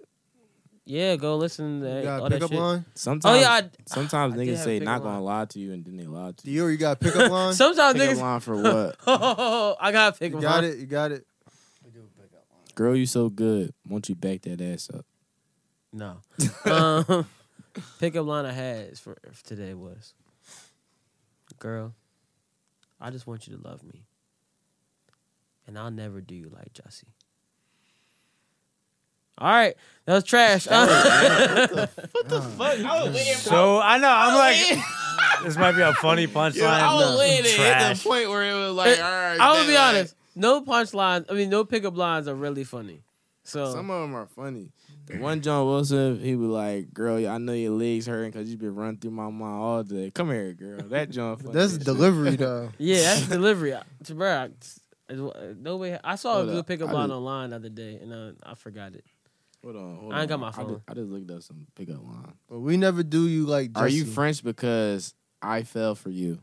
Speaker 2: yeah. Go listen to
Speaker 5: You
Speaker 2: that, all
Speaker 5: got a
Speaker 2: that
Speaker 5: pickup
Speaker 2: shit.
Speaker 5: line?
Speaker 4: Sometimes,
Speaker 2: Oh yeah.
Speaker 4: sometimes
Speaker 2: I did
Speaker 4: niggas
Speaker 2: have
Speaker 4: say
Speaker 2: pick a
Speaker 4: not
Speaker 2: line.
Speaker 4: gonna lie to you and then they lie to you.
Speaker 5: Dior, you got a pickup
Speaker 2: I,
Speaker 5: line?
Speaker 2: sometimes
Speaker 4: Pick a
Speaker 2: niggas. Oh,
Speaker 4: line for what?
Speaker 2: I gotta pick
Speaker 5: you
Speaker 2: one.
Speaker 5: got it. You got it.
Speaker 4: Girl, you so good. Won't you back that ass up?
Speaker 2: No. um, pickup line I had for for today was, girl, I just want you to love me, and I'll never do you like Jussie. All right, that was trash. Oh,
Speaker 3: So I know I'm like, this might be a funny punchline. No. Trash.
Speaker 4: point where it was like,
Speaker 2: It- I will be honest. No punch lines. I mean, no pickup lines are really funny. So
Speaker 4: Some of them are funny. The one John Wilson, he was like, "Girl, I know your legs hurting because you been running through my mind all day. Come here, girl." That John. funny as
Speaker 5: That's
Speaker 4: shit.
Speaker 5: delivery though.
Speaker 2: yeah, that's delivery. I, to bro, I- it's- uh, no way. I saw
Speaker 4: Hold
Speaker 2: a good
Speaker 4: up,
Speaker 2: pickup
Speaker 4: I
Speaker 2: line
Speaker 4: did-
Speaker 2: online the other day, and uh, I forgot it.
Speaker 4: Hold on, hold
Speaker 2: I ain't got
Speaker 4: on.
Speaker 2: my phone.
Speaker 4: just, I just looked up some pickup line.
Speaker 5: But we never do you like.
Speaker 4: Are you
Speaker 5: Jussie.
Speaker 4: French because I fell for you?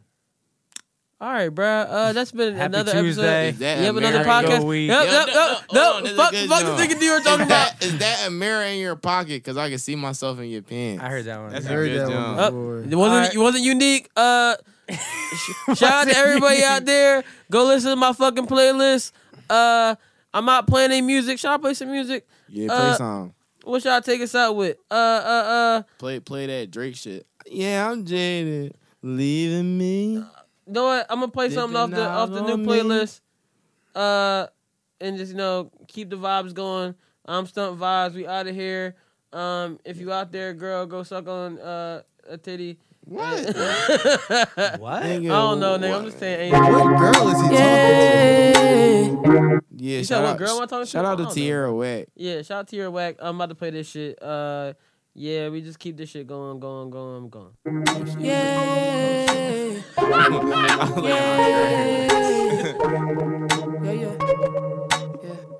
Speaker 2: All right, bro. Uh, that's been
Speaker 3: Happy
Speaker 2: another
Speaker 3: Tuesday.
Speaker 2: episode.
Speaker 4: Is that
Speaker 2: you have another
Speaker 4: America
Speaker 2: podcast.
Speaker 3: week?
Speaker 2: Yep, yep,
Speaker 4: No, no,
Speaker 2: yep.
Speaker 4: no, hold
Speaker 2: No,
Speaker 4: on, there's a
Speaker 2: fuck,
Speaker 4: good
Speaker 2: fuck the
Speaker 4: John.
Speaker 2: nigga you were talking
Speaker 4: Is
Speaker 2: about.
Speaker 4: that, is that a mirror in your pocket? Because I can see myself in your pants.
Speaker 3: I heard that one.
Speaker 4: That's
Speaker 5: I heard
Speaker 4: good
Speaker 5: that
Speaker 4: John.
Speaker 5: one
Speaker 2: Up.
Speaker 5: before.
Speaker 2: It wasn't
Speaker 3: Alright.
Speaker 2: it wasn't unique. Uh, sh- shout out to everybody out there. Go listen to my fucking playlist. Uh, I'm not playing any music. Should I play some music?
Speaker 4: Yeah, play
Speaker 2: Uh,
Speaker 4: some.
Speaker 2: What should I take us out with? Uh, uh, uh.
Speaker 4: Play play that Drake shit. Yeah, I'm jaded. Leaving me.
Speaker 2: You know what? I'm gonna play
Speaker 4: Did
Speaker 2: something
Speaker 4: the
Speaker 2: off the off the new
Speaker 4: knob on me?
Speaker 2: playlist. Uh, and just you know keep the vibes going. I'm stunt vibes. We out of here. Um, if you out there, girl, go suck on uh a titty.
Speaker 4: What?
Speaker 3: What?
Speaker 2: I
Speaker 4: Nigga,
Speaker 2: don't know, nigga. I'm
Speaker 4: what?
Speaker 2: just saying.
Speaker 5: What girl is he talking to?
Speaker 4: Yeah,
Speaker 2: You said
Speaker 4: shout
Speaker 2: what
Speaker 4: out,
Speaker 2: girl am I talking to?
Speaker 4: shout
Speaker 2: I
Speaker 4: out to
Speaker 2: don't know.
Speaker 4: Tierra Whack.
Speaker 2: Yeah, shout out to your whack. I'm about to play this shit. Uh, yeah, we just keep this shit going, going, going, going.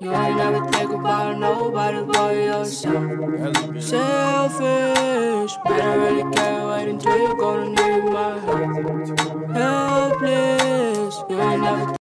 Speaker 9: You ain't never think about nobody but yourself. Selfish, but I really can't wait until you're gonna need my help. Helpless, you ain't never.